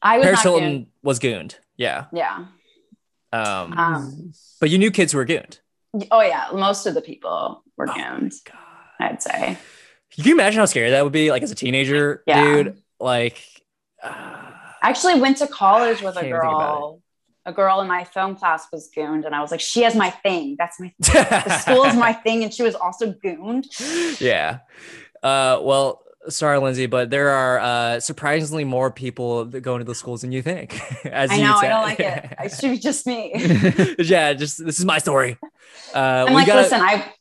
Speaker 7: I was
Speaker 4: Paris
Speaker 7: not
Speaker 4: Hilton
Speaker 7: gooned.
Speaker 4: was gooned. Yeah.
Speaker 7: Yeah.
Speaker 4: Um,
Speaker 7: Um,
Speaker 4: but you knew kids who were gooned.
Speaker 7: oh yeah, most of the people were
Speaker 4: Oh.
Speaker 7: gooned.
Speaker 4: God.
Speaker 7: I'd say.
Speaker 4: Can you imagine how scary that would be? Like as a teenager,
Speaker 7: Yeah.
Speaker 4: dude. Like. Uh,
Speaker 7: I actually went to college with
Speaker 4: Can't
Speaker 7: a
Speaker 4: even think about
Speaker 7: girl. A girl in my film class was gooned, and I was like, "She has my thing. That's my thing. the school is my thing." And she was also gooned.
Speaker 4: yeah. Uh, well, sorry, Lindsay, but there are uh, surprisingly more people that go into the schools than you think. As
Speaker 7: I
Speaker 4: you
Speaker 7: know. I
Speaker 4: said.
Speaker 7: don't like it. It should be just me.
Speaker 4: yeah, just this is my story. Uh,
Speaker 7: I'm
Speaker 4: we
Speaker 7: like,
Speaker 4: gotta-
Speaker 7: listen, I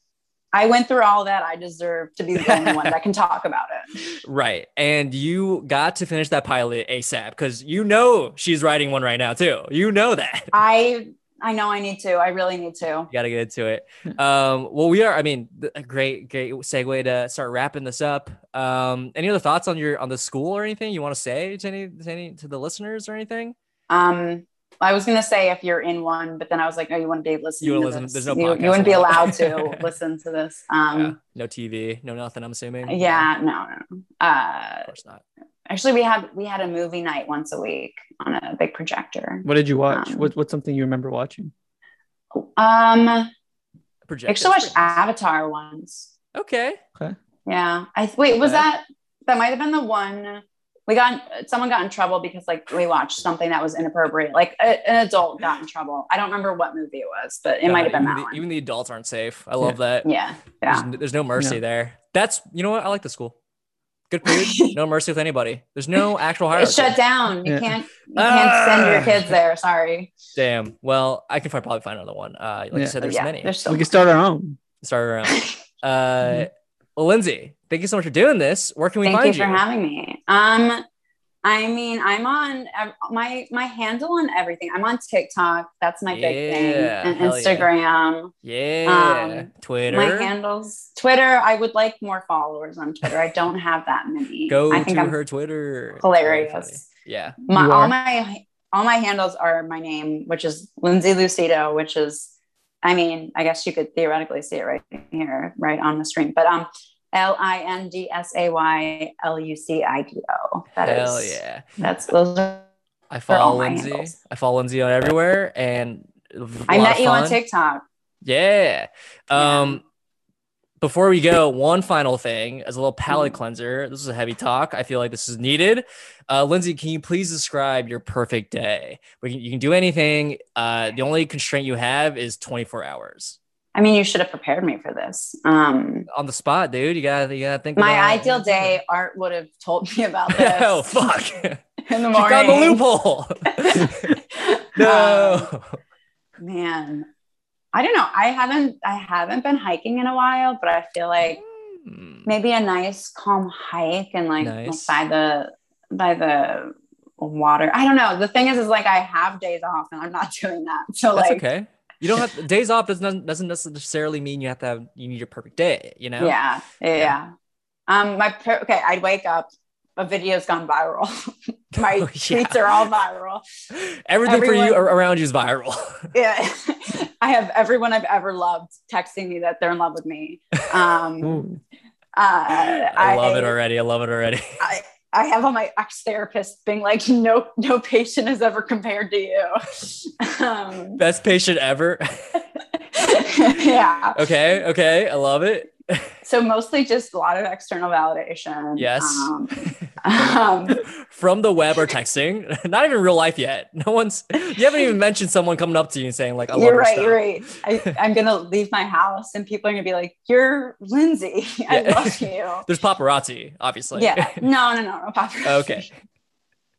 Speaker 7: I went through all that. I deserve to be the only one that can talk about it.
Speaker 4: right, and you got to finish that pilot ASAP because you know she's writing one right now too. You know that.
Speaker 7: I I know I need to. I really need to.
Speaker 4: You gotta get into it.
Speaker 7: Hmm.
Speaker 4: Um, well, we are. I mean, th- a great, great segue to start wrapping this up. Um, any other thoughts on your on the school or anything you want to say to any to any to the listeners or anything?
Speaker 7: Um, I was gonna say if you're in one, but then I was like, no, you wouldn't be listening.
Speaker 4: You
Speaker 7: to
Speaker 4: wouldn't listen-
Speaker 7: this.
Speaker 4: there's no
Speaker 7: you,
Speaker 4: podcast
Speaker 7: you wouldn't be allowed
Speaker 4: allowed.
Speaker 7: to listen to this.
Speaker 4: Yeah.
Speaker 7: Um,
Speaker 4: No TV, no nothing. I'm assuming.
Speaker 7: yeah, no, no. no. Uh,
Speaker 4: of course not.
Speaker 7: actually, we had we had a movie night once a week on a big projector.
Speaker 5: What did you watch?
Speaker 7: Um,
Speaker 5: what, what's something you remember watching?
Speaker 7: Um, I
Speaker 4: Project.
Speaker 7: actually watched Avatar once.
Speaker 4: Okay.
Speaker 7: Yeah. I wait, was
Speaker 4: Okay.
Speaker 7: that that might have been the one we got someone got in trouble because like we watched something that was inappropriate. Like a, an adult got in trouble. I don't remember what movie it was, but it
Speaker 4: God,
Speaker 7: might have been
Speaker 4: even
Speaker 7: that
Speaker 4: the,
Speaker 7: one.
Speaker 4: Even the adults aren't safe. I love that.
Speaker 7: yeah. Yeah.
Speaker 4: There's, there's no mercy there. That's you know what I like the school. Good food, no mercy with anybody. There's no actual hierarchy.
Speaker 7: It's shut down. You
Speaker 5: Yeah.
Speaker 7: can't you
Speaker 4: Ah!
Speaker 7: can't send your kids there. Sorry.
Speaker 4: Damn. Well, I can fi- probably find another one. Uh, like
Speaker 5: Yeah.
Speaker 4: you said, there's
Speaker 7: yeah,
Speaker 4: many.
Speaker 7: There's so
Speaker 5: we can start our own.
Speaker 4: Start around. Uh, well, Lindsay, thank you so much for doing this. Where can we
Speaker 7: Thank you
Speaker 4: find
Speaker 7: for having me. Um, I mean, I'm on ev- my my handle on everything. I'm on TikTok. That's my big thing.
Speaker 4: Yeah,
Speaker 7: And
Speaker 4: hell yeah.
Speaker 7: Instagram.
Speaker 4: yeah.
Speaker 7: Um,
Speaker 4: Twitter.
Speaker 7: My handles Twitter. I would like more followers on Twitter. I don't have that many.
Speaker 4: Go
Speaker 7: I
Speaker 4: to her Twitter. It's very funny.
Speaker 7: hilarious.
Speaker 4: Yeah.
Speaker 7: My,
Speaker 5: You
Speaker 7: all
Speaker 5: are.
Speaker 7: my all my handles are my name, which is Lindsay Lucido, which is, I mean, I guess you could theoretically see it right here, right on the screen. But um, L I N D S A Y L U C I D O. That is.
Speaker 4: Hell yeah.
Speaker 7: That's those. Are,
Speaker 4: I
Speaker 7: They're all
Speaker 4: follow
Speaker 7: my
Speaker 4: Lindsay.
Speaker 7: handles.
Speaker 4: I follow Lindsay on everywhere, and a
Speaker 7: I
Speaker 4: lot
Speaker 7: met
Speaker 4: of
Speaker 7: you on
Speaker 4: fun.
Speaker 7: TikTok.
Speaker 4: Yeah.
Speaker 7: Yeah.
Speaker 4: Um, before we go, one final thing as a little palate
Speaker 7: Mm-hmm.
Speaker 4: cleanser. This is a heavy talk. I feel like this is needed. Uh, Lindsay, can you please describe your perfect day? We can, you can do anything. Uh, the only constraint you have is 24 hours
Speaker 7: I mean, you should have prepared me for this. Um,
Speaker 4: on the spot, dude. You gotta, you gotta think.
Speaker 7: my
Speaker 4: about-
Speaker 7: ideal day, Art would have told me about this.
Speaker 4: oh fuck! She
Speaker 7: In the morning.
Speaker 4: found the loophole.
Speaker 7: Um,
Speaker 4: no.
Speaker 7: man i don't know i haven't i haven't been hiking in a while but i feel like
Speaker 4: Hmm.
Speaker 7: maybe a nice calm hike and like, like,
Speaker 4: Nice.
Speaker 7: by the by the water i don't know the thing is is like i have days off and i'm not doing that so
Speaker 4: That's
Speaker 7: like
Speaker 4: okay. You don't have days off doesn't doesn't necessarily mean you have to have you need your perfect day. You know.
Speaker 7: yeah, yeah yeah. um my per- okay i'd wake up a video's gone viral my
Speaker 4: Oh, yeah.
Speaker 7: tweets are all viral
Speaker 4: Everything for you
Speaker 7: Everyone-
Speaker 4: ar- around you is viral.
Speaker 7: yeah i have everyone i've ever loved texting me that they're in love with me um
Speaker 5: Ooh.
Speaker 7: uh, I,
Speaker 4: I love it already. I love it already.
Speaker 7: I, I have all my ex therapists being like, no, no patient is ever compared to you. um,
Speaker 4: Best patient ever.
Speaker 7: yeah.
Speaker 4: okay, okay, I love it.
Speaker 7: So mostly just a lot of external validation.
Speaker 4: Yes.
Speaker 7: Um, um,
Speaker 4: From the web or texting, not even real life yet. No one's. You haven't even mentioned someone coming up to you and saying like, "I love
Speaker 7: you're
Speaker 4: your
Speaker 7: right.
Speaker 4: stuff.
Speaker 7: You're right. I, I'm gonna leave my house and people are gonna be like, "You're Lindsay. I
Speaker 4: Yeah.
Speaker 7: love you."
Speaker 4: There's paparazzi, obviously.
Speaker 7: yeah. No, no, no, no paparazzi.
Speaker 4: okay.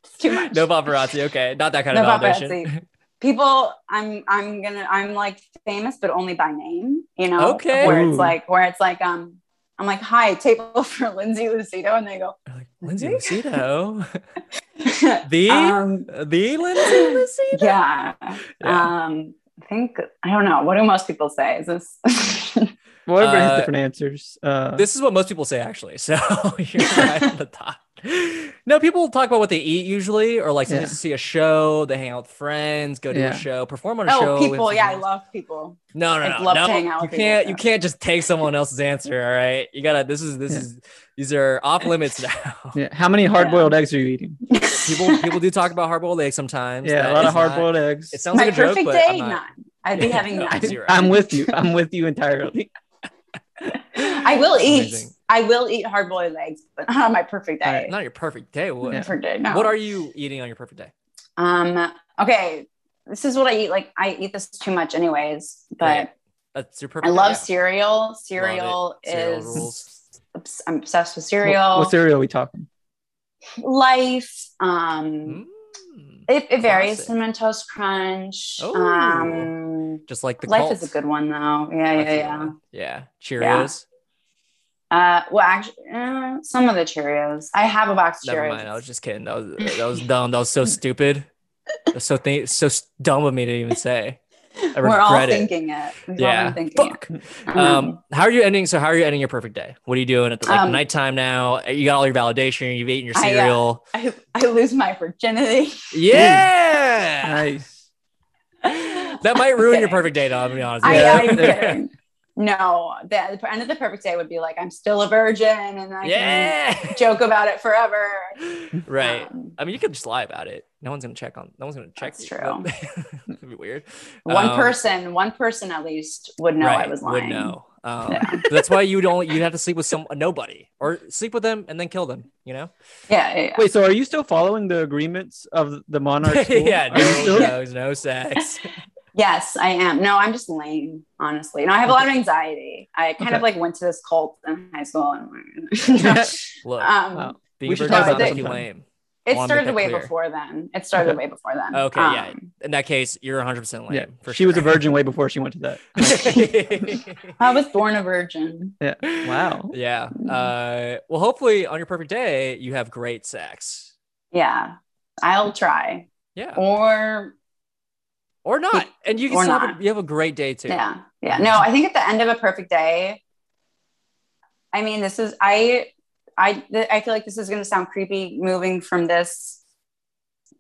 Speaker 7: It's too much.
Speaker 4: No paparazzi. Okay, not that kind
Speaker 7: No
Speaker 4: of validation.
Speaker 7: paparazzi. people i'm i'm gonna i'm like famous but only by name you know
Speaker 4: Okay.
Speaker 7: where
Speaker 5: Ooh.
Speaker 7: it's like where it's like um i'm like hi table for lindsay lucido and they go
Speaker 4: They're Like Lindsay Lucido, the
Speaker 7: Mm-hmm. um
Speaker 4: the Lindsay Lucido.
Speaker 7: yeah.
Speaker 4: Yeah.
Speaker 7: um i think i don't know what do most people say is this
Speaker 5: Well, everybody
Speaker 4: Uh,
Speaker 5: has different answers. Uh,
Speaker 4: This is what most people say actually. So you're right on the top. No, people talk about what they eat usually, or like
Speaker 5: Yeah.
Speaker 4: they see a show, they hang out with friends, go to
Speaker 5: Yeah.
Speaker 4: a show, perform on a show.
Speaker 7: Oh,
Speaker 4: with
Speaker 7: people. Yeah, I
Speaker 4: someone
Speaker 7: love people.
Speaker 4: No, no,
Speaker 7: I
Speaker 4: no,
Speaker 7: love
Speaker 4: no.
Speaker 7: to hang out
Speaker 4: you
Speaker 7: with people like
Speaker 4: can't. You
Speaker 7: that.
Speaker 4: can't just take someone else's answer. All right, you gotta. This is this
Speaker 5: Yeah.
Speaker 4: is these are off limits now.
Speaker 5: Yeah. How many hard boiled eggs are you eating?
Speaker 4: people people do talk about hard boiled eggs sometimes.
Speaker 5: Yeah,
Speaker 4: That
Speaker 5: a lot
Speaker 4: is
Speaker 5: of hard
Speaker 4: not-
Speaker 5: boiled eggs.
Speaker 4: It sounds
Speaker 7: My
Speaker 4: like a joke,
Speaker 7: perfect
Speaker 4: but
Speaker 7: day,
Speaker 4: I'm not-
Speaker 7: none. I'd be having
Speaker 4: No,
Speaker 7: none.
Speaker 4: zero.
Speaker 5: I'm with you. I'm with you entirely.
Speaker 7: I will
Speaker 4: It's
Speaker 7: eat.
Speaker 4: amazing.
Speaker 7: I will eat hard boiled eggs, but not on my perfect
Speaker 5: All
Speaker 7: day.
Speaker 5: right,
Speaker 4: Not your perfect day. What,
Speaker 5: Yeah.
Speaker 7: Perfect day. No.
Speaker 4: what are you eating on your perfect day?
Speaker 7: Um. Okay. This is what I eat. Like I eat this too much, anyways. But
Speaker 4: That's your
Speaker 7: I
Speaker 4: perfect.
Speaker 7: love
Speaker 4: day.
Speaker 7: cereal. Cereal
Speaker 4: Cereal
Speaker 7: is.
Speaker 4: rules.
Speaker 7: obs- I'm obsessed with
Speaker 5: What,
Speaker 7: cereal.
Speaker 5: what cereal are we talking?
Speaker 7: Life. Um.
Speaker 4: Mm.
Speaker 7: It, it varies.
Speaker 4: Classic.
Speaker 7: Cinnamon Toast Crunch.
Speaker 4: Oh.
Speaker 7: Um.
Speaker 4: Just like the
Speaker 7: Life
Speaker 4: cult.
Speaker 7: is a good one though. Yeah,
Speaker 4: That's
Speaker 7: yeah,
Speaker 4: a good
Speaker 7: yeah.
Speaker 4: one. Yeah. Cheerios.
Speaker 7: Uh, well, actually, eh, some of the Cheerios. I have a box of
Speaker 4: Never
Speaker 7: Cheerios.
Speaker 4: mind. I was just kidding. That was that was dumb. That was so stupid. That's so th- so s- dumb of me to even say. I
Speaker 7: We're all
Speaker 4: regret it.
Speaker 7: thinking it. We've all
Speaker 4: Yeah.
Speaker 7: been thinking it.
Speaker 4: Fuck. Um, how are you ending? So how are you ending your perfect day? What are you doing at the like,
Speaker 7: Um,
Speaker 4: nighttime now? You got all your validation. You've eaten your
Speaker 7: I, uh,
Speaker 4: cereal.
Speaker 7: I, I lose my virginity.
Speaker 4: yeah.
Speaker 5: Nice.
Speaker 4: that might ruin your
Speaker 7: Kidding.
Speaker 4: perfect day, though. I'm gonna be honest. with
Speaker 7: I,
Speaker 4: you.
Speaker 7: I'm kidding. No, the, the end of the perfect day would be like I'm still a virgin, and I
Speaker 4: yeah.
Speaker 7: can joke about it forever.
Speaker 4: right. Uh,
Speaker 7: Um,
Speaker 4: I mean, you could just lie about it. No one's gonna check on. No one's gonna check.
Speaker 7: That's
Speaker 4: you.
Speaker 7: true.
Speaker 4: That'd be weird.
Speaker 7: one
Speaker 4: Um,
Speaker 7: person, one person at least would know I
Speaker 4: right,
Speaker 7: was
Speaker 4: Would
Speaker 7: lying.
Speaker 4: know. Um,
Speaker 7: Yeah.
Speaker 4: but That's why you'd only you'd have to sleep with some nobody or sleep with them and then kill them. You know.
Speaker 7: Yeah, yeah, yeah.
Speaker 5: Wait, so are you still following the agreements of the monarch? School?
Speaker 4: yeah.
Speaker 5: Are you
Speaker 4: No
Speaker 5: still?
Speaker 4: drugs, no sex.
Speaker 7: Yes, I am. No, I'm just lame, honestly. No, I have a lot of anxiety. I kind of
Speaker 5: Okay.
Speaker 7: like went to this cult in high school, and
Speaker 4: Look,
Speaker 7: um,
Speaker 5: Wow.
Speaker 4: being
Speaker 5: we
Speaker 4: a
Speaker 5: should
Speaker 4: virgin
Speaker 7: talk
Speaker 4: is
Speaker 7: about that
Speaker 4: pretty
Speaker 5: sometime.
Speaker 4: lame.
Speaker 7: it
Speaker 4: Wanna make
Speaker 7: started
Speaker 4: that
Speaker 7: way
Speaker 4: clear.
Speaker 7: before then. It started way before then.
Speaker 4: Okay, yeah.
Speaker 7: Um,
Speaker 4: In that case, you're 100 percent lame.
Speaker 5: Yeah.
Speaker 4: For
Speaker 5: she was a virgin way before she went to that.
Speaker 4: virgin.
Speaker 7: I was born a virgin.
Speaker 5: Yeah. Wow.
Speaker 4: yeah. Uh, well, hopefully, on your perfect day, you have great sex.
Speaker 7: Yeah, I'll try.
Speaker 4: Yeah,
Speaker 7: Or
Speaker 4: or not, and you can
Speaker 7: Or
Speaker 4: still have a,
Speaker 7: not.
Speaker 4: you have a great day too.
Speaker 7: yeah, yeah. No, I think at the end of a perfect day. I mean, this is I, I, th- I feel like this is going to sound creepy moving from this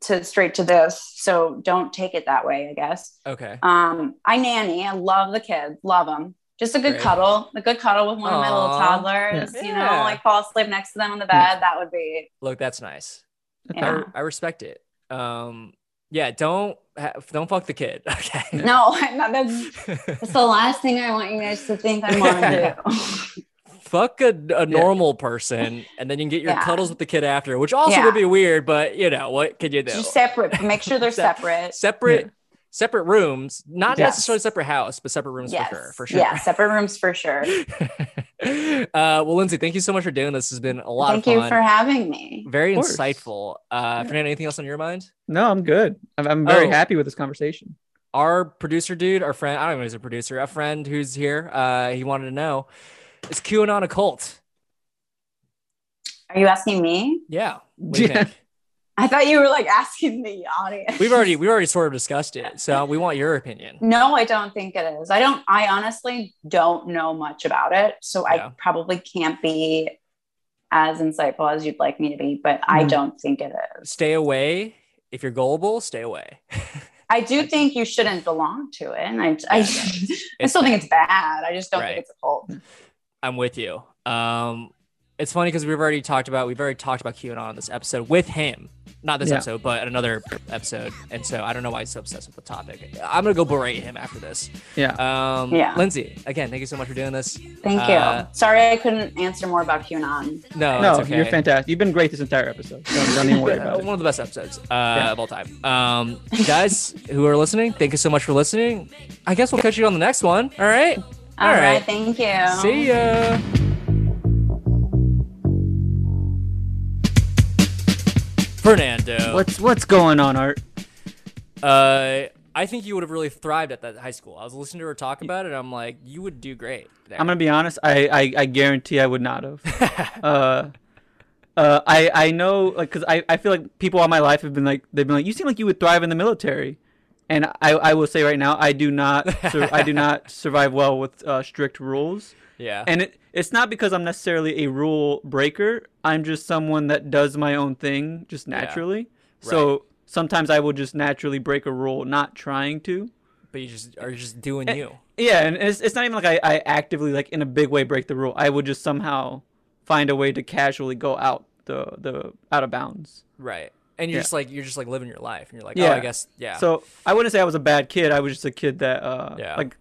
Speaker 7: to straight to this. So don't take it that way, I guess.
Speaker 4: Okay.
Speaker 7: Um, I nanny. I love the kids. Love them. Just a good
Speaker 4: Great.
Speaker 7: cuddle. A good cuddle with one of my little
Speaker 4: Aw.
Speaker 7: toddlers.
Speaker 4: Yeah.
Speaker 7: You
Speaker 4: Yeah.
Speaker 7: know, like fall asleep next to them on the bed.
Speaker 5: Yeah.
Speaker 7: That would be.
Speaker 4: Look, that's nice. I,
Speaker 7: Yeah.
Speaker 4: re- I respect it. Um, yeah. Don't ha- don't fuck the kid. Okay.
Speaker 7: No, I'm not. That's, that's the last thing I want you guys to think I want to do.
Speaker 4: fuck a, a normal person, and then you can get your
Speaker 7: Yeah.
Speaker 4: cuddles with the kid after, which also
Speaker 7: Yeah.
Speaker 4: would be weird. But you know what? Could you do?
Speaker 7: Just separate. Make sure they're
Speaker 4: Se-
Speaker 7: separate.
Speaker 4: separate separate rooms not
Speaker 5: Yes.
Speaker 4: necessarily separate house but separate rooms
Speaker 7: yes.
Speaker 4: for sure for sure
Speaker 7: Yeah, separate rooms for sure.
Speaker 4: uh, well lindsay thank you so much for doing this has been a lot
Speaker 7: Thank
Speaker 4: of
Speaker 7: you
Speaker 4: fun
Speaker 7: for having me.
Speaker 4: very
Speaker 5: Of course.
Speaker 4: insightful uh fernando anything else on your mind
Speaker 5: No, I'm good. I'm, I'm very
Speaker 4: Oh.
Speaker 5: happy with this conversation.
Speaker 4: our producer dude our friend i don't even know who's a producer a friend who's here uh he wanted to know is qanon a cult
Speaker 7: Are you asking me?
Speaker 4: yeah What do you
Speaker 5: Yeah.
Speaker 4: think?
Speaker 7: I thought you were like asking the audience.
Speaker 4: we've already we've already sort of discussed it so we want your opinion
Speaker 7: No, I don't think it is. I don't, I honestly don't know much about it. So
Speaker 4: Yeah.
Speaker 7: I probably can't be as insightful as you'd like me to be, but I
Speaker 4: Mm-hmm.
Speaker 5: Mhm.
Speaker 7: don't think it is.
Speaker 4: stay away if you're gullible stay away
Speaker 7: I do think you shouldn't belong to it. And I, I,
Speaker 4: Yeah,
Speaker 7: I still think it's bad. I just don't
Speaker 4: Right.
Speaker 7: think it's a cult.
Speaker 4: I'm with you. Um, it's funny because we've already talked about we've already talked about QAnon on this episode with him, not this
Speaker 5: Yeah.
Speaker 4: episode, but another episode. And so I don't know why he's so obsessed with the topic. I'm gonna go berate him after this.
Speaker 5: Yeah.
Speaker 4: Um,
Speaker 7: Yeah.
Speaker 4: Lindsay, again, thank you so much for doing this.
Speaker 7: Thank
Speaker 4: Uh,
Speaker 7: you. Sorry I couldn't answer more about QAnon.
Speaker 4: No,
Speaker 5: no,
Speaker 4: it's Oh, okay.
Speaker 5: you're fantastic. You've been great this entire episode. Don't, don't even worry
Speaker 4: Uh,
Speaker 5: about it.
Speaker 4: One of the best episodes uh, of all time. Um, guys who are listening, thank you so much for listening. I guess we'll catch you on the next one. All right.
Speaker 7: All right.
Speaker 4: right.
Speaker 7: Thank you.
Speaker 4: See ya. Fernando.
Speaker 5: What's what's going on, Art?
Speaker 4: Uh, I think you would have really thrived at that high school. I was listening to her talk about it. And I'm like, you would do great. there.
Speaker 5: I'm gonna be honest. I I, I guarantee I would not have. uh, uh, I I know like because I I feel like people all my life have been like they've been like you seem like you would thrive in the military, and I, I will say right now, I do not, sur- I do not survive well with uh, strict rules.
Speaker 4: Yeah.
Speaker 5: And it, it's not because I'm necessarily a rule breaker. I'm just someone that does my own thing just naturally. So sometimes I will just naturally break a rule, not trying to.
Speaker 4: but you just are just doing you.
Speaker 5: Yeah, and it's, it's not even like I, I actively like in a big way break the rule. I will just somehow find a way to casually go out the the out of bounds.
Speaker 4: Right. And you're
Speaker 5: Yeah.
Speaker 4: just like you're just like living your life and you're like,
Speaker 5: Yeah.
Speaker 4: Oh, I guess yeah.
Speaker 5: So I wouldn't say I was a bad kid. I was just a kid that uh
Speaker 4: Yeah.
Speaker 5: like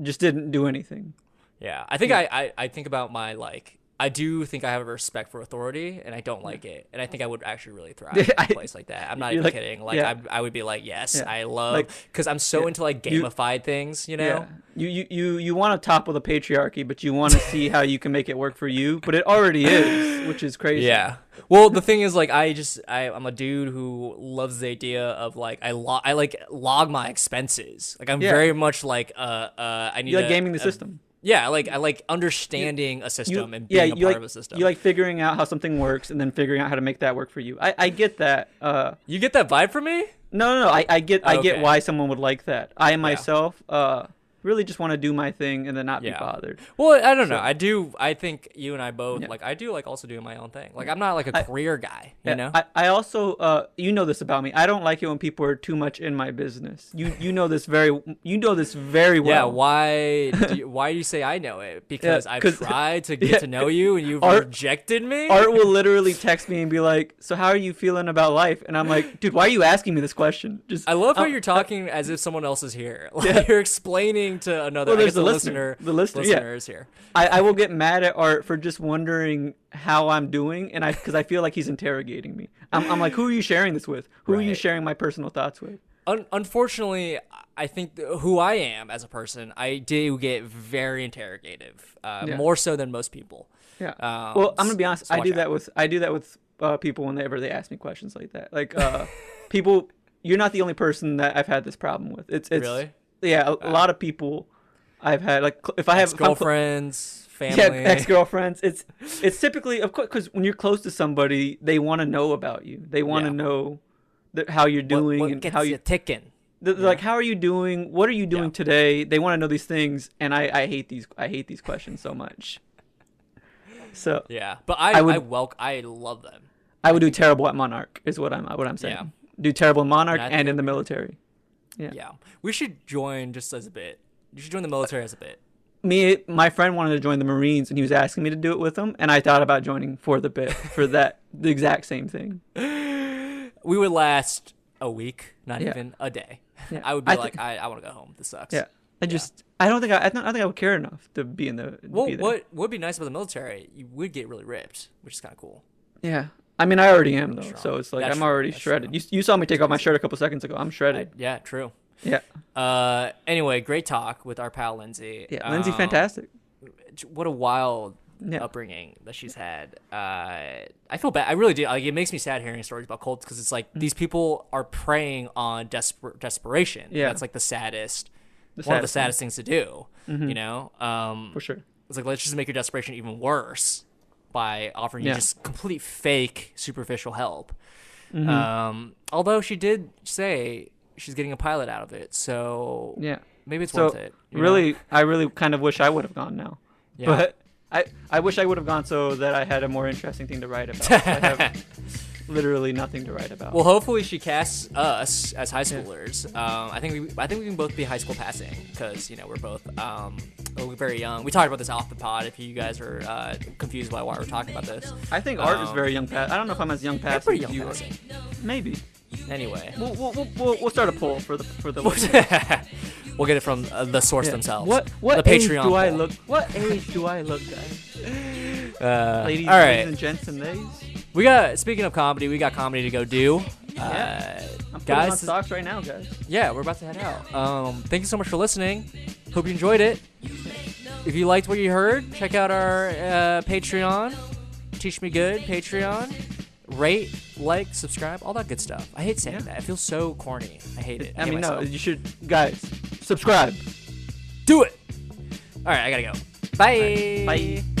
Speaker 5: just didn't do anything.
Speaker 4: Yeah, I think
Speaker 5: Hmm.
Speaker 4: I, I I think about my like I do think I have a respect for authority, and I don't like it, and I think I would actually really thrive in
Speaker 5: I-
Speaker 4: a place like that. I'm not
Speaker 5: You're
Speaker 4: even
Speaker 5: like-
Speaker 4: kidding. Like
Speaker 5: yeah.
Speaker 4: I, I would be like, yes,
Speaker 5: Yeah.
Speaker 4: I love
Speaker 5: Like,
Speaker 4: because I'm so into like
Speaker 5: You-
Speaker 4: gamified things, you know.
Speaker 5: You you you, you want to topple the patriarchy, but you want to see how you can make it work for you. But it already is, which is crazy.
Speaker 4: Yeah. Well, the thing is, like, I just I, I'm a dude who loves the idea of like I lo- I like log my expenses. Like I'm
Speaker 5: Yeah.
Speaker 4: very much like uh uh I need
Speaker 5: You like
Speaker 4: to-
Speaker 5: gaming the
Speaker 4: uh,
Speaker 5: system.
Speaker 4: Yeah, I like I like understanding a
Speaker 5: You-
Speaker 4: system and being a part
Speaker 5: like,
Speaker 4: of a system.
Speaker 5: You like figuring out how something works and then figuring out how to make that work for you. I, I get that. Uh,
Speaker 4: you get that vibe from me?
Speaker 5: no, no, no. I, I get I get
Speaker 4: Okay.
Speaker 5: why someone would like that. I myself uh, really just want to do my thing and then not be
Speaker 4: Yeah.
Speaker 5: bothered.
Speaker 4: Well, I don't know. I do. I think you and I both
Speaker 5: Yeah.
Speaker 4: like. I do like also doing my own thing. Like I'm not like a career guy. You
Speaker 5: Yeah,
Speaker 4: know.
Speaker 5: I, I also uh, you know this about me. I don't like it when people are too much in my business. You you know this very you know this very
Speaker 4: yeah.
Speaker 5: well.
Speaker 4: Why? Do you, why do you say I know it? Because I've
Speaker 5: 'cause-
Speaker 4: tried to get
Speaker 5: yeah.
Speaker 4: to know you, and you've
Speaker 5: Art-
Speaker 4: rejected me.
Speaker 5: Art will literally text me and be like, "So how are you feeling about life?" And I'm like, "Dude, why are you asking me this question?" Just
Speaker 4: I love how
Speaker 5: I'll-
Speaker 4: you're talking as if someone else is here. Like you're explaining to another.
Speaker 5: Well,
Speaker 4: I
Speaker 5: there's
Speaker 4: guess
Speaker 5: the
Speaker 4: the
Speaker 5: listener.
Speaker 4: listener.
Speaker 5: The listener, yeah.
Speaker 4: is here.
Speaker 5: I, I will get mad at Art for just wondering how I'm doing, and I because I feel like he's interrogating me. I'm, I'm like, who are you sharing this with? Who are you
Speaker 4: Right.
Speaker 5: sharing my personal thoughts with?
Speaker 4: Un- unfortunately, I think th- who I am as a person, I do get very interrogative, uh,
Speaker 5: Yeah.
Speaker 4: more so than most people.
Speaker 5: Yeah.
Speaker 4: Um,
Speaker 5: well, I'm gonna be
Speaker 4: s-
Speaker 5: honest.
Speaker 4: so
Speaker 5: I
Speaker 4: watch
Speaker 5: do
Speaker 4: out.
Speaker 5: that with I do that with uh, people whenever they ask me questions like that. Like uh, people, you're not the only person that I've had this problem with. It's it's
Speaker 4: Really?
Speaker 5: yeah. A, a lot of people I've had like cl- if I have if I'm cl-
Speaker 4: Girlfriends, family.
Speaker 5: yeah, ex girlfriends. It's it's typically of course because when you're close to somebody, they want to know about you. They want to
Speaker 4: Yeah.
Speaker 5: know that how you're doing
Speaker 4: what
Speaker 5: and
Speaker 4: gets
Speaker 5: how
Speaker 4: you
Speaker 5: you.
Speaker 4: ticking.
Speaker 5: th- Like how are you doing? What are you doing today? They want to know these things, and I, I hate these I hate these questions so much. So
Speaker 4: Yeah, but I
Speaker 5: I
Speaker 4: I,
Speaker 5: would-
Speaker 4: welcome I love them.
Speaker 5: I would do terrible at Monarch is what I'm what I'm saying.
Speaker 4: Yeah.
Speaker 5: Do terrible in Monarch
Speaker 4: And I
Speaker 5: and in the military.
Speaker 4: Yeah, we should join just as a bit. You should join the military as a bit.
Speaker 5: Me, my friend wanted to join the Marines, and he was asking me to do it with him, and I thought about joining for the bit for that the exact same thing.
Speaker 4: We would last a week, not
Speaker 5: Yeah.
Speaker 4: even a day.
Speaker 5: Yeah.
Speaker 4: I would be
Speaker 5: I thi-
Speaker 4: like, I, I want to go home. This sucks.
Speaker 5: Yeah, I just I don't think I I don't, I don't think I would care enough to be in the. to
Speaker 4: Well,
Speaker 5: be there.
Speaker 4: what would be nice about the military? You would get really ripped, which is kind of cool.
Speaker 5: Yeah, I mean I already am though, so
Speaker 4: strong.
Speaker 5: it's like
Speaker 4: That's
Speaker 5: I'm
Speaker 4: strong.
Speaker 5: already
Speaker 4: That's
Speaker 5: shredded.
Speaker 4: strong.
Speaker 5: You you saw me take off my shirt a couple seconds ago. I'm shredded.
Speaker 4: Yeah, true.
Speaker 5: yeah,
Speaker 4: Uh, anyway, great talk with our pal Lindsay.
Speaker 5: yeah. Lindsay,
Speaker 4: Um,
Speaker 5: fantastic.
Speaker 4: What a wild
Speaker 5: Yeah.
Speaker 4: upbringing that she's had. Uh, I feel bad. I really do. Like, it makes me sad hearing stories about cults because it's like
Speaker 5: Mm.
Speaker 4: these people are preying on desper- desperation.
Speaker 5: Yeah.
Speaker 4: that's like the saddest, one of the
Speaker 5: saddest thing. Mm-hmm.
Speaker 4: saddest things to do. You know, um,
Speaker 5: For sure.
Speaker 4: it's like let's just make your desperation even worse by offering
Speaker 5: Yeah.
Speaker 4: you just complete fake superficial help.
Speaker 5: Mm-hmm.
Speaker 4: Um, although she did say she's getting a pilot out of it, so
Speaker 5: Yeah.
Speaker 4: maybe it's
Speaker 5: so
Speaker 4: worth it. you know?
Speaker 5: really, I really kind of wish I would have gone now.
Speaker 4: Yeah.
Speaker 5: But I, I wish I would have gone so that I had a more interesting thing to write about. I have literally nothing to write about.
Speaker 4: Well, hopefully she casts us as high schoolers. Um, I think we, I think we can both be high school passing because you know we're both um, we're very young. We talked about this off the pod. If you guys are uh, confused by why we're talking about this,
Speaker 5: I think art is
Speaker 4: um,
Speaker 5: very young. Pa- I don't know if I'm as young past
Speaker 4: pretty
Speaker 5: as
Speaker 4: young
Speaker 5: you are.
Speaker 4: passing.
Speaker 5: Maybe.
Speaker 4: Anyway,
Speaker 5: We'll, we'll, we'll, we'll, we'll start a poll for the for the listeners.
Speaker 4: we'll get it from uh, the source themselves.
Speaker 5: What what
Speaker 4: the
Speaker 5: age
Speaker 4: Patreon
Speaker 5: do I
Speaker 4: poll.
Speaker 5: look? What age do I look, guys?
Speaker 4: Uh,
Speaker 5: Ladies,
Speaker 4: all
Speaker 5: ladies
Speaker 4: right.
Speaker 5: and gents and ladies.
Speaker 4: We got speaking of comedy, we got comedy to go do. Uh,
Speaker 5: I'm putting
Speaker 4: Guys,
Speaker 5: on
Speaker 4: this-
Speaker 5: socks right now, guys.
Speaker 4: yeah, we're about to head out. Um, thank you so much for listening. Hope you enjoyed it. If you liked what you heard, check out our uh, Patreon, Teach Me Good Patreon. Rate, like, subscribe, all that good stuff. I hate saying
Speaker 5: Yeah.
Speaker 4: that. It feels so corny. I hate it.
Speaker 5: I
Speaker 4: hate
Speaker 5: mean, no,
Speaker 4: myself.
Speaker 5: you should, guys, subscribe.
Speaker 4: do it. All right, I gotta go. Bye.
Speaker 5: Bye.